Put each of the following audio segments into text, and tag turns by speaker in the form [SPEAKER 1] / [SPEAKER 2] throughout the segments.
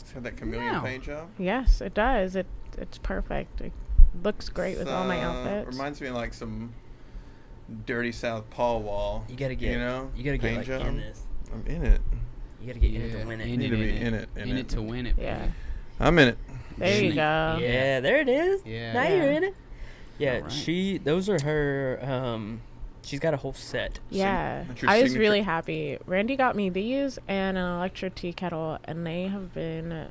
[SPEAKER 1] It's had that chameleon
[SPEAKER 2] No.
[SPEAKER 1] paint job.
[SPEAKER 2] Yes, it does. It it's perfect. It looks great with all my
[SPEAKER 1] So,
[SPEAKER 2] outfits.
[SPEAKER 1] Reminds me of like some dirty South Paul wall.
[SPEAKER 3] You gotta get.
[SPEAKER 1] You
[SPEAKER 3] You
[SPEAKER 1] know.
[SPEAKER 3] gotta get
[SPEAKER 1] paint
[SPEAKER 3] like
[SPEAKER 1] job.
[SPEAKER 3] in this.
[SPEAKER 1] I'm in it.
[SPEAKER 3] You gotta get in it
[SPEAKER 4] Yeah,
[SPEAKER 3] to win it.
[SPEAKER 4] in
[SPEAKER 1] Need
[SPEAKER 4] it,
[SPEAKER 1] to be
[SPEAKER 4] in
[SPEAKER 1] in it,
[SPEAKER 4] it,
[SPEAKER 1] in
[SPEAKER 4] in
[SPEAKER 1] it.
[SPEAKER 4] it to win it.
[SPEAKER 2] Yeah.
[SPEAKER 4] baby.
[SPEAKER 1] I'm in it.
[SPEAKER 2] there you
[SPEAKER 4] Sneak.
[SPEAKER 2] go.
[SPEAKER 3] Yeah, there it is.
[SPEAKER 4] Yeah.
[SPEAKER 3] Now you're
[SPEAKER 2] Yeah.
[SPEAKER 3] in it. Yeah,
[SPEAKER 4] Alright.
[SPEAKER 3] she. Those are her. Um, she's got a whole set.
[SPEAKER 2] Yeah,
[SPEAKER 1] that's your
[SPEAKER 2] I was
[SPEAKER 1] signature-
[SPEAKER 2] really happy. Randy got me these and an electric tea kettle, and they have been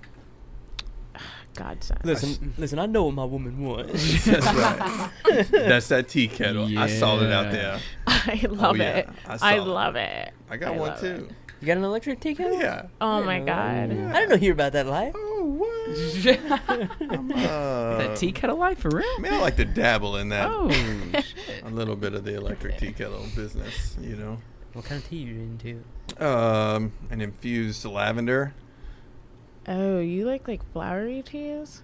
[SPEAKER 2] godsend.
[SPEAKER 3] Listen, listen. I know what my woman wants.
[SPEAKER 1] That's right. That's that tea kettle. I saw it out
[SPEAKER 4] Yeah.
[SPEAKER 1] there.
[SPEAKER 2] I
[SPEAKER 1] Oh,
[SPEAKER 2] love
[SPEAKER 1] yeah,
[SPEAKER 2] it.
[SPEAKER 1] I
[SPEAKER 2] I,
[SPEAKER 1] saw it.
[SPEAKER 2] love it.
[SPEAKER 1] I got
[SPEAKER 2] I
[SPEAKER 1] one
[SPEAKER 2] love
[SPEAKER 1] too.
[SPEAKER 3] You got an electric tea kettle?
[SPEAKER 1] Yeah.
[SPEAKER 2] Oh
[SPEAKER 3] I
[SPEAKER 2] my
[SPEAKER 3] know that.
[SPEAKER 2] god.
[SPEAKER 1] Yeah.
[SPEAKER 3] I didn't know hear about that life.
[SPEAKER 1] Oh what? I'm, uh,
[SPEAKER 4] that tea kettle life for real?
[SPEAKER 1] Man, I like to dabble in that.
[SPEAKER 4] Oh shit!
[SPEAKER 1] A little bit of the electric tea kettle business, you know.
[SPEAKER 3] What kind of tea you into?
[SPEAKER 1] Um, an infused lavender.
[SPEAKER 2] Oh, you like like flowery teas?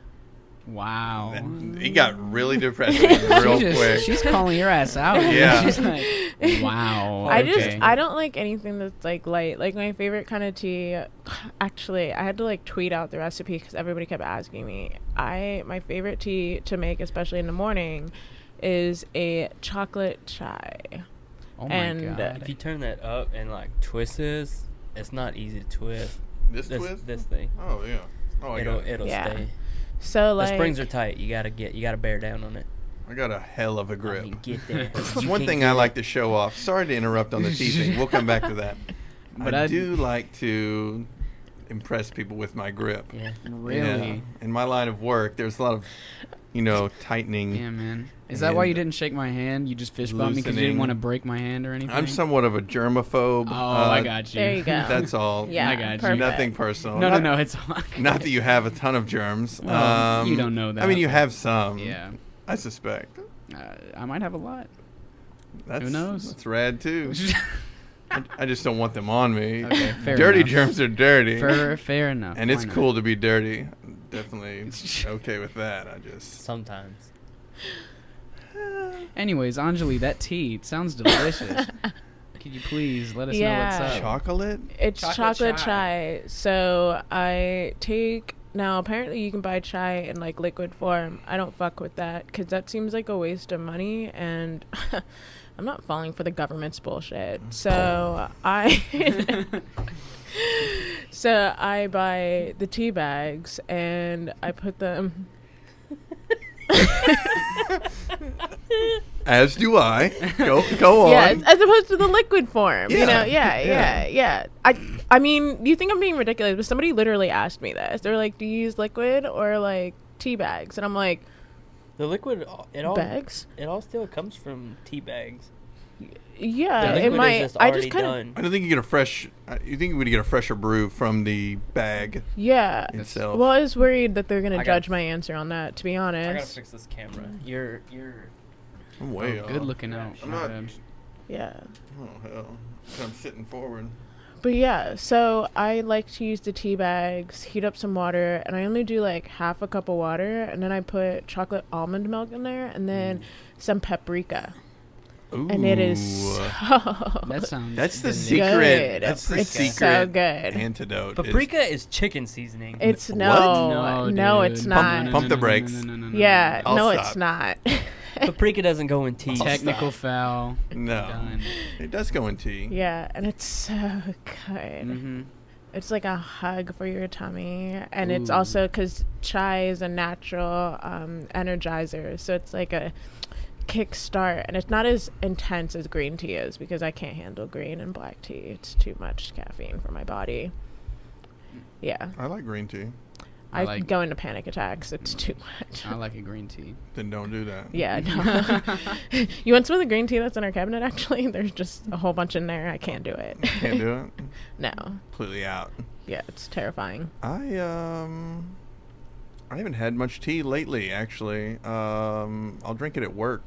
[SPEAKER 4] Wow.
[SPEAKER 1] And It got really depressing real
[SPEAKER 4] Oh. she just,
[SPEAKER 1] quick.
[SPEAKER 4] She's calling your ass out.
[SPEAKER 1] Yeah.
[SPEAKER 4] She's like, wow.
[SPEAKER 2] I
[SPEAKER 4] okay.
[SPEAKER 2] just I don't like anything that's like light. Like my favorite kind of tea. Actually, I had to like tweet out the recipe because everybody kept asking me. I my favorite tea to make, especially in the morning, is a chocolate chai.
[SPEAKER 4] Oh my
[SPEAKER 2] and- uh,
[SPEAKER 4] god.
[SPEAKER 3] Uh, If you turn that up and like twist this, it's not easy to twist.
[SPEAKER 1] this
[SPEAKER 3] This
[SPEAKER 1] twist.
[SPEAKER 3] this thing.
[SPEAKER 1] Oh yeah. Oh, I
[SPEAKER 3] it'll
[SPEAKER 1] got,
[SPEAKER 3] it'll
[SPEAKER 2] Yeah.
[SPEAKER 3] stay.
[SPEAKER 2] So
[SPEAKER 3] The
[SPEAKER 2] like
[SPEAKER 3] springs are tight. You gotta get. You gotta bear down on it.
[SPEAKER 1] I got a hell of a
[SPEAKER 3] I
[SPEAKER 1] grip.
[SPEAKER 3] mean, get there.
[SPEAKER 1] It's
[SPEAKER 3] You
[SPEAKER 1] one
[SPEAKER 3] can't
[SPEAKER 1] thing
[SPEAKER 3] get
[SPEAKER 1] I
[SPEAKER 3] it.
[SPEAKER 1] like to show off. Sorry to interrupt on the tea thing. We'll come back to that.
[SPEAKER 4] But
[SPEAKER 1] I
[SPEAKER 4] I-
[SPEAKER 1] do like to impress people with my grip.
[SPEAKER 3] Yeah.
[SPEAKER 1] Yeah.
[SPEAKER 4] really?
[SPEAKER 1] In my line of work, there's a lot of, you know, tightening.
[SPEAKER 4] Yeah. man. Is that why you didn't shake my hand? You just fish bumped me because you
[SPEAKER 1] Loosening.
[SPEAKER 4] didn't want to break my hand or anything?
[SPEAKER 1] I'm somewhat of a germaphobe.
[SPEAKER 4] Oh,
[SPEAKER 1] Uh,
[SPEAKER 4] I got you.
[SPEAKER 2] There you go.
[SPEAKER 1] That's all.
[SPEAKER 2] yeah,
[SPEAKER 4] I got you.
[SPEAKER 2] perfect.
[SPEAKER 1] Nothing personal.
[SPEAKER 4] no, no,
[SPEAKER 1] Not-
[SPEAKER 4] no. It's fine.
[SPEAKER 1] Not that you have a ton of germs.
[SPEAKER 4] Well,
[SPEAKER 1] um,
[SPEAKER 4] you don't know that,
[SPEAKER 1] I mean, you
[SPEAKER 4] but-
[SPEAKER 1] have some.
[SPEAKER 4] Yeah.
[SPEAKER 1] I suspect.
[SPEAKER 4] Uh, I might have a lot.
[SPEAKER 1] That's,
[SPEAKER 4] knows?
[SPEAKER 1] That's rad too. I, I just don't want them on me.
[SPEAKER 4] Okay, fair
[SPEAKER 1] dirty
[SPEAKER 4] enough.
[SPEAKER 1] germs are dirty.
[SPEAKER 4] fair, fair enough.
[SPEAKER 1] and it's
[SPEAKER 4] Why not?
[SPEAKER 1] cool to be dirty. I'm Definitely okay with that. I just
[SPEAKER 3] Sometimes.
[SPEAKER 4] Anyways, Anjali, that tea it sounds delicious. Could you please let us know what's
[SPEAKER 2] Yeah.
[SPEAKER 4] up?
[SPEAKER 1] chocolate.
[SPEAKER 2] It's
[SPEAKER 4] Chocolate
[SPEAKER 2] chocolate,
[SPEAKER 4] chai.
[SPEAKER 2] chai. So I take now. Apparently, you can buy chai in like liquid form. I don't fuck with that because that seems like a waste of money, and I'm not falling for the government's bullshit. So I. So I buy the tea bags and I put them.
[SPEAKER 1] As do I. Go go on.
[SPEAKER 2] Yeah, as opposed to the liquid form.
[SPEAKER 1] Yeah,
[SPEAKER 2] You know, yeah,
[SPEAKER 1] yeah.
[SPEAKER 2] yeah, yeah. I I mean, you think I'm being ridiculous, but somebody literally asked me this. They were like, Do you use liquid or like tea bags? And I'm like,
[SPEAKER 3] The liquid. all- It all.
[SPEAKER 2] Bags?
[SPEAKER 3] It all still comes from tea bags.
[SPEAKER 2] Yeah, Uh,
[SPEAKER 3] the
[SPEAKER 2] it
[SPEAKER 3] liquid
[SPEAKER 2] might
[SPEAKER 3] is just
[SPEAKER 2] I
[SPEAKER 3] already
[SPEAKER 2] just kinda
[SPEAKER 3] done.
[SPEAKER 1] I don't think you get a fresh. I- You think you would get a fresher brew from the bag
[SPEAKER 2] Yeah.
[SPEAKER 1] itself?
[SPEAKER 2] Well, I was worried that they're gonna
[SPEAKER 3] I gotta
[SPEAKER 2] judge
[SPEAKER 3] f-
[SPEAKER 2] my answer on that, to be honest.
[SPEAKER 3] I gotta fix this camera. You're you're.
[SPEAKER 1] I'm
[SPEAKER 4] Oh,
[SPEAKER 1] way off.
[SPEAKER 4] good looking out.
[SPEAKER 1] I'm
[SPEAKER 4] my
[SPEAKER 1] not-
[SPEAKER 4] bad.
[SPEAKER 2] yeah.
[SPEAKER 1] Oh hell! I'm sitting forward.
[SPEAKER 2] But yeah, so I like to use the tea bags, heat up some water, and I only do like half a cup of water, and then I put chocolate almond milk in there, and then
[SPEAKER 1] Mm.
[SPEAKER 2] some paprika,
[SPEAKER 1] Ooh.
[SPEAKER 2] and it is so
[SPEAKER 4] That sounds.
[SPEAKER 1] That's the
[SPEAKER 4] delicious.
[SPEAKER 1] secret.
[SPEAKER 2] good.
[SPEAKER 1] That's the
[SPEAKER 2] it's
[SPEAKER 1] secret
[SPEAKER 2] so good.
[SPEAKER 1] antidote. is-
[SPEAKER 3] Paprika is chicken seasoning.
[SPEAKER 2] it's
[SPEAKER 1] What?
[SPEAKER 2] no,
[SPEAKER 4] No,
[SPEAKER 2] no,
[SPEAKER 4] dude.
[SPEAKER 2] it's
[SPEAKER 4] No, no,
[SPEAKER 2] not.
[SPEAKER 4] no,
[SPEAKER 1] Pump
[SPEAKER 4] no,
[SPEAKER 1] the
[SPEAKER 4] no, no,
[SPEAKER 1] brakes.
[SPEAKER 4] no, no, no, no,
[SPEAKER 2] yeah,
[SPEAKER 1] I'll
[SPEAKER 2] no,
[SPEAKER 1] stop.
[SPEAKER 2] it's not.
[SPEAKER 3] Paprika doesn't go in tea.
[SPEAKER 4] no. Technical foul.
[SPEAKER 1] No,
[SPEAKER 4] Done.
[SPEAKER 1] it does go in tea.
[SPEAKER 2] yeah, and it's so good.
[SPEAKER 4] Mm-hmm.
[SPEAKER 2] It's like a hug for your tummy, and it's
[SPEAKER 4] Ooh.
[SPEAKER 2] also because chai is a natural um, energizer, so it's like a kickstart, and it's not as intense as green tea is because I can't handle green and black tea. It's too much caffeine for my body. Yeah,
[SPEAKER 1] I like green tea.
[SPEAKER 4] I
[SPEAKER 2] I,
[SPEAKER 4] like-
[SPEAKER 2] go into panic attacks. It's too much.
[SPEAKER 4] I like a green tea.
[SPEAKER 1] Then don't do that.
[SPEAKER 2] yeah, no. you want some of the green tea that's in our cabinet? Actually, there's just a whole bunch in there. I can't do it.
[SPEAKER 1] Can't do it.
[SPEAKER 2] no.
[SPEAKER 1] Completely out.
[SPEAKER 2] Yeah, it's terrifying.
[SPEAKER 1] I um, I haven't had much tea lately. Actually, um, I'll drink it at work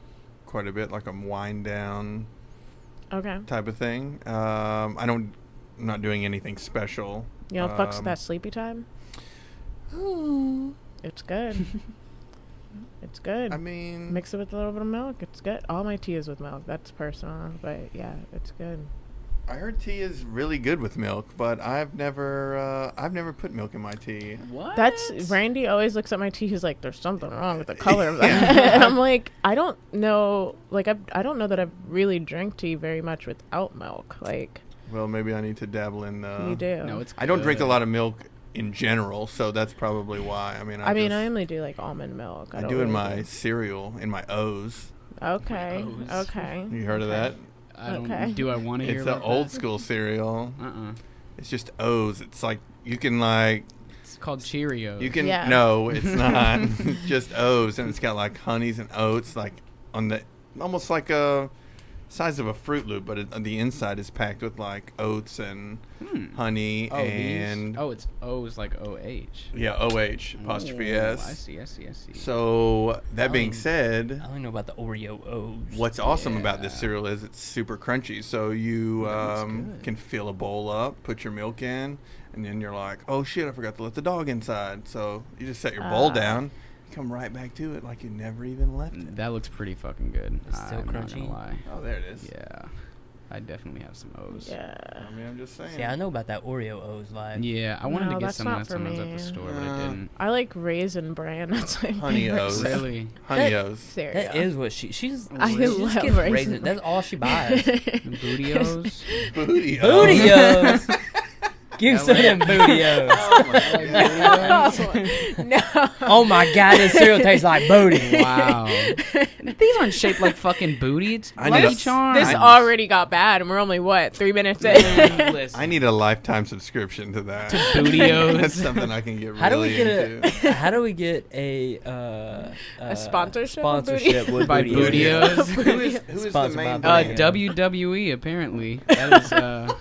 [SPEAKER 1] quite a bit, like a wind down
[SPEAKER 2] Okay.
[SPEAKER 1] type of thing. Um, I don't. I'm not doing anything special.
[SPEAKER 2] You know, fucks
[SPEAKER 1] Um,
[SPEAKER 2] that sleepy time. It's good. it's good.
[SPEAKER 1] I mean,
[SPEAKER 2] Mix it with a little bit of milk. It's good. All my tea is with milk. That's personal, but yeah, it's good.
[SPEAKER 1] I heard tea is really good with milk, but I've never uh, I've never put milk in my tea.
[SPEAKER 4] What?
[SPEAKER 2] That's Randy always looks at my tea. He's like, "There's something wrong with the color of that." and I'm like, "I don't know. Like, I I don't know that I've really drank tea very much without milk. Like,
[SPEAKER 1] Well, maybe I need to dabble in. Uh,
[SPEAKER 2] you do.
[SPEAKER 4] No, it's.
[SPEAKER 1] I don't drink a
[SPEAKER 4] good.
[SPEAKER 1] lot of milk in general, so that's probably why. I mean, I,
[SPEAKER 2] I mean,
[SPEAKER 1] just-
[SPEAKER 2] I only do like almond milk.
[SPEAKER 1] I
[SPEAKER 2] don't
[SPEAKER 1] do in
[SPEAKER 2] really
[SPEAKER 1] my cereal in my O's.
[SPEAKER 2] Okay.
[SPEAKER 4] O's.
[SPEAKER 2] Okay.
[SPEAKER 1] You heard of
[SPEAKER 2] Okay.
[SPEAKER 1] that?
[SPEAKER 4] I don't.
[SPEAKER 2] Okay.
[SPEAKER 4] Do I want to hear
[SPEAKER 1] It's
[SPEAKER 4] about
[SPEAKER 1] an old
[SPEAKER 4] that?
[SPEAKER 1] school cereal.
[SPEAKER 4] Uh-uh.
[SPEAKER 1] It's just O's. It's like you can like
[SPEAKER 4] It's called Cheerios.
[SPEAKER 1] you can
[SPEAKER 2] Yeah.
[SPEAKER 1] no, it's not. It's just O's, and it's got like honeys and oats, like on the almost like a size of a Fruit Loop, but it, on the inside is packed with like oats and
[SPEAKER 4] Hmm.
[SPEAKER 1] honey
[SPEAKER 4] Oh,
[SPEAKER 1] and
[SPEAKER 4] these? oh, it's O is like O H. Oh,
[SPEAKER 1] yeah, O H apostrophe
[SPEAKER 4] I
[SPEAKER 1] S.
[SPEAKER 4] see. I see. I see.
[SPEAKER 1] So that being
[SPEAKER 3] Um,
[SPEAKER 1] said,
[SPEAKER 3] I only know about the Oreo O's.
[SPEAKER 1] What's awesome about this
[SPEAKER 4] Yeah.
[SPEAKER 1] cereal is it's super crunchy, so you
[SPEAKER 4] That's
[SPEAKER 1] um,
[SPEAKER 4] good.
[SPEAKER 1] can fill a bowl up, put your milk in, and then you're like, "Oh shit, I forgot to let the dog inside." So you just set your bowl
[SPEAKER 2] Ah.
[SPEAKER 1] down, you come right back to it like you never even left it.
[SPEAKER 4] that looks pretty fucking good.
[SPEAKER 3] It's still
[SPEAKER 4] I'm Not
[SPEAKER 3] crunchy.
[SPEAKER 4] gonna lie.
[SPEAKER 1] Oh, there it is.
[SPEAKER 4] Yeah, I definitely have some O's.
[SPEAKER 2] Yeah.
[SPEAKER 1] I mean, I'm just saying.
[SPEAKER 3] See, I know about that Oreo O's vibe.
[SPEAKER 4] Yeah, I wanted
[SPEAKER 2] No,
[SPEAKER 4] to get
[SPEAKER 2] that's
[SPEAKER 4] some of
[SPEAKER 2] not
[SPEAKER 4] that
[SPEAKER 2] for
[SPEAKER 4] sometimes at
[SPEAKER 2] me.
[SPEAKER 4] the store, but I
[SPEAKER 1] Uh,
[SPEAKER 4] didn't.
[SPEAKER 2] I like raisin bran. That's my
[SPEAKER 1] Honey
[SPEAKER 2] favorite
[SPEAKER 1] O's.
[SPEAKER 2] cereal.
[SPEAKER 4] Really?
[SPEAKER 1] Honey
[SPEAKER 3] That-
[SPEAKER 1] O's.
[SPEAKER 2] cereal.
[SPEAKER 3] That is what she she's.
[SPEAKER 4] I
[SPEAKER 3] she
[SPEAKER 4] love
[SPEAKER 3] just gets
[SPEAKER 2] raisin
[SPEAKER 3] raisin. That's all she buys.
[SPEAKER 4] Booty O's?
[SPEAKER 1] Booty
[SPEAKER 3] booty O's. Give
[SPEAKER 4] That
[SPEAKER 3] some of
[SPEAKER 4] way-
[SPEAKER 3] them booty O's.
[SPEAKER 1] Oh my God.
[SPEAKER 2] no.
[SPEAKER 3] Oh my god, this cereal tastes like booty.
[SPEAKER 4] wow. These aren't shaped like fucking booty. It's
[SPEAKER 1] I need
[SPEAKER 4] Lucky
[SPEAKER 1] a-
[SPEAKER 4] Charms.
[SPEAKER 2] This
[SPEAKER 1] I-
[SPEAKER 2] already got bad, and we're only what three minutes in.
[SPEAKER 4] Listen.
[SPEAKER 1] I need a lifetime subscription to that.
[SPEAKER 4] booty O's.
[SPEAKER 1] That's something I can get really
[SPEAKER 3] How do we get
[SPEAKER 1] into.
[SPEAKER 3] a How do we get a uh, uh,
[SPEAKER 2] sponsorship of booty?
[SPEAKER 3] sponsorship with
[SPEAKER 4] By
[SPEAKER 3] booty
[SPEAKER 4] booty
[SPEAKER 3] O's?
[SPEAKER 4] O's.
[SPEAKER 1] who is, who is the
[SPEAKER 3] Sponsored
[SPEAKER 1] main
[SPEAKER 3] by
[SPEAKER 4] Uh,
[SPEAKER 1] brand?
[SPEAKER 4] WWE apparently. That is. Uh,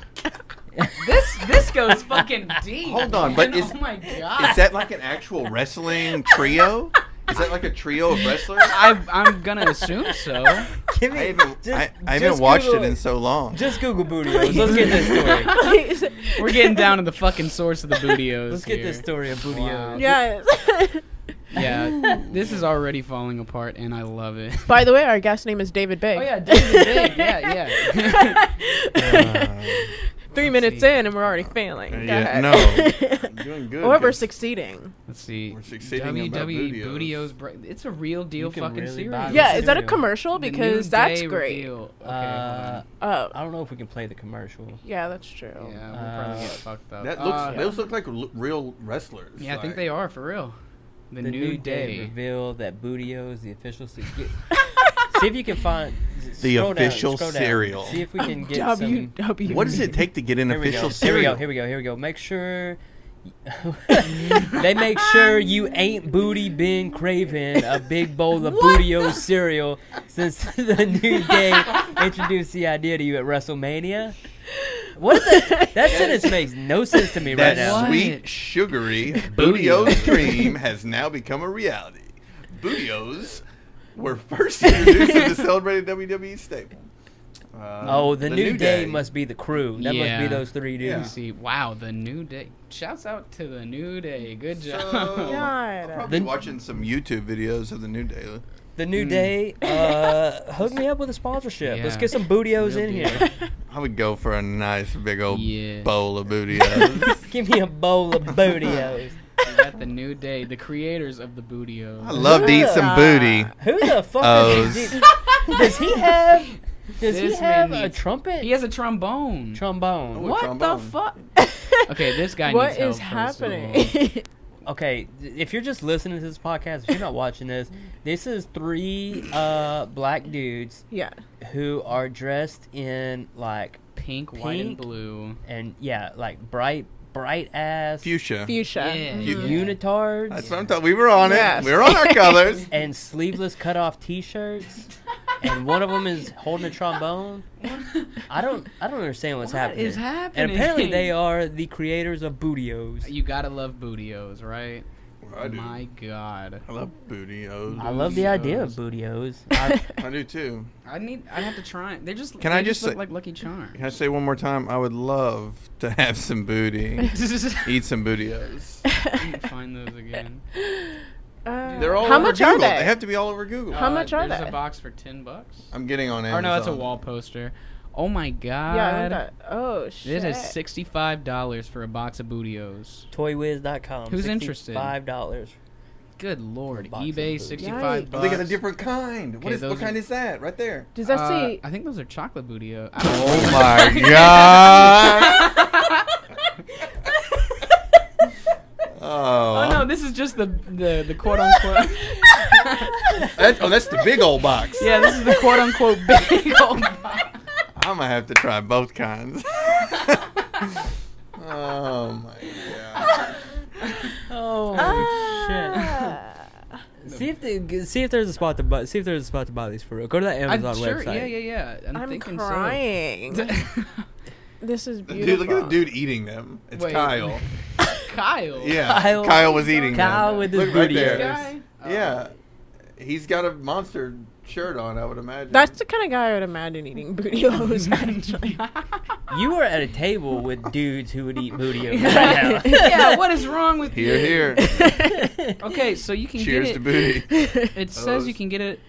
[SPEAKER 4] this this goes fucking deep.
[SPEAKER 1] Hold on, but
[SPEAKER 4] man.
[SPEAKER 1] is-
[SPEAKER 4] oh my god.
[SPEAKER 1] Is that like an actual wrestling trio? Is that like a trio of wrestlers? I,
[SPEAKER 4] I, I'm gonna assume so.
[SPEAKER 3] Give me,
[SPEAKER 1] haven't,
[SPEAKER 3] just,
[SPEAKER 1] I, I
[SPEAKER 3] just
[SPEAKER 1] haven't watched
[SPEAKER 3] Google
[SPEAKER 1] it in so long.
[SPEAKER 3] Just Google booty O's. Let's get this story.
[SPEAKER 4] We're getting down to the fucking source of the bootios.
[SPEAKER 3] Let's get this
[SPEAKER 4] here.
[SPEAKER 3] story of booty
[SPEAKER 4] Wow.
[SPEAKER 3] O's.
[SPEAKER 2] yes.
[SPEAKER 4] Yeah, this is already falling apart, and I love it.
[SPEAKER 2] By the way, our guest name is David Big.
[SPEAKER 4] Oh yeah, David Big. Yeah, yeah.
[SPEAKER 2] Three minutes
[SPEAKER 4] see.
[SPEAKER 2] in, and we're already failing. Go
[SPEAKER 1] yeah,
[SPEAKER 2] ahead.
[SPEAKER 1] no. I'm doing good.
[SPEAKER 2] or we're
[SPEAKER 1] 'cause
[SPEAKER 2] succeeding.
[SPEAKER 4] Let's see.
[SPEAKER 1] We're succeeding
[SPEAKER 4] WWE
[SPEAKER 1] about
[SPEAKER 4] bootios. Bra- it's a real deal
[SPEAKER 3] You can
[SPEAKER 4] fucking
[SPEAKER 3] really
[SPEAKER 4] serious.
[SPEAKER 3] buy
[SPEAKER 4] cereal.
[SPEAKER 3] this.
[SPEAKER 2] Yeah, is that a
[SPEAKER 3] cereal.
[SPEAKER 2] commercial?
[SPEAKER 4] The new
[SPEAKER 2] Because that's
[SPEAKER 4] day
[SPEAKER 2] great.
[SPEAKER 4] reveal. Okay,
[SPEAKER 3] Uh,
[SPEAKER 2] Oh,
[SPEAKER 3] I don't know if we can play the commercial.
[SPEAKER 2] yeah, that's
[SPEAKER 4] hold on.
[SPEAKER 2] true.
[SPEAKER 4] Yeah, we'll probably get
[SPEAKER 3] Uh,
[SPEAKER 4] fucked up.
[SPEAKER 1] That looks.
[SPEAKER 4] Uh,
[SPEAKER 1] Those look like l- real wrestlers.
[SPEAKER 4] yeah, I think
[SPEAKER 1] like-
[SPEAKER 4] they are for real. The, new, day.
[SPEAKER 3] revealed that Budio is the official. Se- get, see if you can find
[SPEAKER 1] The
[SPEAKER 3] scroll down,
[SPEAKER 1] official
[SPEAKER 3] scroll down.
[SPEAKER 1] cereal.
[SPEAKER 3] See if we can get
[SPEAKER 2] W
[SPEAKER 3] some.
[SPEAKER 2] W. E.
[SPEAKER 1] What does it take to get an
[SPEAKER 3] Here we
[SPEAKER 1] official
[SPEAKER 3] go. Here we
[SPEAKER 1] cereal?
[SPEAKER 3] go. Here we go. Here we go. Make sure. they make sure you ain't booty been craving a big bowl of Budio cereal since the new day introduced the idea to you at WrestleMania. What is that? That sentence makes no sense to me right
[SPEAKER 1] That
[SPEAKER 3] now.
[SPEAKER 4] What?
[SPEAKER 1] sweet, sugary
[SPEAKER 4] Booty
[SPEAKER 1] Bootios
[SPEAKER 4] O's.
[SPEAKER 1] dream has now become a reality. Bootios were first introduced to the celebrated WWE staple. Uh,
[SPEAKER 3] Oh, the, new, day, must be the crew. That must
[SPEAKER 4] Yeah.
[SPEAKER 3] be those three
[SPEAKER 1] Yeah.
[SPEAKER 4] Let me
[SPEAKER 3] dudes.
[SPEAKER 4] see. Wow, the new day. Shouts out to the new day. Good
[SPEAKER 1] So,
[SPEAKER 4] job.
[SPEAKER 1] I'm probably
[SPEAKER 3] The-
[SPEAKER 1] watching some YouTube videos of the new day.
[SPEAKER 3] The new day. Uh, hook me up with a sponsorship. Let's
[SPEAKER 4] Yeah.
[SPEAKER 3] get some bootios
[SPEAKER 4] Real
[SPEAKER 3] in
[SPEAKER 4] deal.
[SPEAKER 3] here.
[SPEAKER 1] I would go for a nice big old
[SPEAKER 4] Yeah.
[SPEAKER 1] bowl of bootios.
[SPEAKER 3] Give me a bowl of bootios.
[SPEAKER 4] We got the new day. The creators of the bootios.
[SPEAKER 1] I love to eat some booty.
[SPEAKER 3] Who the fuck
[SPEAKER 1] O's.
[SPEAKER 3] is he? Does he have? Does he
[SPEAKER 4] This man
[SPEAKER 3] have a
[SPEAKER 4] needs-
[SPEAKER 3] trumpet?
[SPEAKER 4] He has a trombone.
[SPEAKER 3] trombone.
[SPEAKER 1] Ooh.
[SPEAKER 2] What
[SPEAKER 1] Trombone.
[SPEAKER 2] the fuck?
[SPEAKER 4] Okay, this guy
[SPEAKER 2] What
[SPEAKER 4] needs help.
[SPEAKER 2] is
[SPEAKER 4] first of all.
[SPEAKER 2] happening?
[SPEAKER 3] Okay, th- if you're just listening to this podcast, if you're not watching this, this is three uh black dudes
[SPEAKER 2] yeah.
[SPEAKER 3] who are dressed in like
[SPEAKER 4] Pink, white, and
[SPEAKER 3] Pink.
[SPEAKER 4] blue.
[SPEAKER 3] and yeah, like bright bright ass
[SPEAKER 1] Fuchsia.
[SPEAKER 2] Fuchsia.
[SPEAKER 4] Yeah.
[SPEAKER 2] Mhm.
[SPEAKER 1] You-
[SPEAKER 3] unitards.
[SPEAKER 1] That's what I'm talking. We were on it.
[SPEAKER 2] Yes.
[SPEAKER 1] We were on our colors.
[SPEAKER 3] and sleeveless cutoff T-shirts, and one of them is holding a trombone. I don't, I don't understand what's
[SPEAKER 4] What
[SPEAKER 3] happening.
[SPEAKER 4] is
[SPEAKER 3] And
[SPEAKER 4] happening?
[SPEAKER 3] apparently, they are the creators of Bootios.
[SPEAKER 4] You gotta love bootios, right?
[SPEAKER 1] I, do.
[SPEAKER 4] My God.
[SPEAKER 1] I love bootios.
[SPEAKER 3] I love the idea of Bootios. I,
[SPEAKER 1] I do too.
[SPEAKER 4] I need. I have to try. it. They're just.
[SPEAKER 1] Can
[SPEAKER 4] they
[SPEAKER 1] I just
[SPEAKER 4] look
[SPEAKER 1] say-
[SPEAKER 4] like Lucky Charms?
[SPEAKER 1] Can I say one more time? I would love to have some booty. Eat some bootios.
[SPEAKER 4] Find those again.
[SPEAKER 2] Uh,
[SPEAKER 1] They're all
[SPEAKER 2] How
[SPEAKER 1] over
[SPEAKER 2] much
[SPEAKER 1] Google.
[SPEAKER 2] are they?
[SPEAKER 1] have to be all over Google.
[SPEAKER 2] How much are
[SPEAKER 4] Uh, there's
[SPEAKER 2] they?
[SPEAKER 4] a box for ten bucks.
[SPEAKER 1] I'm getting on Amazon.
[SPEAKER 4] Or no, that's a wall poster. Oh my god.
[SPEAKER 2] yeah, I want that. Oh shit.
[SPEAKER 4] This is sixty-five dollars for a box of bootios.
[SPEAKER 3] Toywiz.com.
[SPEAKER 4] Who's interested?
[SPEAKER 3] Five dollars.
[SPEAKER 4] Good lord,
[SPEAKER 3] A box of
[SPEAKER 4] eBay
[SPEAKER 3] booties.
[SPEAKER 4] sixty-five
[SPEAKER 2] Yikes.
[SPEAKER 1] Oh,
[SPEAKER 4] bucks.
[SPEAKER 1] they got a different kind. What
[SPEAKER 4] Okay,
[SPEAKER 1] is what
[SPEAKER 4] those
[SPEAKER 1] kind
[SPEAKER 4] are-
[SPEAKER 1] is that? Right there.
[SPEAKER 2] Does that
[SPEAKER 4] Uh,
[SPEAKER 2] say?
[SPEAKER 4] I think those are chocolate bootios.
[SPEAKER 1] Oh my god.
[SPEAKER 4] Oh no,
[SPEAKER 1] Oh,
[SPEAKER 4] this is just the the, the quote unquote.
[SPEAKER 1] That- oh, that's the big old box.
[SPEAKER 4] yeah, this is the quote unquote big old box.
[SPEAKER 1] I'm gonna have to try both kinds. oh my god.
[SPEAKER 3] Oh
[SPEAKER 4] Ah.
[SPEAKER 2] Ah,
[SPEAKER 3] shit! see if they, see if there's a spot to buy. See if there's a spot to buy these for real. Go to that Amazon
[SPEAKER 4] I'm sure.
[SPEAKER 3] website.
[SPEAKER 4] Yeah, yeah, yeah. I'm,
[SPEAKER 2] I'm
[SPEAKER 4] thinking
[SPEAKER 2] crying.
[SPEAKER 4] so.
[SPEAKER 2] this is beautiful.
[SPEAKER 1] Dude, look at the dude eating them. It's
[SPEAKER 4] Wait.
[SPEAKER 1] Kyle.
[SPEAKER 4] Kyle.
[SPEAKER 1] Yeah, Kyle,
[SPEAKER 3] Kyle-
[SPEAKER 1] was eating
[SPEAKER 3] Kyle
[SPEAKER 1] them.
[SPEAKER 3] with his
[SPEAKER 1] look right
[SPEAKER 3] booty
[SPEAKER 1] there.
[SPEAKER 3] ears.
[SPEAKER 4] Guy? Oh.
[SPEAKER 1] Yeah, he's got a monster shirt on. I would imagine.
[SPEAKER 2] That's the kind of guy I would imagine eating bootios. Actually,
[SPEAKER 3] You are at a table with dudes who would eat booty right
[SPEAKER 4] yeah.
[SPEAKER 3] now.
[SPEAKER 4] What is wrong with
[SPEAKER 1] here,
[SPEAKER 4] you?
[SPEAKER 1] here.
[SPEAKER 4] Okay, so you can
[SPEAKER 1] Cheers
[SPEAKER 4] get
[SPEAKER 1] to
[SPEAKER 4] it.
[SPEAKER 1] booty.
[SPEAKER 4] It
[SPEAKER 1] Those.
[SPEAKER 4] says you can get it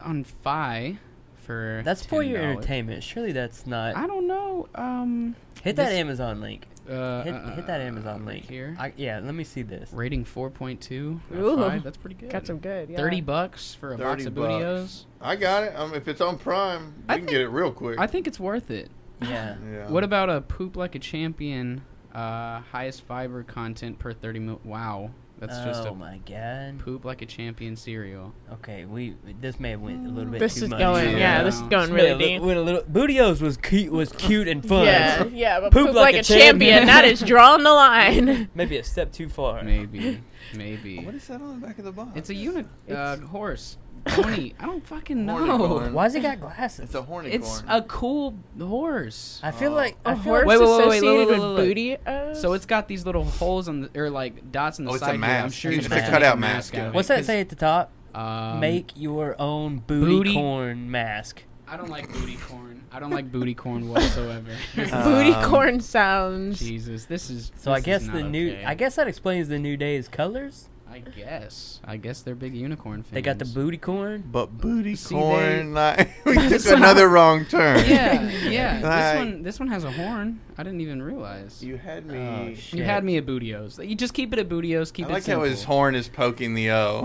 [SPEAKER 4] on Fi for.
[SPEAKER 3] That's for your
[SPEAKER 4] $10.
[SPEAKER 3] entertainment. Surely that's
[SPEAKER 4] I
[SPEAKER 3] not.
[SPEAKER 4] don't know. Um,
[SPEAKER 3] Hit that
[SPEAKER 4] this-
[SPEAKER 3] Amazon link.
[SPEAKER 4] uh,
[SPEAKER 3] Hit,
[SPEAKER 4] uh,
[SPEAKER 3] hit that
[SPEAKER 4] uh,
[SPEAKER 3] Amazon link.
[SPEAKER 4] here.
[SPEAKER 3] I, yeah, let me see this.
[SPEAKER 4] Rating 4.2. out of
[SPEAKER 2] Ooh.
[SPEAKER 4] five. That's pretty good.
[SPEAKER 2] got some good. Yeah.
[SPEAKER 4] 30 bucks for a
[SPEAKER 1] 30
[SPEAKER 4] box of
[SPEAKER 1] bucks.
[SPEAKER 4] bootios.
[SPEAKER 1] I got it. Um, if it's on Prime, you
[SPEAKER 4] I
[SPEAKER 1] can get it real quick.
[SPEAKER 4] I think it's worth it.
[SPEAKER 3] Yeah.
[SPEAKER 1] yeah.
[SPEAKER 4] What about a poop like a champion? Uh, highest fiber content per 30 mil. Wow, that's just
[SPEAKER 3] oh
[SPEAKER 4] a
[SPEAKER 3] my god.
[SPEAKER 4] poop like a champion cereal.
[SPEAKER 3] Okay, we this may have went a little bit
[SPEAKER 2] This
[SPEAKER 3] too
[SPEAKER 2] is
[SPEAKER 3] much.
[SPEAKER 2] going.
[SPEAKER 4] Yeah.
[SPEAKER 2] Yeah, this is
[SPEAKER 3] This
[SPEAKER 2] going
[SPEAKER 3] may
[SPEAKER 2] really
[SPEAKER 3] have
[SPEAKER 2] deep.
[SPEAKER 3] went a little. Bootios was cute. Was cute and fun.
[SPEAKER 2] Yeah, yeah, but
[SPEAKER 3] Poop
[SPEAKER 2] poop, like,
[SPEAKER 3] like a
[SPEAKER 2] a champion.
[SPEAKER 3] champion.
[SPEAKER 2] that is drawing the line.
[SPEAKER 3] Maybe a step too far.
[SPEAKER 4] Maybe, maybe.
[SPEAKER 1] What is that on the back of the box?
[SPEAKER 4] It's a unit uh,
[SPEAKER 2] It's-
[SPEAKER 4] horse. Pony. I don't fucking know.
[SPEAKER 1] Hornicorn.
[SPEAKER 3] Why has it got glasses?
[SPEAKER 1] It's a horny
[SPEAKER 4] It's
[SPEAKER 1] corn.
[SPEAKER 4] a cool horse.
[SPEAKER 3] I feel
[SPEAKER 1] Oh.
[SPEAKER 3] like
[SPEAKER 2] A
[SPEAKER 3] I feel
[SPEAKER 2] horse
[SPEAKER 4] Wait, wait, wait, wait, wait,
[SPEAKER 2] associated
[SPEAKER 4] wait, wait,
[SPEAKER 2] with
[SPEAKER 4] wait.
[SPEAKER 2] booty. uh,
[SPEAKER 4] So it's got these little holes on the or like dots on the
[SPEAKER 1] Oh, it's a
[SPEAKER 4] side. here. I'm
[SPEAKER 1] mask.
[SPEAKER 4] sure
[SPEAKER 3] It's
[SPEAKER 4] you're
[SPEAKER 3] a
[SPEAKER 4] supposed to
[SPEAKER 1] cutout
[SPEAKER 4] make a
[SPEAKER 1] mask,
[SPEAKER 4] out of
[SPEAKER 1] yeah.
[SPEAKER 4] it,
[SPEAKER 3] What's that
[SPEAKER 4] 'cause,
[SPEAKER 3] say at the top?
[SPEAKER 4] Um,
[SPEAKER 3] Make your own booty,
[SPEAKER 4] booty-
[SPEAKER 3] corn mask.
[SPEAKER 4] I don't like booty corn. I don't like booty corn whatsoever.
[SPEAKER 2] booty
[SPEAKER 1] Um,
[SPEAKER 2] corn sounds.
[SPEAKER 4] Jesus, this is.
[SPEAKER 3] So
[SPEAKER 4] this
[SPEAKER 3] I
[SPEAKER 4] is
[SPEAKER 3] guess the
[SPEAKER 4] not
[SPEAKER 3] new
[SPEAKER 4] okay.
[SPEAKER 3] I guess that explains the new day's colors.
[SPEAKER 4] I guess. I guess they're big unicorn fans.
[SPEAKER 3] They got the booty corn.
[SPEAKER 1] but booty
[SPEAKER 4] See,
[SPEAKER 1] corn. like, we took
[SPEAKER 4] That's not-
[SPEAKER 1] another wrong turn.
[SPEAKER 4] Yeah, yeah.
[SPEAKER 1] Like-
[SPEAKER 4] this one, this one has a horn. I didn't even realize. You,
[SPEAKER 1] You had
[SPEAKER 3] Oh,
[SPEAKER 1] me.
[SPEAKER 3] shit.
[SPEAKER 4] had me at Bootios. You just keep it at Bootios. Keep
[SPEAKER 1] I
[SPEAKER 4] it
[SPEAKER 1] like
[SPEAKER 4] simple.
[SPEAKER 1] how his horn is poking the O.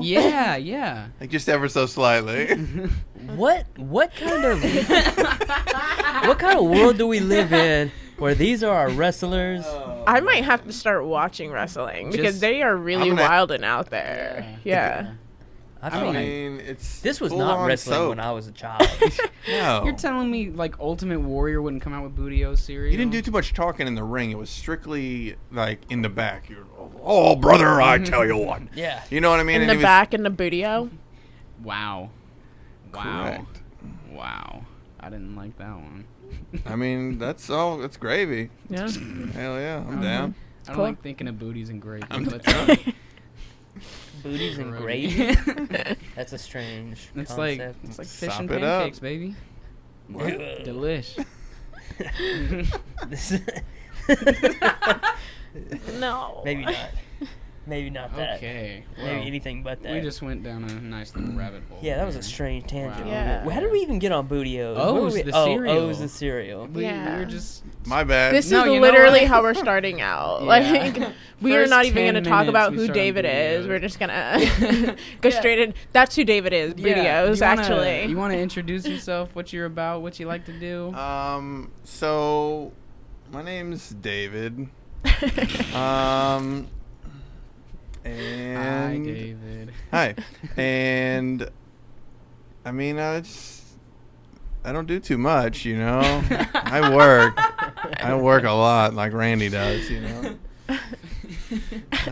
[SPEAKER 4] Yeah, yeah.
[SPEAKER 1] Like just ever so slightly.
[SPEAKER 2] Mm-hmm.
[SPEAKER 3] What what kind of what kind of world do we live in where these are our wrestlers?
[SPEAKER 4] Uh,
[SPEAKER 1] Oh,
[SPEAKER 2] I might have to start watching wrestling because
[SPEAKER 4] Just-
[SPEAKER 2] they are really
[SPEAKER 1] I'm gonna-
[SPEAKER 2] wild and out there. Yeah.
[SPEAKER 3] I feel
[SPEAKER 1] I
[SPEAKER 3] like
[SPEAKER 1] mean, it's
[SPEAKER 3] this was
[SPEAKER 1] full
[SPEAKER 3] not
[SPEAKER 1] on
[SPEAKER 3] wrestling
[SPEAKER 1] soap.
[SPEAKER 3] when I was a child.
[SPEAKER 1] No.
[SPEAKER 4] You're telling me like Ultimate Warrior wouldn't come out with Bootios
[SPEAKER 1] Oh.
[SPEAKER 4] series?
[SPEAKER 1] You didn't do too much talking in the ring. It was strictly like in the back. You're, oh, brother, I tell you what.
[SPEAKER 3] yeah.
[SPEAKER 1] You know what I mean?
[SPEAKER 2] In
[SPEAKER 1] And
[SPEAKER 2] the
[SPEAKER 1] he was-
[SPEAKER 2] back, in the bootio.
[SPEAKER 4] Wow. Wow.
[SPEAKER 1] Correct.
[SPEAKER 4] Wow. I didn't like that one.
[SPEAKER 1] I mean, that's all. That's gravy.
[SPEAKER 2] Yeah.
[SPEAKER 1] Hell yeah, I'm down.
[SPEAKER 4] I don't
[SPEAKER 2] Cool.
[SPEAKER 4] like thinking of booties and gravy.
[SPEAKER 1] I'm
[SPEAKER 4] but-
[SPEAKER 1] done.
[SPEAKER 3] Booties and gravy. That's a strange
[SPEAKER 4] it's like
[SPEAKER 3] concept.
[SPEAKER 4] it's like fish
[SPEAKER 1] Sop
[SPEAKER 4] and
[SPEAKER 1] it up.
[SPEAKER 4] pancakes, baby. Delish.
[SPEAKER 3] This-
[SPEAKER 2] no.
[SPEAKER 3] Maybe not. Maybe not that.
[SPEAKER 4] Okay.
[SPEAKER 3] Maybe
[SPEAKER 4] well,
[SPEAKER 3] anything but that.
[SPEAKER 4] we just went down a nice little rabbit hole.
[SPEAKER 3] yeah, that was a
[SPEAKER 4] there.
[SPEAKER 3] strange tangent.
[SPEAKER 4] Wow.
[SPEAKER 2] Yeah.
[SPEAKER 3] How did we even get on Booty O's? Where
[SPEAKER 4] O's,
[SPEAKER 3] were we-
[SPEAKER 4] the
[SPEAKER 3] oh,
[SPEAKER 4] cereal.
[SPEAKER 3] O's the cereal.
[SPEAKER 4] We, we
[SPEAKER 2] Yeah.
[SPEAKER 4] were just
[SPEAKER 1] My bad.
[SPEAKER 2] This
[SPEAKER 4] No, you
[SPEAKER 2] is
[SPEAKER 4] know
[SPEAKER 2] literally
[SPEAKER 4] what?
[SPEAKER 2] how we're starting out.
[SPEAKER 4] Yeah.
[SPEAKER 2] Like, we are
[SPEAKER 4] First
[SPEAKER 2] not
[SPEAKER 4] 10
[SPEAKER 2] even going to talk
[SPEAKER 4] minutes
[SPEAKER 2] about
[SPEAKER 4] we
[SPEAKER 2] who
[SPEAKER 4] start on
[SPEAKER 2] David is.
[SPEAKER 4] Bootios.
[SPEAKER 2] We're just going to go
[SPEAKER 4] Yeah.
[SPEAKER 2] straight in. That's who David is. Bootios,
[SPEAKER 4] Yeah, you wanna-
[SPEAKER 2] actually.
[SPEAKER 4] You want to introduce yourself, what you're about, what you like to do?
[SPEAKER 1] Um. So, my name's David. Um.
[SPEAKER 4] Hi,
[SPEAKER 1] And
[SPEAKER 4] David.
[SPEAKER 1] Hi. And I mean, I just I don't do too much, you know. I work. I work a lot, like Randy does, you know.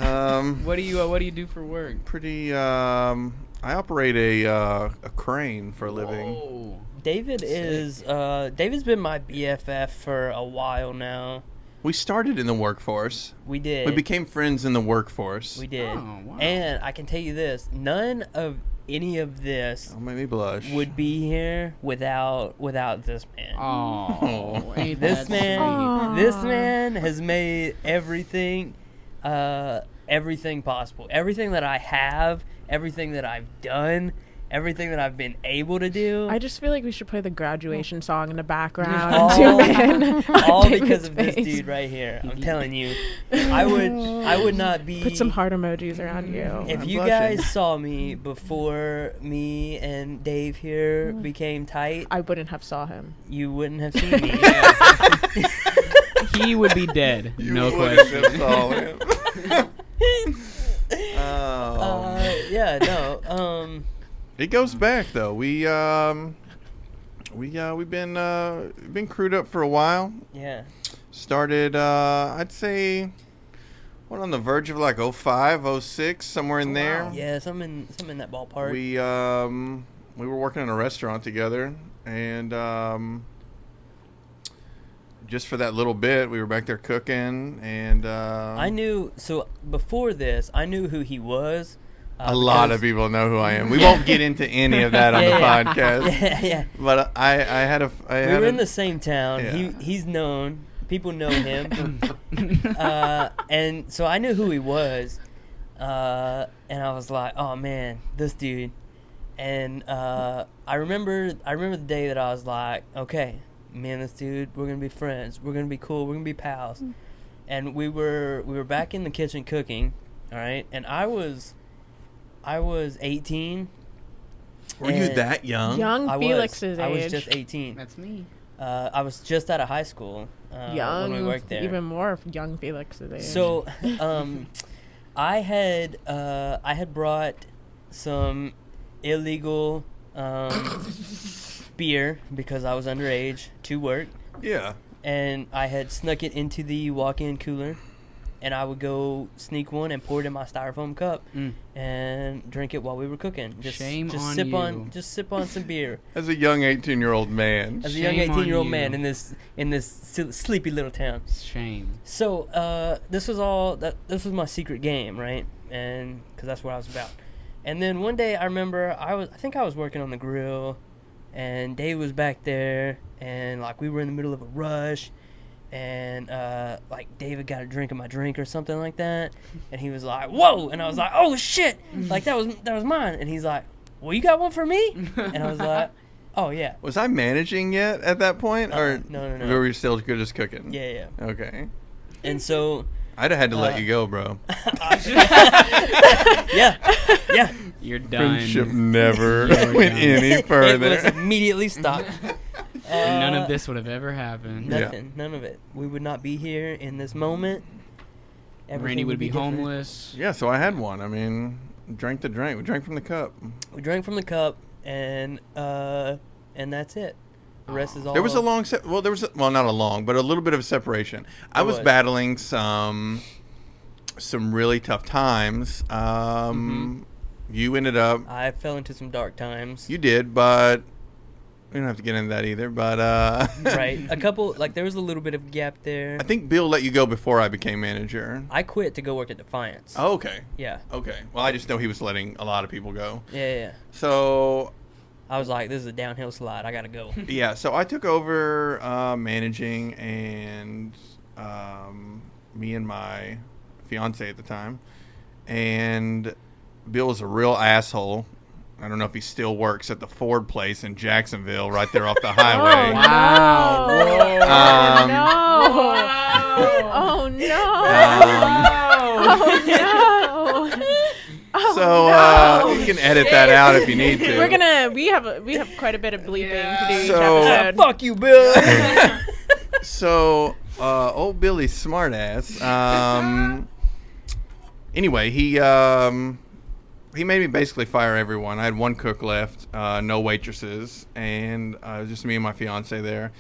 [SPEAKER 1] Um,
[SPEAKER 4] What do you uh, What do you do for work?
[SPEAKER 1] pretty? Um, I operate a uh, a crane for a living.
[SPEAKER 4] Whoa.
[SPEAKER 3] David is uh David's been my BFF for a while now.
[SPEAKER 1] We started in the workforce.
[SPEAKER 3] We did.
[SPEAKER 1] We became friends in the workforce.
[SPEAKER 3] We did.
[SPEAKER 4] Oh, wow.
[SPEAKER 3] And I can tell you this, none of any of this
[SPEAKER 1] Don't make me blush.
[SPEAKER 3] would be here without without this man.
[SPEAKER 4] Oh, ain't
[SPEAKER 3] this
[SPEAKER 4] that
[SPEAKER 3] man
[SPEAKER 2] sweet.
[SPEAKER 3] this
[SPEAKER 2] Aw.
[SPEAKER 3] man has made everything uh everything possible everything that i have everything that i've done everything that I've been able to do.
[SPEAKER 2] I just feel like we should play the graduation song in the background.
[SPEAKER 3] All-
[SPEAKER 2] to man on
[SPEAKER 3] all
[SPEAKER 2] David's
[SPEAKER 3] because of this
[SPEAKER 2] face.
[SPEAKER 3] dude right here. I'm telling you, I would, I would not be.
[SPEAKER 2] Put some heart emojis around you. Um,
[SPEAKER 3] If
[SPEAKER 1] I'm
[SPEAKER 3] you
[SPEAKER 1] blushing.
[SPEAKER 3] guys saw me before me and Dave here became tight,
[SPEAKER 2] Oh. I wouldn't have saw him.
[SPEAKER 3] you wouldn't have seen me. Uh,
[SPEAKER 4] He would be dead.
[SPEAKER 1] You
[SPEAKER 4] no
[SPEAKER 1] would
[SPEAKER 4] question.
[SPEAKER 1] if saw him. oh.
[SPEAKER 3] uh, yeah, no. Um,
[SPEAKER 1] It goes back though. We um we uh we've been uh been crewed up for a while.
[SPEAKER 3] yeah.
[SPEAKER 1] Started uh I'd say what on the verge of like 05, 06, somewhere in there.
[SPEAKER 3] Yeah, some in some in that ballpark.
[SPEAKER 1] We um we were working in a restaurant together and um just for that little bit we were back there cooking and uh
[SPEAKER 3] I knew so before this, I knew who he was. Uh,
[SPEAKER 1] a lot of
[SPEAKER 3] because-
[SPEAKER 1] people know who I am. We won't get into any of that on the
[SPEAKER 3] Yeah, yeah.
[SPEAKER 1] podcast.
[SPEAKER 3] Yeah, yeah.
[SPEAKER 1] But I, I had a I
[SPEAKER 3] We
[SPEAKER 1] had
[SPEAKER 3] were
[SPEAKER 1] a-
[SPEAKER 3] in the same town. He
[SPEAKER 1] Yeah.
[SPEAKER 3] he's known. People know him. uh, and so I knew who he was, uh, and I was like, "Oh man, this dude." And uh, I remember, I remember the day that I was like, "Okay, me and this dude, we're gonna be friends. We're gonna be cool. We're gonna be pals."
[SPEAKER 2] Mm.
[SPEAKER 3] And we were, we were back in the kitchen cooking, all right. And I was, I was eighteen.
[SPEAKER 1] Were you
[SPEAKER 3] and
[SPEAKER 1] that young?
[SPEAKER 2] Young
[SPEAKER 3] I
[SPEAKER 2] Felix's
[SPEAKER 3] was, I
[SPEAKER 2] age.
[SPEAKER 3] was just eighteen.
[SPEAKER 4] That's me.
[SPEAKER 3] Uh, I was just out of high school uh,
[SPEAKER 2] young,
[SPEAKER 3] when we worked there.
[SPEAKER 2] even more f- young Felix's age.
[SPEAKER 3] So, um, I had uh, I had brought some illegal um, beer because I was underage to work,
[SPEAKER 1] Yeah.
[SPEAKER 3] and I had snuck it into the walk-in cooler, and I would go sneak one and pour it in my styrofoam cup
[SPEAKER 4] Mm.
[SPEAKER 3] and drink it while we were cooking. Just,
[SPEAKER 4] Shame
[SPEAKER 3] just
[SPEAKER 4] on
[SPEAKER 3] sip on
[SPEAKER 4] you.
[SPEAKER 3] just sip on some beer
[SPEAKER 1] As a young 18 year old man.
[SPEAKER 3] as a
[SPEAKER 4] Shame
[SPEAKER 3] young
[SPEAKER 4] on
[SPEAKER 3] eighteen-year-old
[SPEAKER 4] you.
[SPEAKER 3] man in this in this sil- sleepy little town.
[SPEAKER 4] Shame.
[SPEAKER 3] So uh, this was all that this was my secret game, right? And because that's what I was about. And then one day I remember I was I think I was working on the grill, and Dave was back there, and like we were in the middle of a rush, and uh, like David got a drink of my drink or something like that, and he was like, "Whoa!" and I was like, "Oh shit!" Like that was that was mine, and he's like, "Well, you got one for me?" And I was like, "Oh yeah,
[SPEAKER 1] Was I managing yet at that point? Or
[SPEAKER 3] Uh-uh. No, no, no.
[SPEAKER 1] Were you still good as cooking?
[SPEAKER 3] yeah, yeah."
[SPEAKER 1] Okay.
[SPEAKER 3] And so
[SPEAKER 1] I'd have had to
[SPEAKER 3] Uh,
[SPEAKER 1] let you go, bro.
[SPEAKER 3] yeah, yeah.
[SPEAKER 4] You're
[SPEAKER 1] Friendship
[SPEAKER 4] done.
[SPEAKER 1] never
[SPEAKER 4] You're
[SPEAKER 1] went
[SPEAKER 4] done.
[SPEAKER 1] any
[SPEAKER 3] it was
[SPEAKER 1] further.
[SPEAKER 3] immediately stopped.
[SPEAKER 4] And none
[SPEAKER 3] Uh,
[SPEAKER 4] of this would have ever happened.
[SPEAKER 1] Yeah.
[SPEAKER 3] Nothing. None of it. We would not be here in this moment.
[SPEAKER 4] Randy
[SPEAKER 3] Everything
[SPEAKER 4] would be,
[SPEAKER 3] different.
[SPEAKER 4] homeless.
[SPEAKER 1] yeah, so I had one. I mean, drank the drink. We drank from the cup.
[SPEAKER 3] We drank from the cup, and uh, and that's it. The rest is all.
[SPEAKER 1] There was a long, se- well, there was, a, well, not a long, but a little bit of separation. I
[SPEAKER 3] There
[SPEAKER 1] was
[SPEAKER 3] was.
[SPEAKER 1] battling some, some really tough times. Um, You ended up
[SPEAKER 3] Mm-hmm. I fell into some dark times.
[SPEAKER 1] You did, but we don't have to get into that either. But uh,
[SPEAKER 3] right. A couple. Like there was a little bit of gap there.
[SPEAKER 1] I think Bill let you go before I became manager.
[SPEAKER 3] I quit to go work at Defiance.
[SPEAKER 1] Oh, okay.
[SPEAKER 3] Yeah.
[SPEAKER 1] Okay. Well, I just know he was letting a lot of people go.
[SPEAKER 3] Yeah. Yeah. yeah.
[SPEAKER 1] So
[SPEAKER 3] I was like, this is a downhill slide. I gotta go.
[SPEAKER 1] yeah, so I took over uh, managing, and um, me and my fiance at the time, and Bill was a real asshole. I don't know if he still works at the Ford place in Jacksonville, right there off the highway.
[SPEAKER 2] Oh,
[SPEAKER 4] Wow.
[SPEAKER 2] No.
[SPEAKER 1] Um,
[SPEAKER 2] Oh no! Oh no!
[SPEAKER 1] Um,
[SPEAKER 2] Oh no!
[SPEAKER 1] so uh, you can edit that out if you need to.
[SPEAKER 2] We're gonna. We have. a- We have quite a bit of bleeping to do each
[SPEAKER 1] So-
[SPEAKER 3] Ah,
[SPEAKER 2] episode.
[SPEAKER 3] fuck you, Bill.
[SPEAKER 1] So uh, old Billy smartass. Um, anyway, he um, he made me basically fire everyone. I had one cook left, uh, no waitresses, and uh, it was just me and my fiance there.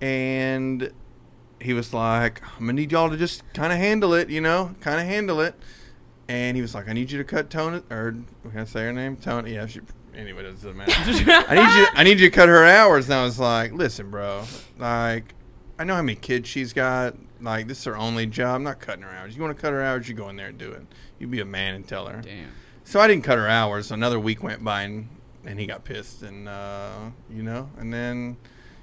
[SPEAKER 1] And he was like, "I'm gonna need y'all to just kind of handle it, you know, kind of handle it." And he was like, "I need you to cut Tony, or can I say her name? Tony? Yeah, she. Anyway, it doesn't matter." I need you. I need you to cut her hours. And I was like, listen, bro. Like, I know how many kids she's got. Like, this is her only job. I'm not cutting her hours. You want to cut her hours? You go in there and do it. You be a man and tell her.
[SPEAKER 4] Damn.
[SPEAKER 1] So I didn't cut her hours. Another week went by, and, and he got pissed, and uh, you know, and then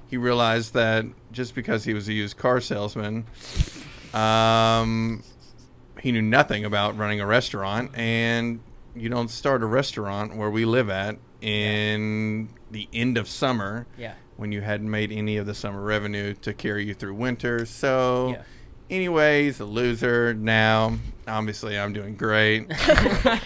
[SPEAKER 1] he realized that just because he was a used car salesman, um, he knew nothing about running a restaurant, and you don't start a restaurant where we live at in the end of summer
[SPEAKER 3] Yeah.
[SPEAKER 1] when you hadn't made any of the summer revenue to carry you through winter. So,
[SPEAKER 3] Yeah.
[SPEAKER 1] anyways, a loser now. Obviously, I'm doing great.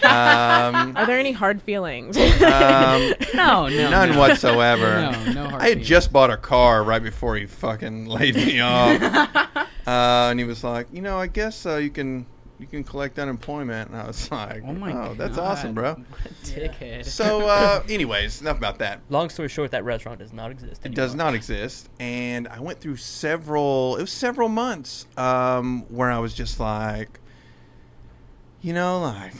[SPEAKER 1] um,
[SPEAKER 2] Are there any hard feelings?
[SPEAKER 1] um,
[SPEAKER 4] No, no,
[SPEAKER 1] none
[SPEAKER 4] no.
[SPEAKER 1] whatsoever.
[SPEAKER 4] No, no hard
[SPEAKER 1] I had
[SPEAKER 4] feelings.
[SPEAKER 1] just bought a car right before he fucking laid me off, uh, and he was like, "You know, I guess uh, you can you can collect unemployment." And I was like, "Oh,
[SPEAKER 4] Oh my
[SPEAKER 1] that's
[SPEAKER 4] God.
[SPEAKER 1] awesome, bro."
[SPEAKER 4] Dickhead.
[SPEAKER 1] So, uh, anyways, enough about that.
[SPEAKER 3] Long story short, that restaurant does not exist.
[SPEAKER 1] It does not exist, and I went through several. It was several months um, where I was just like, you know, like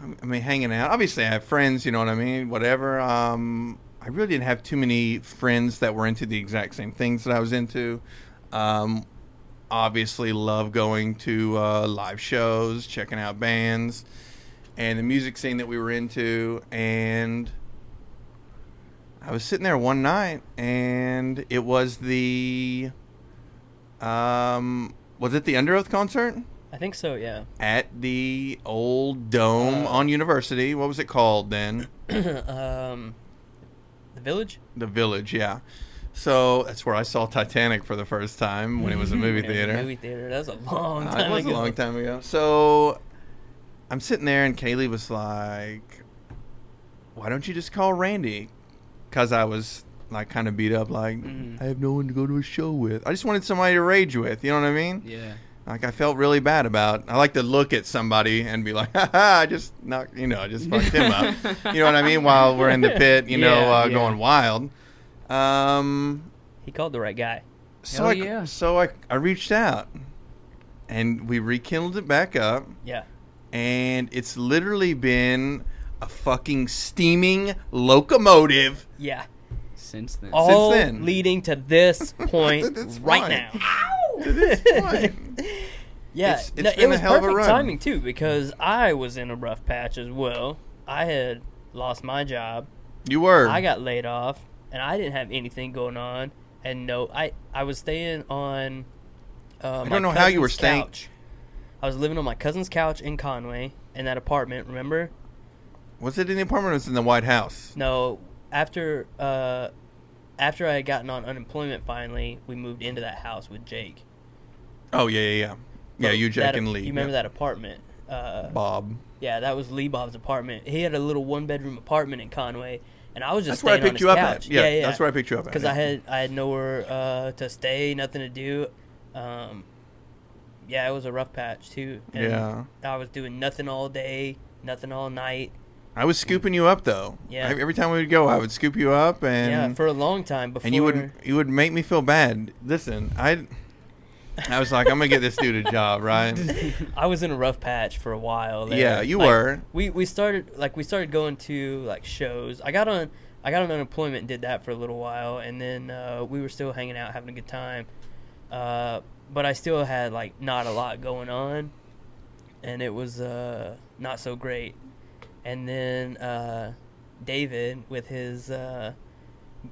[SPEAKER 1] I'm- I mean, hanging out. Obviously, I have friends. You know what I mean? Whatever. Um, I really didn't have too many friends that were into the exact same things that I was into. Um, obviously, love going to uh, live shows, checking out bands, and the music scene that we were into, and. I was sitting there one night, and it was the, um, was it the Under Oath concert
[SPEAKER 3] I think so. Yeah.
[SPEAKER 1] at the old dome
[SPEAKER 3] Uh,
[SPEAKER 1] on University? What was it called then?
[SPEAKER 3] um, the village.
[SPEAKER 1] The Village, yeah. So that's where I saw Titanic for the first time when it was a movie
[SPEAKER 3] It was a
[SPEAKER 1] theater.
[SPEAKER 3] movie theater. That was a long
[SPEAKER 1] Uh,
[SPEAKER 3] time
[SPEAKER 1] it was a
[SPEAKER 3] ago.
[SPEAKER 1] long time ago. So I'm sitting there, and Kaylee was like, "Why don't you just call Randy?" Because I was like kind of beat up, like
[SPEAKER 4] Mhm.
[SPEAKER 1] I have no one to go to a show with. I just wanted somebody to rage with. You know what I mean?
[SPEAKER 4] Yeah.
[SPEAKER 1] Like I felt really bad about. I like to look at somebody and be like, "Ha ha!" I just knocked, you know, I just fucked him up. You know what I mean? While we're in the pit, you know,
[SPEAKER 4] Yeah,
[SPEAKER 1] uh,
[SPEAKER 4] yeah.
[SPEAKER 1] going wild. Um,
[SPEAKER 3] He called the right guy.
[SPEAKER 1] so
[SPEAKER 4] Hell
[SPEAKER 1] I,
[SPEAKER 4] yeah.
[SPEAKER 1] so I, I reached out, and we rekindled it back up,
[SPEAKER 3] Yeah.
[SPEAKER 1] and it's literally been a fucking steaming locomotive.
[SPEAKER 3] Yeah.
[SPEAKER 4] Since then.
[SPEAKER 3] All
[SPEAKER 1] then.
[SPEAKER 3] leading to this
[SPEAKER 1] To
[SPEAKER 3] point
[SPEAKER 1] this
[SPEAKER 3] right
[SPEAKER 1] point.
[SPEAKER 3] now.
[SPEAKER 1] To this point,
[SPEAKER 3] Yeah,
[SPEAKER 1] It's- it's
[SPEAKER 3] no,
[SPEAKER 1] been a
[SPEAKER 3] it was
[SPEAKER 1] hell of a
[SPEAKER 3] perfect
[SPEAKER 1] run.
[SPEAKER 3] timing too because I was in a rough patch as well. I had lost my job.
[SPEAKER 1] you were.
[SPEAKER 3] I got laid off, and I didn't have anything going on. And no, I I was staying on. Uh,
[SPEAKER 1] I
[SPEAKER 3] my
[SPEAKER 1] don't know how you were
[SPEAKER 3] cousin's
[SPEAKER 1] staying-
[SPEAKER 3] Couch. I was living on my cousin's couch in Conway in that apartment. Remember?
[SPEAKER 1] Was it in the apartment? or Was it in the White House?
[SPEAKER 3] No, after uh, after I had gotten on unemployment, finally we moved into that house with Jake.
[SPEAKER 1] Oh yeah, yeah, yeah. Yeah, you, Jack,
[SPEAKER 3] That-
[SPEAKER 1] and Lee.
[SPEAKER 3] You remember
[SPEAKER 1] yeah.
[SPEAKER 3] that apartment? Uh,
[SPEAKER 1] Bob.
[SPEAKER 3] Yeah, that was Lee Bob's apartment. He had a little one bedroom apartment in Conway, and I was just
[SPEAKER 1] That's where I
[SPEAKER 3] staying on
[SPEAKER 1] picked
[SPEAKER 3] his
[SPEAKER 1] you up at.
[SPEAKER 3] couch.
[SPEAKER 1] Yeah, that's where I picked you up at.
[SPEAKER 3] because
[SPEAKER 1] yeah.
[SPEAKER 3] I had I had nowhere uh, to stay, nothing to do. Um, yeah, it was a rough patch too. And
[SPEAKER 1] Yeah.
[SPEAKER 3] I was doing nothing all day, nothing all night.
[SPEAKER 1] I was scooping you up though.
[SPEAKER 3] Yeah.
[SPEAKER 1] I- every time we would go, I would scoop you up and
[SPEAKER 3] yeah, for a long time before.
[SPEAKER 1] and you would you would make me feel bad. Listen, I I was like, I'm gonna get this dude a job, right?
[SPEAKER 3] I was in a rough patch for a while. there.
[SPEAKER 1] Yeah, you
[SPEAKER 3] Like,
[SPEAKER 1] were.
[SPEAKER 3] We we started like we started going to like shows. I got on I got on unemployment, and did that for a little while, and then uh, we were still hanging out, having a good time. Uh, but I still had like not a lot going on, and it was uh, not so great. And then uh, David with his uh,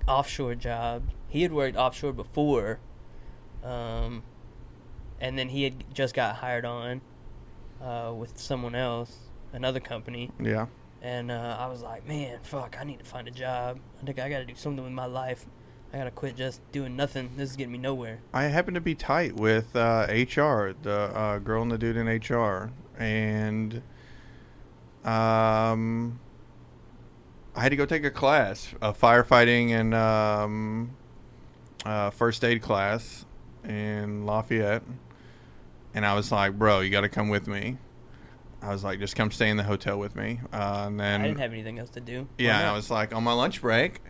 [SPEAKER 3] offshore job, he had worked offshore before. Um, and then he had just got hired on uh, with someone else, another company,
[SPEAKER 1] yeah.
[SPEAKER 3] and uh, I was like, man, fuck, I need to find a job. I think I got to do something with my life. I gotta quit just doing nothing. This is getting me nowhere.
[SPEAKER 1] I happened to be tight with uh, HR, the uh, girl and the dude in HR, and um, I had to go take a class, a firefighting and um, uh, first aid class in Lafayette, and I was like, "Bro, you got to come with me." I was like, "Just come stay in the hotel with me," uh, and then
[SPEAKER 3] I didn't have anything else to do.
[SPEAKER 1] yeah,
[SPEAKER 3] Why
[SPEAKER 1] and I
[SPEAKER 3] not?
[SPEAKER 1] was like, on my lunch break,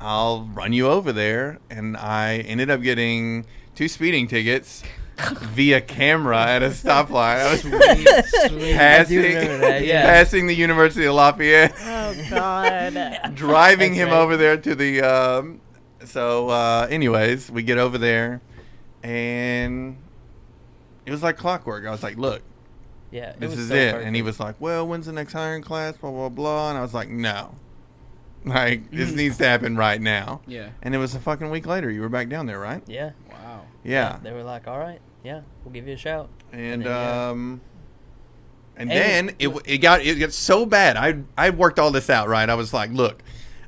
[SPEAKER 1] I'll run you over there. And I ended up getting two speeding tickets via camera at a stoplight. I was
[SPEAKER 4] Sweet.
[SPEAKER 1] passing,
[SPEAKER 3] remember that, yeah.
[SPEAKER 1] passing the University of Lafayette,
[SPEAKER 2] oh God.
[SPEAKER 1] driving
[SPEAKER 3] That's
[SPEAKER 1] him
[SPEAKER 3] right.
[SPEAKER 1] over there to the. Um, so, uh, anyways, we get over there, and it was like clockwork. I was like, look,
[SPEAKER 3] yeah, it
[SPEAKER 1] this
[SPEAKER 3] was
[SPEAKER 1] is
[SPEAKER 3] so
[SPEAKER 1] it.
[SPEAKER 3] perfect.
[SPEAKER 1] And he was like, well, when's the next hiring class? Blah, blah, blah. And I was like, no. Like, this
[SPEAKER 3] Mm.
[SPEAKER 1] needs to happen right now.
[SPEAKER 4] Yeah.
[SPEAKER 1] And it was a fucking week later. You were back down there, right?
[SPEAKER 3] yeah,
[SPEAKER 4] Wow.
[SPEAKER 1] Yeah.
[SPEAKER 3] They were like, all right, yeah, we'll give you a shout.
[SPEAKER 1] And,
[SPEAKER 3] then, yeah.
[SPEAKER 1] um,. And
[SPEAKER 3] And-
[SPEAKER 1] then it, w- it got it got so bad. I I worked all this out right. I was like, look,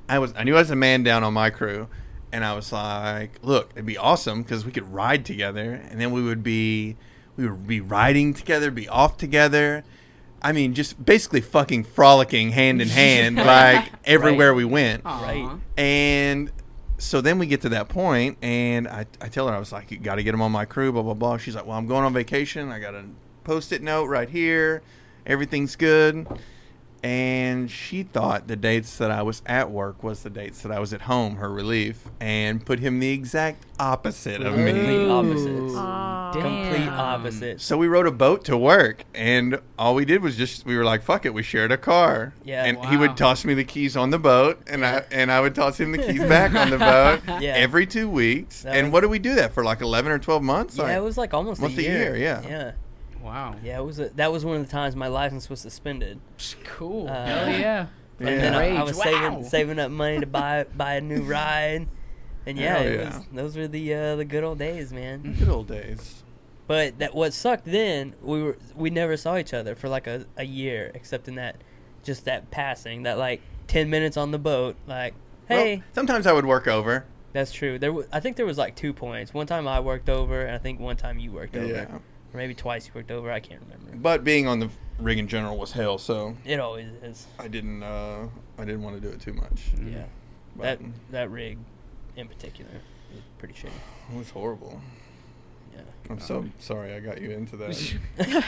[SPEAKER 1] I was I knew I was a man down on my crew, and I was like, look, it'd be awesome because we could ride together, and then we would be we would be riding together, be off together. I mean, just basically fucking frolicking hand in hand, like everywhere we went.
[SPEAKER 3] Right.
[SPEAKER 1] And so then we get to that point, and I, I tell her, I was like, you got to get him on my crew, blah, blah, blah. She's like, well, I'm going on vacation. I got a post it note right here. Everything's good. And she thought the dates that I was at work was the dates that I was at home, her relief, and put him the exact opposite of me.
[SPEAKER 3] Complete opposites.
[SPEAKER 2] Aw.
[SPEAKER 3] Complete opposites.
[SPEAKER 1] So we rode a boat to work, and all we did was just we were like, "Fuck it," we shared a car.
[SPEAKER 3] Yeah.
[SPEAKER 1] And he
[SPEAKER 4] Wow.
[SPEAKER 1] would toss me the keys on the boat, and I and I would toss him the keys back on the boat
[SPEAKER 3] Yeah.
[SPEAKER 1] every two weeks.
[SPEAKER 3] That
[SPEAKER 1] and
[SPEAKER 3] was-
[SPEAKER 1] what did we do that for? Like eleven or twelve months?
[SPEAKER 3] Yeah,
[SPEAKER 1] Like,
[SPEAKER 3] it was like almost
[SPEAKER 1] Once
[SPEAKER 3] a
[SPEAKER 1] a
[SPEAKER 3] year.
[SPEAKER 1] year, yeah.
[SPEAKER 3] yeah,
[SPEAKER 4] Wow.
[SPEAKER 3] yeah. It was a, that was one of the times my license was suspended.
[SPEAKER 4] Cool.
[SPEAKER 3] Uh,
[SPEAKER 4] Hell yeah.
[SPEAKER 1] yeah.
[SPEAKER 3] And then I, I
[SPEAKER 4] Rage,
[SPEAKER 3] was
[SPEAKER 4] wow.
[SPEAKER 3] saving saving up money to buy buy a new ride. And yeah,
[SPEAKER 1] Hell
[SPEAKER 3] it
[SPEAKER 1] yeah.
[SPEAKER 3] Was, those were the uh, the good old days, man.
[SPEAKER 1] good old days.
[SPEAKER 3] But that what sucked then we were we never saw each other for like a, a year except in that just that passing that like ten minutes on the boat like
[SPEAKER 1] Well,
[SPEAKER 3] hey
[SPEAKER 1] sometimes I would work over.
[SPEAKER 3] that's true there w- I think there was like two points one time I worked over and I think one time you worked over
[SPEAKER 1] Yeah.
[SPEAKER 3] or maybe twice you worked over I can't remember
[SPEAKER 1] But being on the rig in general was hell, so
[SPEAKER 3] it always is
[SPEAKER 1] I didn't uh, I didn't want to do it too much.
[SPEAKER 3] yeah
[SPEAKER 1] But
[SPEAKER 3] that that rig in particular is pretty shitty
[SPEAKER 1] it was horrible.
[SPEAKER 3] yeah
[SPEAKER 1] I'm
[SPEAKER 3] Um,
[SPEAKER 1] so sorry I got you into that.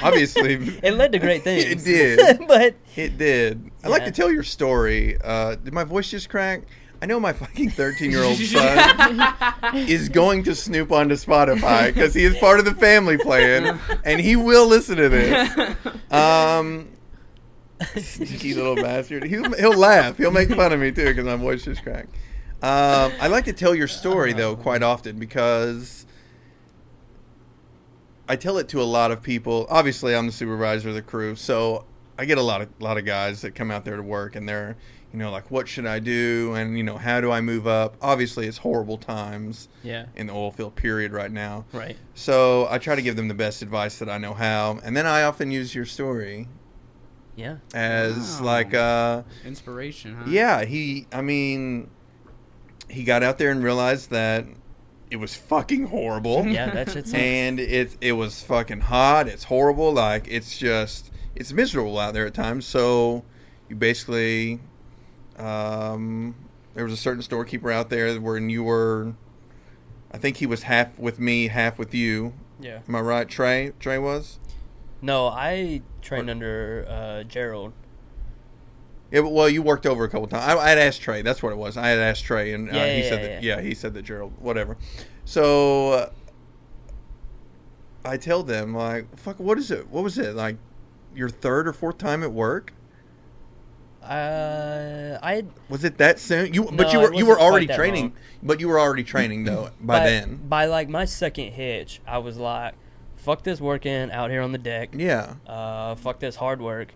[SPEAKER 1] Obviously,
[SPEAKER 3] it led to great things
[SPEAKER 1] It did.
[SPEAKER 3] but
[SPEAKER 1] It did. I'd like
[SPEAKER 3] Yeah.
[SPEAKER 1] to tell your story. Uh, did my voice just crack? I know my fucking 13 year old son is going to snoop onto Spotify because he is part of the family plan and he will listen to this. Um, sneaky little bastard. He'll, he'll laugh. He'll make fun of me too because my voice just cracked. Um, I like to tell your story though quite often because I tell it to a lot of people. Obviously, I'm the supervisor of the crew, so I get a lot of lot of guys that come out there to work and they're you know like what should I do and you know how do I move up? Obviously, it's horrible times
[SPEAKER 3] yeah
[SPEAKER 1] in the oil field period right now.
[SPEAKER 3] right
[SPEAKER 1] So I try to give them the best advice that I know how, and then I often use your story
[SPEAKER 3] yeah
[SPEAKER 1] as
[SPEAKER 4] Wow.
[SPEAKER 1] like uh
[SPEAKER 4] Inspiration, huh?
[SPEAKER 1] yeah he i mean he got out there and realized that it was fucking horrible
[SPEAKER 3] yeah that shit sucks.
[SPEAKER 1] and it it was fucking hot it's horrible like it's just it's miserable out there at times so you basically um there was a certain storekeeper out there when you were i think he was half with me half with you
[SPEAKER 3] yeah
[SPEAKER 1] am i right trey trey was
[SPEAKER 3] No, I
[SPEAKER 1] Or-
[SPEAKER 3] trained under uh, Gerald.
[SPEAKER 1] Yeah, but- well, you worked over a couple times. I, I had asked Trey. That's what it was. I had asked Trey, and uh,
[SPEAKER 3] Yeah,
[SPEAKER 1] he
[SPEAKER 3] yeah,
[SPEAKER 1] said
[SPEAKER 3] yeah,
[SPEAKER 1] that. Yeah. he said that Gerald. Whatever. So uh, I tell them like, "Fuck, what is it? What was it like? Your third or fourth time at work?
[SPEAKER 3] Uh, I had-
[SPEAKER 1] Was it that soon? You, but you
[SPEAKER 3] No,
[SPEAKER 1] were
[SPEAKER 3] it
[SPEAKER 1] you
[SPEAKER 3] wasn't
[SPEAKER 1] were
[SPEAKER 3] quite
[SPEAKER 1] already
[SPEAKER 3] that
[SPEAKER 1] training.
[SPEAKER 3] long.
[SPEAKER 1] But you were already training though by, then.
[SPEAKER 3] by like my second hitch, I was like, "Fuck this working out here on the deck.
[SPEAKER 1] Yeah,
[SPEAKER 3] Uh, fuck this hard work.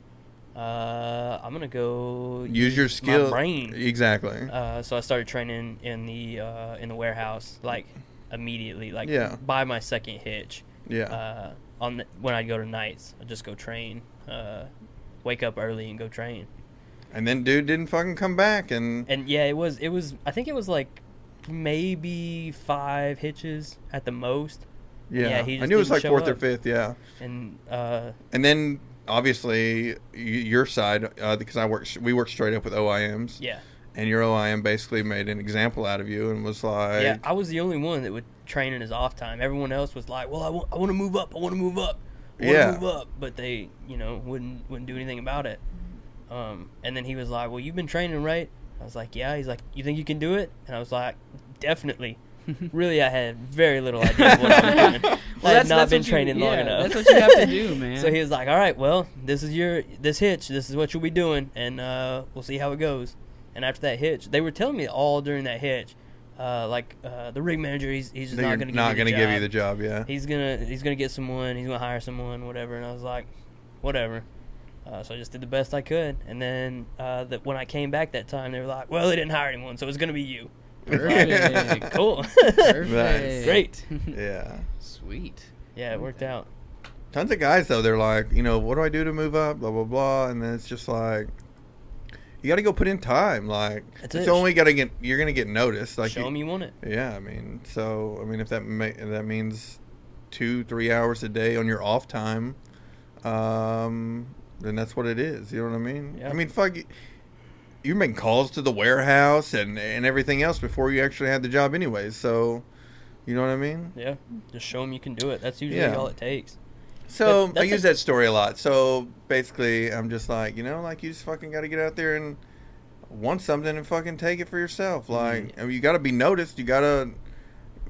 [SPEAKER 3] Uh, I'm gonna go
[SPEAKER 1] use your skill.
[SPEAKER 3] brain.
[SPEAKER 1] exactly.
[SPEAKER 3] Uh, so I started training in the uh, in the warehouse like immediately, like
[SPEAKER 1] Yeah.
[SPEAKER 3] by my second hitch.
[SPEAKER 1] yeah,
[SPEAKER 3] Uh, on the, when I'd go to nights, I'd just go train. Uh, wake up early and go train.
[SPEAKER 1] and then dude didn't fucking come back, and
[SPEAKER 3] and yeah, it was it was I think it was like maybe five hitches at the most,
[SPEAKER 1] yeah,
[SPEAKER 3] yeah, he
[SPEAKER 1] I
[SPEAKER 3] just
[SPEAKER 1] knew it was
[SPEAKER 3] didn't
[SPEAKER 1] like
[SPEAKER 3] show
[SPEAKER 1] fourth or
[SPEAKER 3] up.
[SPEAKER 1] fifth. Yeah.
[SPEAKER 3] and uh,
[SPEAKER 1] And then obviously y- your side, uh, because I work, we work straight up with OIMs,
[SPEAKER 3] yeah,
[SPEAKER 1] and your OIM basically made an example out of you and was like,
[SPEAKER 3] yeah. I was the only one that would train in his off time. Everyone else was like, "Well, I want I want to move up. I want to move up. I want to
[SPEAKER 1] Yeah.
[SPEAKER 3] move up," but they you know wouldn't wouldn't do anything about it. Um, and then he was like, "Well, you've been training, right?" I was like, "Yeah." He's like, "You think you can do it?" And I was like, "Definitely." really, I had very little idea of what I was doing. I had
[SPEAKER 4] that's-
[SPEAKER 3] not
[SPEAKER 4] that's
[SPEAKER 3] been
[SPEAKER 4] what you-
[SPEAKER 3] training long
[SPEAKER 4] yeah,
[SPEAKER 3] enough.
[SPEAKER 4] That's what you have to do, man.
[SPEAKER 3] So he was like, "All right, well, this is your this hitch. This is what you'll be doing, and uh, we'll see how it goes." And after that hitch, they were telling me all during that hitch, uh, like uh, the rig manager, he's he's just
[SPEAKER 1] that
[SPEAKER 3] not
[SPEAKER 1] you're
[SPEAKER 3] going to
[SPEAKER 1] not
[SPEAKER 3] give,
[SPEAKER 1] gonna
[SPEAKER 3] you
[SPEAKER 1] give you
[SPEAKER 3] the
[SPEAKER 1] the
[SPEAKER 3] job.
[SPEAKER 1] job, yeah.
[SPEAKER 3] He's gonna he's gonna get someone. He's gonna hire someone, whatever. And I was like, whatever. Uh, so I just did the best I could, and then uh, that when I came back that time, they were like, "Well, they didn't hire anyone, so it's gonna be you."
[SPEAKER 4] Perfect.
[SPEAKER 3] Cool.
[SPEAKER 4] Perfect.
[SPEAKER 3] Great.
[SPEAKER 1] yeah.
[SPEAKER 4] Sweet.
[SPEAKER 3] yeah, it worked out.
[SPEAKER 1] Tons of guys though, they're like, you know, what do I do to move up? Blah blah blah, and then it's just like, you got to go put in time. Like
[SPEAKER 3] That's
[SPEAKER 1] it's
[SPEAKER 3] it.
[SPEAKER 1] only got to get you're gonna get noticed. Like
[SPEAKER 3] Show
[SPEAKER 1] you-
[SPEAKER 3] 'em you want it.
[SPEAKER 1] Yeah, I mean, so I mean, if that ma- if that means two, three hours a day on your off time, um, then that's what it is. You know what I mean?
[SPEAKER 3] Yeah.
[SPEAKER 1] I mean, fuck, y- you're making calls to the warehouse and and everything else before you actually had the job, anyway. So, you know what I mean?
[SPEAKER 3] Yeah, just show them you can do it. That's usually
[SPEAKER 1] Yeah.
[SPEAKER 3] all it takes.
[SPEAKER 1] So
[SPEAKER 3] That-
[SPEAKER 1] I
[SPEAKER 3] that's
[SPEAKER 1] use
[SPEAKER 3] a-
[SPEAKER 1] that story a lot. So basically, I'm just like, you know, like you just fucking got to get out there and want something and fucking take it for yourself.
[SPEAKER 3] Mm-hmm.
[SPEAKER 1] Like I mean, you got to be noticed. You got to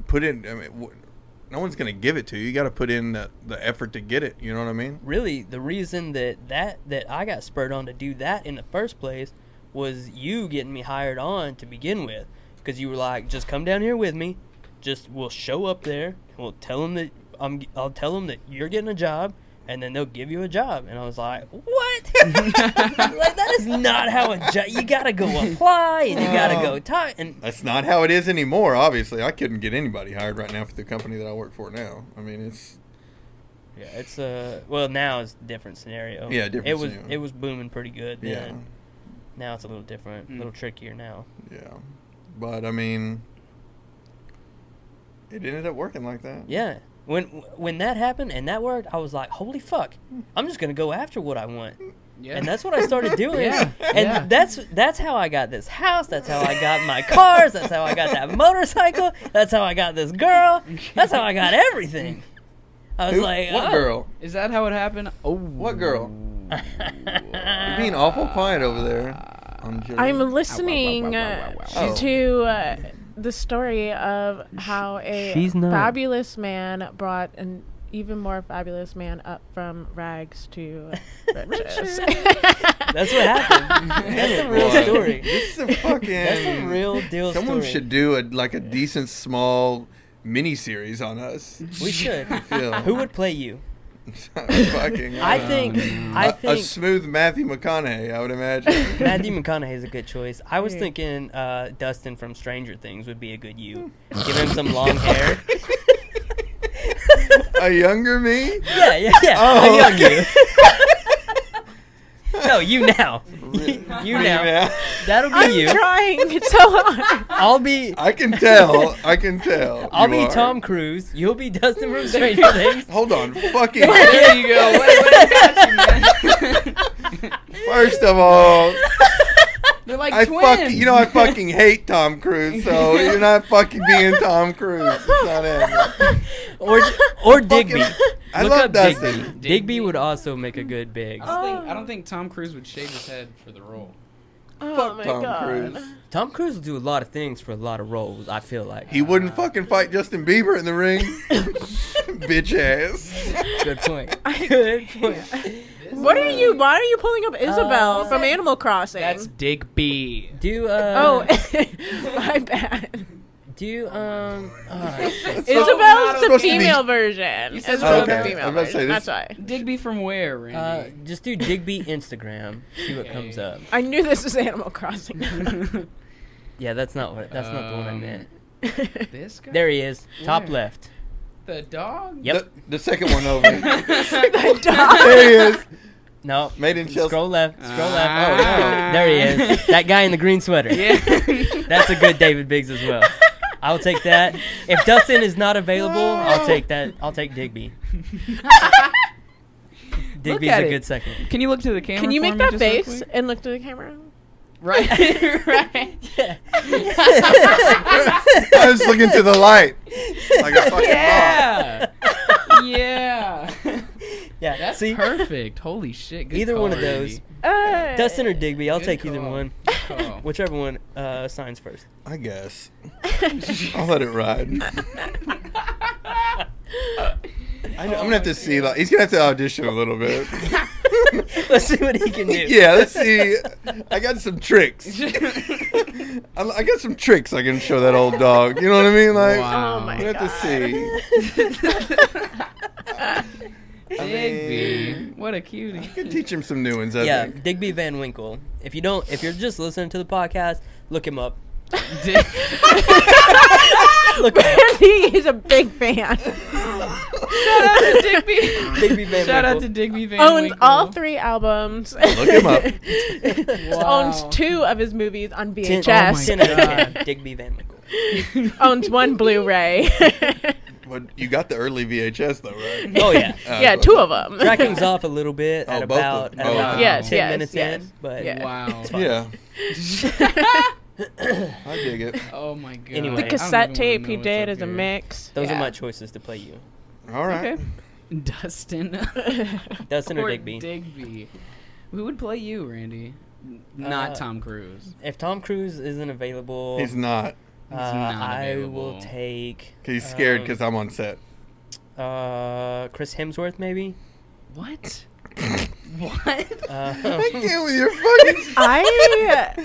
[SPEAKER 1] put in. I mean, wh- no one's gonna give it to you. You got to put in the, the effort to get it. You know what I mean?
[SPEAKER 3] Really, the reason that that that I got spurred on to do that in the first place was you getting me hired on to begin with, because you were like, just come down here with me, just we'll show up there, we'll tell them that I'm, I'll tell them that you're getting a job. And then they'll give you a job, and I was like, "What? like that is not how a job. You gotta go apply, and you gotta go talk." And
[SPEAKER 1] That's not how it is anymore. Obviously, I couldn't get anybody hired right now for the company that I work for now. I mean, it's
[SPEAKER 3] Yeah, it's uh well now it's a different scenario.
[SPEAKER 1] Yeah, different
[SPEAKER 3] It was
[SPEAKER 1] scenario.
[SPEAKER 3] it was booming pretty good
[SPEAKER 1] yeah,
[SPEAKER 3] then. Now it's a little different, a
[SPEAKER 4] Mm.
[SPEAKER 3] little trickier now.
[SPEAKER 1] yeah. But I mean, it ended up working like that.
[SPEAKER 3] Yeah. When when that happened and that worked, I was like, "Holy fuck. I'm just going to go after what I want."
[SPEAKER 4] Yeah.
[SPEAKER 3] And that's what I started doing.
[SPEAKER 4] Yeah,
[SPEAKER 3] And
[SPEAKER 4] yeah.
[SPEAKER 3] that's that's how I got this house, that's how I got my cars, that's how I got that motorcycle, that's how I got this girl, that's how I got everything. I was
[SPEAKER 1] Who-
[SPEAKER 3] like,
[SPEAKER 1] what
[SPEAKER 3] oh.
[SPEAKER 1] girl?
[SPEAKER 4] Is that how it happened? Oh,
[SPEAKER 1] What girl?
[SPEAKER 3] Uh,
[SPEAKER 1] You're being awful quiet over there. Angela.
[SPEAKER 2] I'm listening
[SPEAKER 4] wow, wow,
[SPEAKER 1] wow, wow.
[SPEAKER 2] uh, to uh, the story of how a
[SPEAKER 3] she's not.
[SPEAKER 2] fabulous man brought an even more fabulous man up from rags to riches.
[SPEAKER 3] That's what happened. that's a real
[SPEAKER 1] Boy.
[SPEAKER 3] story.
[SPEAKER 1] This is a fucking.
[SPEAKER 3] That's a real deal
[SPEAKER 1] Someone
[SPEAKER 3] story.
[SPEAKER 1] should do a like a decent small mini series on us.
[SPEAKER 3] We should.
[SPEAKER 1] Phil.
[SPEAKER 3] Who would play you?
[SPEAKER 1] fucking?
[SPEAKER 3] I
[SPEAKER 1] uh,
[SPEAKER 3] think.
[SPEAKER 4] no.
[SPEAKER 3] I
[SPEAKER 1] a- a,
[SPEAKER 3] think.
[SPEAKER 1] smooth Matthew McConaughey. I would imagine.
[SPEAKER 3] Matthew McConaughey is a good choice. I was
[SPEAKER 2] Yeah.
[SPEAKER 3] thinking uh, Dustin from Stranger Things would be a good you.
[SPEAKER 1] Hmm.
[SPEAKER 3] Give him some long hair.
[SPEAKER 1] a younger me.
[SPEAKER 3] Yeah, yeah, yeah.
[SPEAKER 1] Oh,
[SPEAKER 3] a young
[SPEAKER 1] okay.
[SPEAKER 3] you. no, you now. you now.
[SPEAKER 1] Yeah.
[SPEAKER 3] That'll be
[SPEAKER 2] I'm
[SPEAKER 3] you.
[SPEAKER 2] trying so hard.
[SPEAKER 3] I'll be.
[SPEAKER 1] I can tell. I can tell.
[SPEAKER 3] I'll
[SPEAKER 1] you
[SPEAKER 3] be
[SPEAKER 1] are.
[SPEAKER 3] Tom Cruise. You'll be Dustin from Stranger Things.
[SPEAKER 1] Hold on, fucking.
[SPEAKER 4] There you go. What, what got you, man?
[SPEAKER 1] First of all,
[SPEAKER 4] They're like
[SPEAKER 1] I
[SPEAKER 4] twins.
[SPEAKER 1] fucking, you know, I fucking hate Tom Cruise. So you're not fucking being Tom Cruise. It's not happening.
[SPEAKER 3] Or or Digby.
[SPEAKER 1] I
[SPEAKER 3] Look
[SPEAKER 1] love
[SPEAKER 3] up Digby.
[SPEAKER 1] Dustin.
[SPEAKER 3] Digby. would also make a good big.
[SPEAKER 4] I don't, think, I don't think Tom Cruise would shave his head for the role.
[SPEAKER 2] Oh
[SPEAKER 1] Fuck
[SPEAKER 2] my
[SPEAKER 1] Tom
[SPEAKER 2] god.
[SPEAKER 1] Cruise.
[SPEAKER 3] Tom Cruise will do a lot of things for a lot of roles. I feel like
[SPEAKER 1] He wouldn't fucking fight Justin Bieber in the ring. Bitch ass.
[SPEAKER 3] good point. Good point.
[SPEAKER 2] What are you? Why are you pulling up Isabel
[SPEAKER 3] Uh,
[SPEAKER 2] from Animal Crossing?
[SPEAKER 4] That's Dig B.
[SPEAKER 3] Do uh
[SPEAKER 2] oh, my bad.
[SPEAKER 3] do um uh,
[SPEAKER 2] Isabel's the
[SPEAKER 1] supposed to be-
[SPEAKER 2] female version.
[SPEAKER 4] said
[SPEAKER 2] Isabel's the
[SPEAKER 1] okay.
[SPEAKER 2] female
[SPEAKER 1] I'm about to say
[SPEAKER 2] version.
[SPEAKER 1] this-
[SPEAKER 2] That's why.
[SPEAKER 4] Digby from where, Randy?
[SPEAKER 3] uh, just do Digby Instagram. See what comes up.
[SPEAKER 2] I knew this was Animal Crossing.
[SPEAKER 3] Yeah, that's not what. That's not the one I
[SPEAKER 4] Um,
[SPEAKER 3] meant.
[SPEAKER 4] this guy?
[SPEAKER 3] There he is, top
[SPEAKER 4] Where?
[SPEAKER 3] left.
[SPEAKER 4] The dog?
[SPEAKER 3] Yep.
[SPEAKER 1] The, the second one over.
[SPEAKER 2] That dog.
[SPEAKER 1] there he is.
[SPEAKER 3] No.
[SPEAKER 1] Made in Chelsea.
[SPEAKER 3] Scroll left. Scroll
[SPEAKER 4] Ah.
[SPEAKER 3] left. There he is. That guy in the green sweater.
[SPEAKER 4] Yeah.
[SPEAKER 3] That's a good David Biggs as well. I'll take that. If Dustin is not available, I'll take that. I'll take Digby. Digby's
[SPEAKER 4] at
[SPEAKER 3] a
[SPEAKER 4] it.
[SPEAKER 3] good second.
[SPEAKER 4] Can you look to the camera?
[SPEAKER 2] Can you
[SPEAKER 4] for
[SPEAKER 2] make
[SPEAKER 4] me
[SPEAKER 2] that
[SPEAKER 4] just real
[SPEAKER 2] face
[SPEAKER 4] quick?
[SPEAKER 2] and look to the camera?
[SPEAKER 4] Right. right.
[SPEAKER 1] I was looking to the light. Like a fucking yeah.
[SPEAKER 4] Yeah. yeah.
[SPEAKER 3] yeah.
[SPEAKER 4] That's
[SPEAKER 3] See,
[SPEAKER 4] perfect. Holy shit. Good
[SPEAKER 3] either
[SPEAKER 4] call,
[SPEAKER 3] one of those,
[SPEAKER 4] Randy.
[SPEAKER 2] Uh,
[SPEAKER 3] Dustin or Digby. I'll
[SPEAKER 4] Good
[SPEAKER 3] take either
[SPEAKER 4] call.
[SPEAKER 3] one.
[SPEAKER 4] Good call.
[SPEAKER 3] Whichever one uh, signs first.
[SPEAKER 1] I guess. I'll let it ride. I am gonna have
[SPEAKER 4] Oh,
[SPEAKER 1] to see. Like, he's gonna have to audition a little bit.
[SPEAKER 3] Let's see what he can do.
[SPEAKER 1] yeah, let's see. I got some tricks. I, I got some tricks I can show that old dog. You know what I mean? Like,
[SPEAKER 4] Wow.
[SPEAKER 2] Oh my
[SPEAKER 1] we have to see. I
[SPEAKER 4] Digby.
[SPEAKER 1] mean,
[SPEAKER 4] What a cutie.
[SPEAKER 1] I could teach him some new ones. I
[SPEAKER 3] yeah,
[SPEAKER 1] think.
[SPEAKER 3] Digby Van Winkle. If you don't, if you're just listening to the podcast, look him up.
[SPEAKER 4] Dig-
[SPEAKER 3] Look him up.
[SPEAKER 2] Randy is a big fan. Shout out to Digby.
[SPEAKER 3] Digby Van
[SPEAKER 5] Shout out to
[SPEAKER 3] Winkle.
[SPEAKER 5] Digby Van
[SPEAKER 2] Owns
[SPEAKER 5] Winkle.
[SPEAKER 2] all three albums.
[SPEAKER 1] Look him up.
[SPEAKER 2] Owns
[SPEAKER 4] Wow.
[SPEAKER 2] two of his movies on
[SPEAKER 1] oh
[SPEAKER 3] Ten-
[SPEAKER 2] VHS.
[SPEAKER 3] ten out of ten. Digby Van Winkle.
[SPEAKER 2] owns one Blu-ray.
[SPEAKER 1] But you got the early VHS though, right?
[SPEAKER 3] Oh yeah.
[SPEAKER 1] Uh,
[SPEAKER 2] yeah, two of them.
[SPEAKER 3] Tracking's off a little bit at
[SPEAKER 1] Oh, both
[SPEAKER 3] about,
[SPEAKER 1] of
[SPEAKER 3] at
[SPEAKER 1] them.
[SPEAKER 3] about
[SPEAKER 4] Oh. Yes,
[SPEAKER 3] ten
[SPEAKER 2] yes,
[SPEAKER 3] minutes
[SPEAKER 2] yes.
[SPEAKER 3] in, but
[SPEAKER 2] Yeah.
[SPEAKER 4] Wow.
[SPEAKER 1] Yeah, I dig it.
[SPEAKER 4] Oh my god.
[SPEAKER 3] Anyway.
[SPEAKER 4] I
[SPEAKER 2] the
[SPEAKER 4] don't
[SPEAKER 2] cassette
[SPEAKER 4] even wanna
[SPEAKER 2] tape
[SPEAKER 4] know
[SPEAKER 2] he
[SPEAKER 4] what's
[SPEAKER 2] did
[SPEAKER 4] up
[SPEAKER 2] as a
[SPEAKER 4] here.
[SPEAKER 2] mix.
[SPEAKER 3] those
[SPEAKER 2] Yeah.
[SPEAKER 3] are my choices to play you,
[SPEAKER 1] All right.
[SPEAKER 2] Okay.
[SPEAKER 4] Dustin.
[SPEAKER 3] Dustin or
[SPEAKER 4] Or
[SPEAKER 3] Digby.
[SPEAKER 4] Digby. We would play you, Randy. Not
[SPEAKER 3] Uh,
[SPEAKER 4] Tom Cruise.
[SPEAKER 3] if Tom Cruise isn't available,
[SPEAKER 1] He's not.
[SPEAKER 3] uh,
[SPEAKER 4] not
[SPEAKER 3] I
[SPEAKER 4] available.
[SPEAKER 3] will take
[SPEAKER 1] 'Cause He's scared
[SPEAKER 3] Um,
[SPEAKER 1] because I'm on set.
[SPEAKER 3] uh, Chris Hemsworth maybe.
[SPEAKER 4] What? what?
[SPEAKER 3] Uh,
[SPEAKER 1] I can't with your fucking.
[SPEAKER 2] I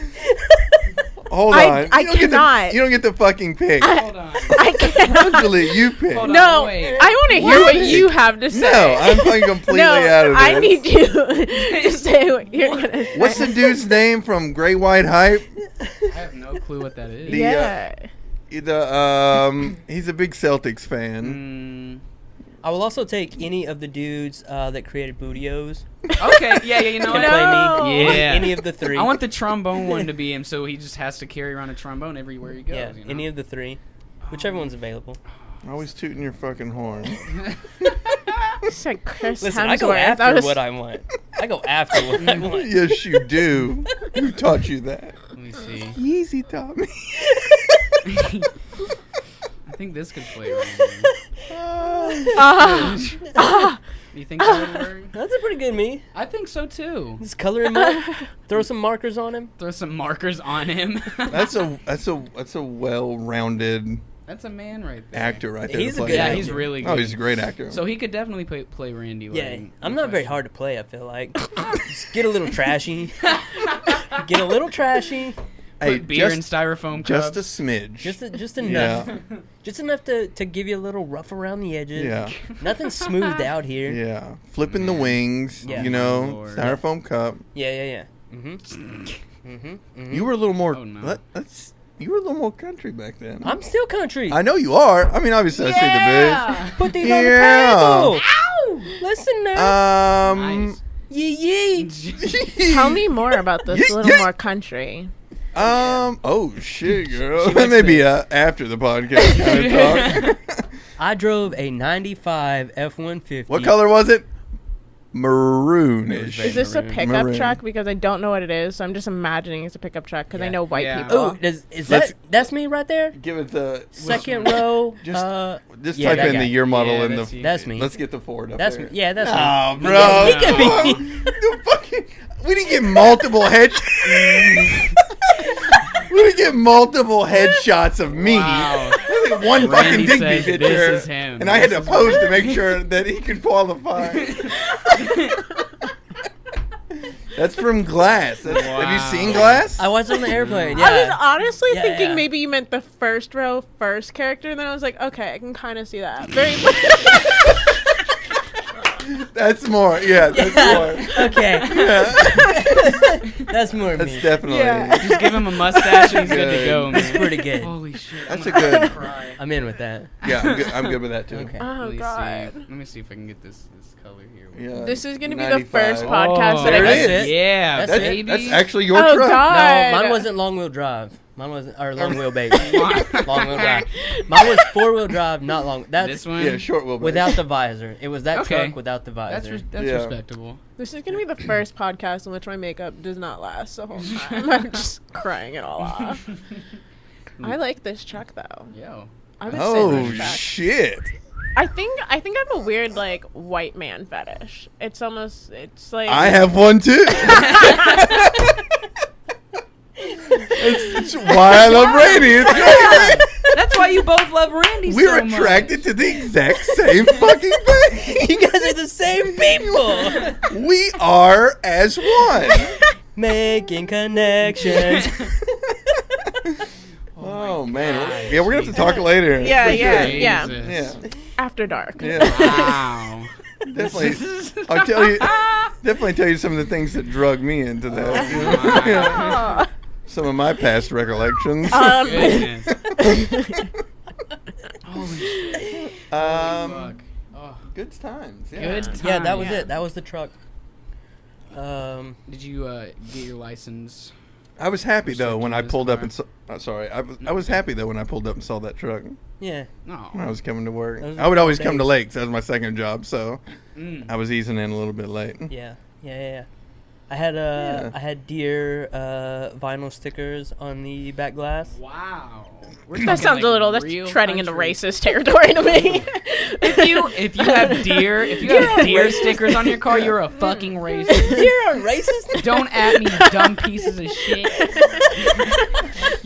[SPEAKER 1] Hold on.
[SPEAKER 2] I- I
[SPEAKER 1] you don't get the-
[SPEAKER 2] cannot.
[SPEAKER 1] you don't get the fucking pick.
[SPEAKER 4] Hold on.
[SPEAKER 2] I can't.
[SPEAKER 1] Actually, you pick.
[SPEAKER 5] Hold on.
[SPEAKER 2] No,
[SPEAKER 5] Wait.
[SPEAKER 2] I want to hear what you have to say.
[SPEAKER 1] No, I'm fucking completely
[SPEAKER 2] no,
[SPEAKER 1] out of this.
[SPEAKER 2] I need you to say what you're gonna. Say.
[SPEAKER 1] What's the dude's name from Great White Hype?
[SPEAKER 4] I have no clue what that is.
[SPEAKER 1] The, uh,
[SPEAKER 2] yeah.
[SPEAKER 1] The um, he's a big Celtics fan.
[SPEAKER 4] Mm,
[SPEAKER 3] I will also take any of the dudes uh, that created Bootios.
[SPEAKER 5] Okay, yeah, yeah, you know
[SPEAKER 3] Can
[SPEAKER 5] what?
[SPEAKER 2] No.
[SPEAKER 3] play me.
[SPEAKER 4] Yeah.
[SPEAKER 3] Any of the three.
[SPEAKER 4] I want the trombone one to be him, so he just has to carry around a trombone everywhere he goes.
[SPEAKER 3] yeah.
[SPEAKER 4] you know?
[SPEAKER 3] Any of the three. Whichever one's available.
[SPEAKER 1] Always tooting your fucking horn.
[SPEAKER 2] It's like Chris
[SPEAKER 3] Listen,
[SPEAKER 2] Hemsworth.
[SPEAKER 3] I go
[SPEAKER 2] That
[SPEAKER 3] after
[SPEAKER 2] was-
[SPEAKER 3] what I want. I go after what I want.
[SPEAKER 1] yes, you do. Who taught you that?
[SPEAKER 4] Let me see.
[SPEAKER 1] Yeezy taught me.
[SPEAKER 4] I think this could play. Randy.
[SPEAKER 2] Ah, ah,
[SPEAKER 4] You think that would work?
[SPEAKER 3] That's a pretty good me.
[SPEAKER 4] I think so too.
[SPEAKER 3] Just color him up. Throw some markers on him.
[SPEAKER 4] Throw some markers on him.
[SPEAKER 1] That's a that's a that's a well-rounded
[SPEAKER 4] That's a man right there.
[SPEAKER 1] actor right there. to
[SPEAKER 3] He's a
[SPEAKER 1] play
[SPEAKER 3] good
[SPEAKER 4] Yeah,
[SPEAKER 1] him.
[SPEAKER 4] he's
[SPEAKER 3] actor.
[SPEAKER 4] really good.
[SPEAKER 1] Oh, he's a great actor.
[SPEAKER 4] So he could definitely play, play Randy.
[SPEAKER 3] Yeah,
[SPEAKER 4] Orton.
[SPEAKER 3] I'm
[SPEAKER 4] No
[SPEAKER 3] not very
[SPEAKER 4] question.
[SPEAKER 3] hard to play. I feel like just get a little trashy, get a little trashy,
[SPEAKER 1] hey,
[SPEAKER 4] Put beer
[SPEAKER 1] just,
[SPEAKER 4] and styrofoam
[SPEAKER 1] just a
[SPEAKER 4] cups.
[SPEAKER 1] smidge.
[SPEAKER 3] just just enough,
[SPEAKER 1] yeah,
[SPEAKER 3] just enough to, to give you a little rough around the edges.
[SPEAKER 1] yeah,
[SPEAKER 3] nothing smooth out here. Yeah,
[SPEAKER 1] yeah. Flipping the wings,
[SPEAKER 3] Yeah. Mm.
[SPEAKER 1] you know,
[SPEAKER 4] Lord.
[SPEAKER 1] styrofoam cup.
[SPEAKER 3] yeah, yeah. Mm-hmm. Mm-hmm.
[SPEAKER 1] You were a little more.
[SPEAKER 4] Oh, no.
[SPEAKER 1] let, us You were a little more country back then.
[SPEAKER 3] I'm still country.
[SPEAKER 1] I know you are. I mean, obviously, I see the
[SPEAKER 3] Put these
[SPEAKER 1] Yeah.
[SPEAKER 3] on the table. Ow! Listen
[SPEAKER 1] booth.
[SPEAKER 3] now.
[SPEAKER 1] Um,
[SPEAKER 4] Nice.
[SPEAKER 3] yee yee.
[SPEAKER 2] Tell me more about this
[SPEAKER 1] Yeah,
[SPEAKER 2] little
[SPEAKER 1] yeah.
[SPEAKER 2] more country.
[SPEAKER 1] Um. Oh shit, girl.
[SPEAKER 4] She
[SPEAKER 1] That
[SPEAKER 4] likes
[SPEAKER 1] may be uh, after the podcast. kind of talk.
[SPEAKER 3] I drove a '95 F-150.
[SPEAKER 1] what color was it?
[SPEAKER 4] It
[SPEAKER 1] Maroonish.
[SPEAKER 4] was
[SPEAKER 2] Is this a
[SPEAKER 4] Maroon.
[SPEAKER 2] pickup
[SPEAKER 1] Maroon.
[SPEAKER 2] truck? Because I don't know what it is, so I'm just imagining it's a pickup truck because I
[SPEAKER 3] Yeah.
[SPEAKER 2] know white
[SPEAKER 4] Yeah.
[SPEAKER 2] people.
[SPEAKER 3] Oh, does, is
[SPEAKER 1] Let's-
[SPEAKER 3] that that's me right there?
[SPEAKER 1] Give it the
[SPEAKER 3] Second row.
[SPEAKER 1] Just-
[SPEAKER 3] uh,
[SPEAKER 1] Just
[SPEAKER 3] Yeah,
[SPEAKER 1] type
[SPEAKER 3] that
[SPEAKER 1] in the
[SPEAKER 3] guy.
[SPEAKER 1] year model
[SPEAKER 4] Yeah,
[SPEAKER 1] and
[SPEAKER 4] that's
[SPEAKER 1] the.
[SPEAKER 4] you.
[SPEAKER 3] That's me.
[SPEAKER 1] Let's get the Ford up
[SPEAKER 3] That's
[SPEAKER 1] there.
[SPEAKER 3] yeah, that's
[SPEAKER 1] Oh,
[SPEAKER 3] me.
[SPEAKER 1] bro.
[SPEAKER 3] He could be.
[SPEAKER 1] the fucking. We didn't get multiple head. we didn't get multiple headshots of me.
[SPEAKER 4] Wow.
[SPEAKER 1] I think One fucking
[SPEAKER 4] Randy
[SPEAKER 1] Digby
[SPEAKER 4] says
[SPEAKER 1] picture,
[SPEAKER 4] this is him.
[SPEAKER 1] and I had
[SPEAKER 4] This
[SPEAKER 1] to pose to make sure that he could qualify. That's from Glass. That's- Have
[SPEAKER 4] Wow.
[SPEAKER 1] you seen Glass?
[SPEAKER 3] I watched it on the airplane.
[SPEAKER 2] I was
[SPEAKER 3] Yeah.
[SPEAKER 2] honestly
[SPEAKER 3] Yeah,
[SPEAKER 2] thinking
[SPEAKER 3] yeah.
[SPEAKER 2] maybe you meant the first row, first character, and then I was like, okay, I can kind of see that. Very
[SPEAKER 1] That's more. Yeah, that's more.
[SPEAKER 3] okay,
[SPEAKER 1] Yeah.
[SPEAKER 3] that's more
[SPEAKER 1] that's
[SPEAKER 3] me.
[SPEAKER 1] definitely.
[SPEAKER 2] Yeah.
[SPEAKER 4] Just give him a mustache and he's good to
[SPEAKER 1] Good.
[SPEAKER 4] go,
[SPEAKER 3] That's
[SPEAKER 4] man.
[SPEAKER 3] pretty good.
[SPEAKER 4] Holy shit.
[SPEAKER 1] That's
[SPEAKER 4] I'm
[SPEAKER 1] a good-
[SPEAKER 4] gonna cry.
[SPEAKER 3] I'm in with that.
[SPEAKER 1] Yeah, I'm good, I'm good with that too.
[SPEAKER 3] Okay.
[SPEAKER 4] Let
[SPEAKER 2] oh
[SPEAKER 4] me see-
[SPEAKER 2] god.
[SPEAKER 4] Let me see if I can get this this color here. Oh,
[SPEAKER 1] Yeah.
[SPEAKER 2] This is gonna be the
[SPEAKER 1] 95.
[SPEAKER 2] first podcast that
[SPEAKER 1] there
[SPEAKER 2] I
[SPEAKER 1] it
[SPEAKER 2] get.
[SPEAKER 1] is.
[SPEAKER 3] it.
[SPEAKER 4] Yeah,
[SPEAKER 3] That's
[SPEAKER 1] That's,
[SPEAKER 4] baby.
[SPEAKER 1] that's actually your
[SPEAKER 2] Oh
[SPEAKER 1] truck.
[SPEAKER 3] No,
[SPEAKER 2] god.
[SPEAKER 3] mine wasn't long wheel drive. Mine wasn't or long wheel baby.
[SPEAKER 4] Why-
[SPEAKER 3] long wheel drive. Mine was four wheel drive, not long. That's
[SPEAKER 4] this one.
[SPEAKER 1] Yeah, short wheelbase.
[SPEAKER 3] without the visor. It was that
[SPEAKER 4] Okay.
[SPEAKER 3] truck without the
[SPEAKER 4] That's
[SPEAKER 3] visor.
[SPEAKER 4] res- that's
[SPEAKER 1] Yeah.
[SPEAKER 4] respectable.
[SPEAKER 2] This is gonna be the first podcast in which my makeup does not last the whole time. I'm just crying it all off. I like this truck though.
[SPEAKER 4] Yo.
[SPEAKER 2] I would say
[SPEAKER 1] oh
[SPEAKER 2] this truck.
[SPEAKER 1] shit!
[SPEAKER 2] I think I think I have a weird like white man fetish. It's almost it's like
[SPEAKER 1] I have one too. That's why I love Randy. It's crazy.
[SPEAKER 5] That's why you both love Randy
[SPEAKER 1] We're
[SPEAKER 5] so much.
[SPEAKER 1] attracted to the exact same fucking thing.
[SPEAKER 3] you guys are the same people.
[SPEAKER 1] We are as one.
[SPEAKER 2] Oh
[SPEAKER 3] Making connections.
[SPEAKER 1] Oh, man, yeah, we're gonna have to talk later.
[SPEAKER 2] Yeah,
[SPEAKER 1] For
[SPEAKER 2] yeah,
[SPEAKER 1] sure.
[SPEAKER 2] yeah.
[SPEAKER 4] Jesus.
[SPEAKER 1] yeah,
[SPEAKER 2] after dark.
[SPEAKER 1] yeah.
[SPEAKER 4] Wow.
[SPEAKER 1] definitely. I'll tell you.
[SPEAKER 2] Ah.
[SPEAKER 1] Definitely tell you some of the things that drug me into that. you know?
[SPEAKER 4] my.
[SPEAKER 1] Yeah.
[SPEAKER 2] Oh,
[SPEAKER 1] Some of my past recollections.
[SPEAKER 2] um,
[SPEAKER 4] Goodness.
[SPEAKER 1] um,
[SPEAKER 4] Fuck. Oh.
[SPEAKER 1] Good times. Yeah.
[SPEAKER 4] Good time.
[SPEAKER 3] Yeah, that was
[SPEAKER 4] yeah.
[SPEAKER 3] it. That was the truck. Um,
[SPEAKER 4] Did you uh, get your license?
[SPEAKER 1] I was happy though when I
[SPEAKER 4] Restricted
[SPEAKER 1] pulled up
[SPEAKER 4] car.
[SPEAKER 1] and saw. Uh, sorry, I was I
[SPEAKER 3] Mm-hmm.
[SPEAKER 1] was happy though when I pulled up and saw that truck
[SPEAKER 3] yeah.
[SPEAKER 4] No.
[SPEAKER 1] when I was coming to work.
[SPEAKER 3] Those are
[SPEAKER 1] I would
[SPEAKER 3] the
[SPEAKER 1] always come to
[SPEAKER 3] days.
[SPEAKER 1] Lakes. That was my second job, so
[SPEAKER 4] Mm.
[SPEAKER 1] I was easing in a little bit late.
[SPEAKER 3] Yeah, yeah, yeah. yeah. I had uh,
[SPEAKER 1] Yeah.
[SPEAKER 3] I had deer uh, vinyl stickers on the back glass.
[SPEAKER 4] Wow.
[SPEAKER 2] That sounds a little. That's treading into racist territory to me.
[SPEAKER 4] If you if you have deer if you
[SPEAKER 3] You're a
[SPEAKER 4] have deer
[SPEAKER 3] racist.
[SPEAKER 4] stickers on your car, you're a fucking racist.
[SPEAKER 3] Deer are racist.
[SPEAKER 4] Don't at me, you dumb pieces of shit.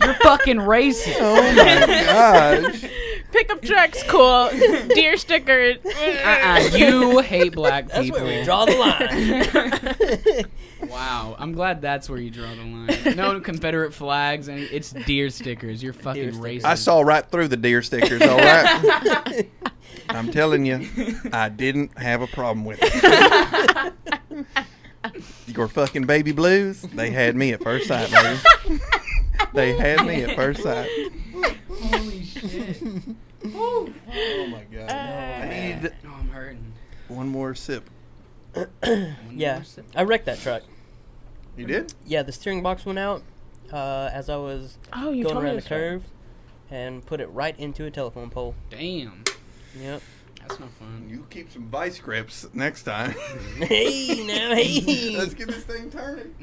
[SPEAKER 4] You're fucking racist.
[SPEAKER 1] Oh my gosh!
[SPEAKER 2] Pickup trucks, cool. Deer stickers.
[SPEAKER 4] Uh-uh, you hate black people.
[SPEAKER 3] That's where we draw the line.
[SPEAKER 4] Wow, I'm glad that's where you draw the line. No Confederate flags, and it's deer stickers. You're fucking
[SPEAKER 3] Deer stickers.
[SPEAKER 4] racist.
[SPEAKER 1] I saw right through the deer stickers. All right, I'm telling you, I didn't have a problem with it. Your fucking baby blues. They had me at first sight, baby. they had me at first sight.
[SPEAKER 4] Holy shit!
[SPEAKER 1] Oh my
[SPEAKER 3] Uh,
[SPEAKER 1] god! I need
[SPEAKER 4] No, I'm hurting.
[SPEAKER 1] one more sip.
[SPEAKER 4] One
[SPEAKER 3] yeah,
[SPEAKER 4] more sip.
[SPEAKER 3] I wrecked that truck.
[SPEAKER 1] You did?
[SPEAKER 3] Yeah, the steering box went out uh, as I was
[SPEAKER 2] oh, you
[SPEAKER 3] going
[SPEAKER 2] told me
[SPEAKER 3] around a
[SPEAKER 2] this one.
[SPEAKER 3] curve, and put it right into a telephone pole.
[SPEAKER 4] Damn,
[SPEAKER 3] Yep.
[SPEAKER 4] that's not fun.
[SPEAKER 1] You keep some vice grips next time.
[SPEAKER 3] hey, now hey.
[SPEAKER 1] Let's get this thing turning.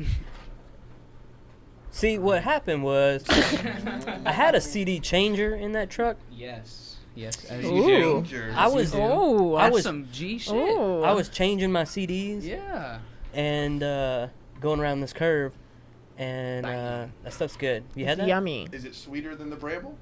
[SPEAKER 3] See what happened was I had a CD changer in that truck.
[SPEAKER 4] yes, yes, as you
[SPEAKER 2] Ooh.
[SPEAKER 4] do.
[SPEAKER 3] I was
[SPEAKER 4] do.
[SPEAKER 2] Oh,
[SPEAKER 3] I
[SPEAKER 4] That's
[SPEAKER 3] was-
[SPEAKER 4] some G shit.
[SPEAKER 2] Ooh.
[SPEAKER 3] I was changing my CDs.
[SPEAKER 4] Yeah.
[SPEAKER 3] and uh, going around this curve, and uh,
[SPEAKER 4] Bang.
[SPEAKER 3] that stuff's good. You had
[SPEAKER 2] It's
[SPEAKER 3] that?
[SPEAKER 2] yummy.
[SPEAKER 1] Is it sweeter than the Bramble?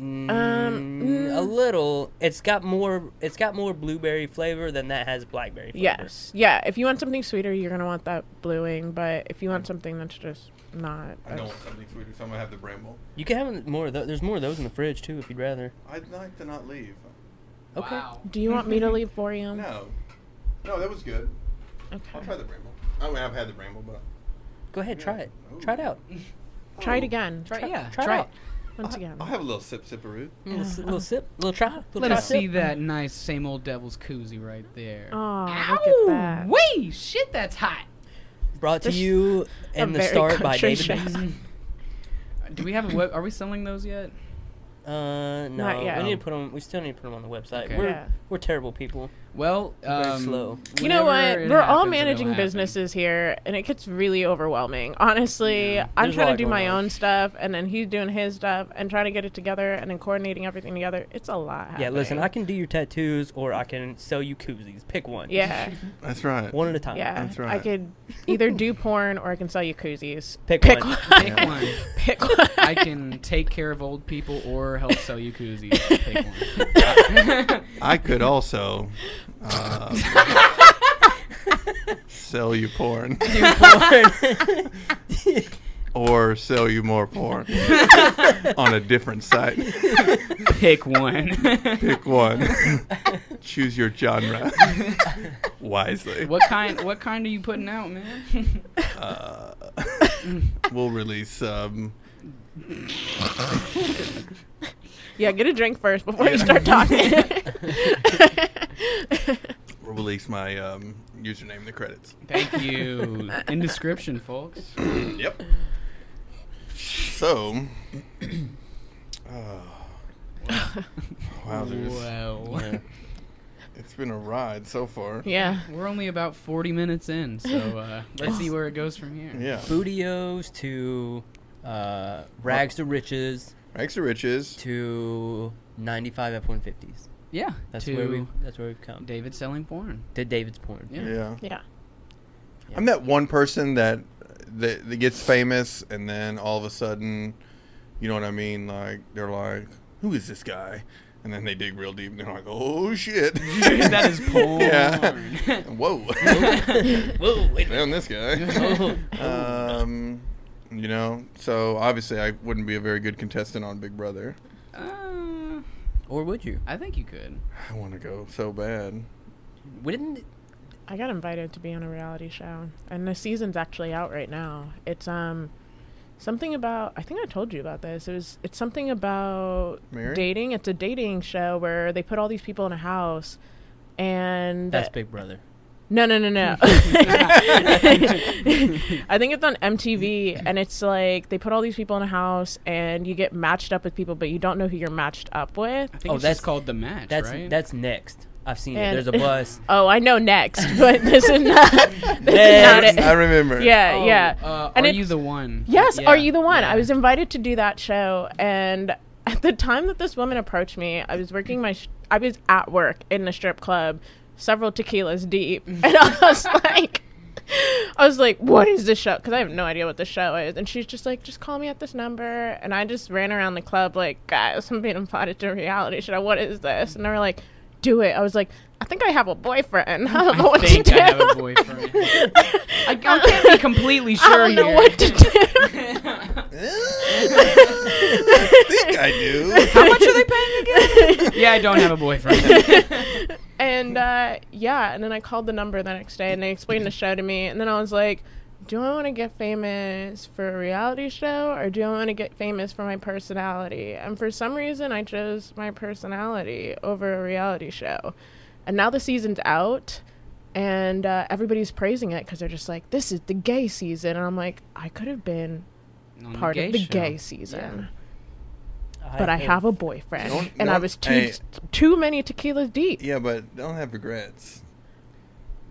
[SPEAKER 3] Mm,
[SPEAKER 2] mm.
[SPEAKER 3] a little. It's got more. It's got more blueberry flavor than that has blackberry. Flavor.
[SPEAKER 2] Yes. Yeah. If you want something sweeter, you're gonna want that bluing. But if you want something that's just not,
[SPEAKER 1] I don't
[SPEAKER 2] as-
[SPEAKER 1] want something sweeter, so I'm gonna have the Bramble.
[SPEAKER 3] you can have more of those. There's more of those in the fridge too, if you'd rather.
[SPEAKER 1] I'd like to not leave.
[SPEAKER 3] Okay.
[SPEAKER 4] Wow.
[SPEAKER 2] do you want me to leave for you?
[SPEAKER 1] No, no, that was good. I'll
[SPEAKER 2] Okay.
[SPEAKER 1] try the Bramble. I mean, I've had the Bramble, but
[SPEAKER 3] Go ahead, try it.
[SPEAKER 1] Ooh.
[SPEAKER 3] Try it out.
[SPEAKER 2] Try it again.
[SPEAKER 4] Try, yeah.
[SPEAKER 3] try
[SPEAKER 4] Try,
[SPEAKER 3] it
[SPEAKER 4] it.
[SPEAKER 3] out.
[SPEAKER 2] once again.
[SPEAKER 1] I'll have a little sip, sipperoo.
[SPEAKER 3] Little, s- little sip. Little try. Little
[SPEAKER 4] Let
[SPEAKER 3] try
[SPEAKER 4] us see
[SPEAKER 3] sip.
[SPEAKER 4] that nice same old devil's koozie right there.
[SPEAKER 2] Oh, look at
[SPEAKER 4] Ow!
[SPEAKER 2] that.
[SPEAKER 4] Wee! Shit, that's hot.
[SPEAKER 3] Brought to
[SPEAKER 2] This-
[SPEAKER 3] you in
[SPEAKER 2] a
[SPEAKER 3] the
[SPEAKER 2] very
[SPEAKER 3] start by
[SPEAKER 2] country
[SPEAKER 3] David.
[SPEAKER 2] chef.
[SPEAKER 3] Bates.
[SPEAKER 4] Do we have a web? Are we selling those yet?
[SPEAKER 3] Uh, no,
[SPEAKER 2] Not yet.
[SPEAKER 3] we need to put them. We still need to put them on the website.
[SPEAKER 4] Okay.
[SPEAKER 3] We're
[SPEAKER 2] Yeah.
[SPEAKER 3] we're terrible people.
[SPEAKER 4] Well, um,
[SPEAKER 3] Very slow.
[SPEAKER 2] You know what?
[SPEAKER 4] whenever it
[SPEAKER 2] We're all
[SPEAKER 4] happens, it'll
[SPEAKER 2] managing
[SPEAKER 4] happen.
[SPEAKER 2] businesses here, and it gets really overwhelming. Honestly,
[SPEAKER 4] Yeah.
[SPEAKER 2] I'm
[SPEAKER 3] There's a
[SPEAKER 2] trying
[SPEAKER 3] lot
[SPEAKER 2] to do
[SPEAKER 3] going
[SPEAKER 2] my
[SPEAKER 3] on.
[SPEAKER 2] own stuff, and then he's doing his stuff, and trying to get it together, and then coordinating everything together. It's a lot.
[SPEAKER 3] Yeah, listen, I
[SPEAKER 2] happening.
[SPEAKER 3] can do your tattoos or I can sell you koozies. Pick one.
[SPEAKER 2] Yeah,
[SPEAKER 1] That's right.
[SPEAKER 3] One at a time.
[SPEAKER 2] yeah.
[SPEAKER 1] That's
[SPEAKER 2] I
[SPEAKER 1] right.
[SPEAKER 2] could either do porn or I can sell you koozies.
[SPEAKER 3] Pick one.
[SPEAKER 4] Pick one.
[SPEAKER 2] Pick one.
[SPEAKER 4] I can take care of old people or help sell you koozies. Pick one.
[SPEAKER 1] I could also um, sell you porn or sell you more porn on a different site.
[SPEAKER 4] Pick one.
[SPEAKER 1] Pick one. Choose your genre wisely.
[SPEAKER 4] what kind? What kind are you putting out, man?
[SPEAKER 1] Uh, we'll release. Um,
[SPEAKER 2] yeah, get a drink first before you start talking.
[SPEAKER 1] we'll release my um, username in the credits.
[SPEAKER 4] Thank you. In description, folks.
[SPEAKER 1] Yep. So. Oh. Wowzers.
[SPEAKER 4] Whoa.
[SPEAKER 1] Yeah. It's been a ride so far.
[SPEAKER 2] yeah.
[SPEAKER 4] We're only about 40 minutes in, so uh, let's see where it goes from here.
[SPEAKER 1] Yeah.
[SPEAKER 3] Bootios to uh, rags to riches
[SPEAKER 1] Rags to riches.
[SPEAKER 3] to 95 F-150s.
[SPEAKER 4] Yeah,
[SPEAKER 3] That's
[SPEAKER 4] to
[SPEAKER 3] where we. That's where we've come.
[SPEAKER 4] David selling porn.
[SPEAKER 3] To David's porn.
[SPEAKER 4] Yeah.
[SPEAKER 1] Yeah.
[SPEAKER 2] Yeah.
[SPEAKER 1] I'm that one person that, that that gets famous and then all of a sudden, you know what I mean? Like they're like, "Who is this guy?" And then they dig real deep and they're like, "Oh shit."
[SPEAKER 4] that is porn.
[SPEAKER 1] Yeah. Whoa.
[SPEAKER 3] Whoa, wait.
[SPEAKER 1] Found this guy.
[SPEAKER 3] Oh,
[SPEAKER 1] um, you know, so obviously I wouldn't be a very good contestant on Big Brother.
[SPEAKER 4] Uh,
[SPEAKER 3] or would you?
[SPEAKER 4] I think you could.
[SPEAKER 1] I want to go so bad.
[SPEAKER 3] Wouldn't
[SPEAKER 2] I got invited to be on a reality show, and the season's actually out right now. It's um something about I think I told you about this. It was it's something about
[SPEAKER 1] Married?
[SPEAKER 2] dating. It's a dating show where they put all these people in a house and
[SPEAKER 3] That's Big Brother.
[SPEAKER 2] no, no, no, no. I think it's on MTV, and it's like they put all these people in a house, and you get matched up with people, but you don't know who you're matched up with.
[SPEAKER 4] I think
[SPEAKER 3] Oh,
[SPEAKER 4] it's
[SPEAKER 3] that's-
[SPEAKER 4] just called the match,
[SPEAKER 3] That's
[SPEAKER 4] right?
[SPEAKER 3] that's next. I've seen
[SPEAKER 2] And-
[SPEAKER 3] it. There's a bus.
[SPEAKER 2] Oh, I know next, but this is not. This is
[SPEAKER 3] Next.
[SPEAKER 2] not
[SPEAKER 1] I
[SPEAKER 2] it.
[SPEAKER 1] remember.
[SPEAKER 2] Yeah,
[SPEAKER 4] Oh,
[SPEAKER 2] yeah.
[SPEAKER 4] Uh,
[SPEAKER 2] And
[SPEAKER 4] are
[SPEAKER 2] it's-
[SPEAKER 4] you the one?
[SPEAKER 2] Yes,
[SPEAKER 4] Yeah,
[SPEAKER 2] are you the one?
[SPEAKER 4] yeah.
[SPEAKER 2] I was invited to do that show, and at the time that this woman approached me, I was working my, sh- I was at work in the strip club, several tequilas deep, and I was like, I was like, what is this show? Because I have no idea what the show is, and she's just like, just call me at this number, and I just ran around the club like, guys, I'm being invited to a reality show. What is this? And they were like, do it. I was like, I think I have a boyfriend. I don't know
[SPEAKER 4] I
[SPEAKER 2] what
[SPEAKER 4] think
[SPEAKER 2] to do.
[SPEAKER 4] I have a boyfriend.
[SPEAKER 5] I, I can't be completely
[SPEAKER 2] I
[SPEAKER 5] sure
[SPEAKER 2] don't know
[SPEAKER 5] here.
[SPEAKER 2] what to do.
[SPEAKER 1] I think I do.
[SPEAKER 5] How much are they paying again?
[SPEAKER 4] yeah, I don't have a boyfriend.
[SPEAKER 2] and uh, yeah, and then I called the number the next day, and they explained the show to me, and then I was like, "Do I want to get famous for a reality show, or do I want to get famous for my personality?" And for some reason, I chose my personality over a reality show. And now the season's out, and uh, everybody's praising it because they're just like, "This is the gay season," and I'm like, "I could have been
[SPEAKER 4] On
[SPEAKER 2] part of the
[SPEAKER 4] show.
[SPEAKER 2] gay season."
[SPEAKER 3] I
[SPEAKER 2] But I
[SPEAKER 3] hate-
[SPEAKER 2] have a boyfriend,
[SPEAKER 1] Don't-
[SPEAKER 2] and I
[SPEAKER 1] don't-
[SPEAKER 2] was too
[SPEAKER 1] hey.
[SPEAKER 2] too many tequilas deep.
[SPEAKER 1] Yeah, but don't have regrets.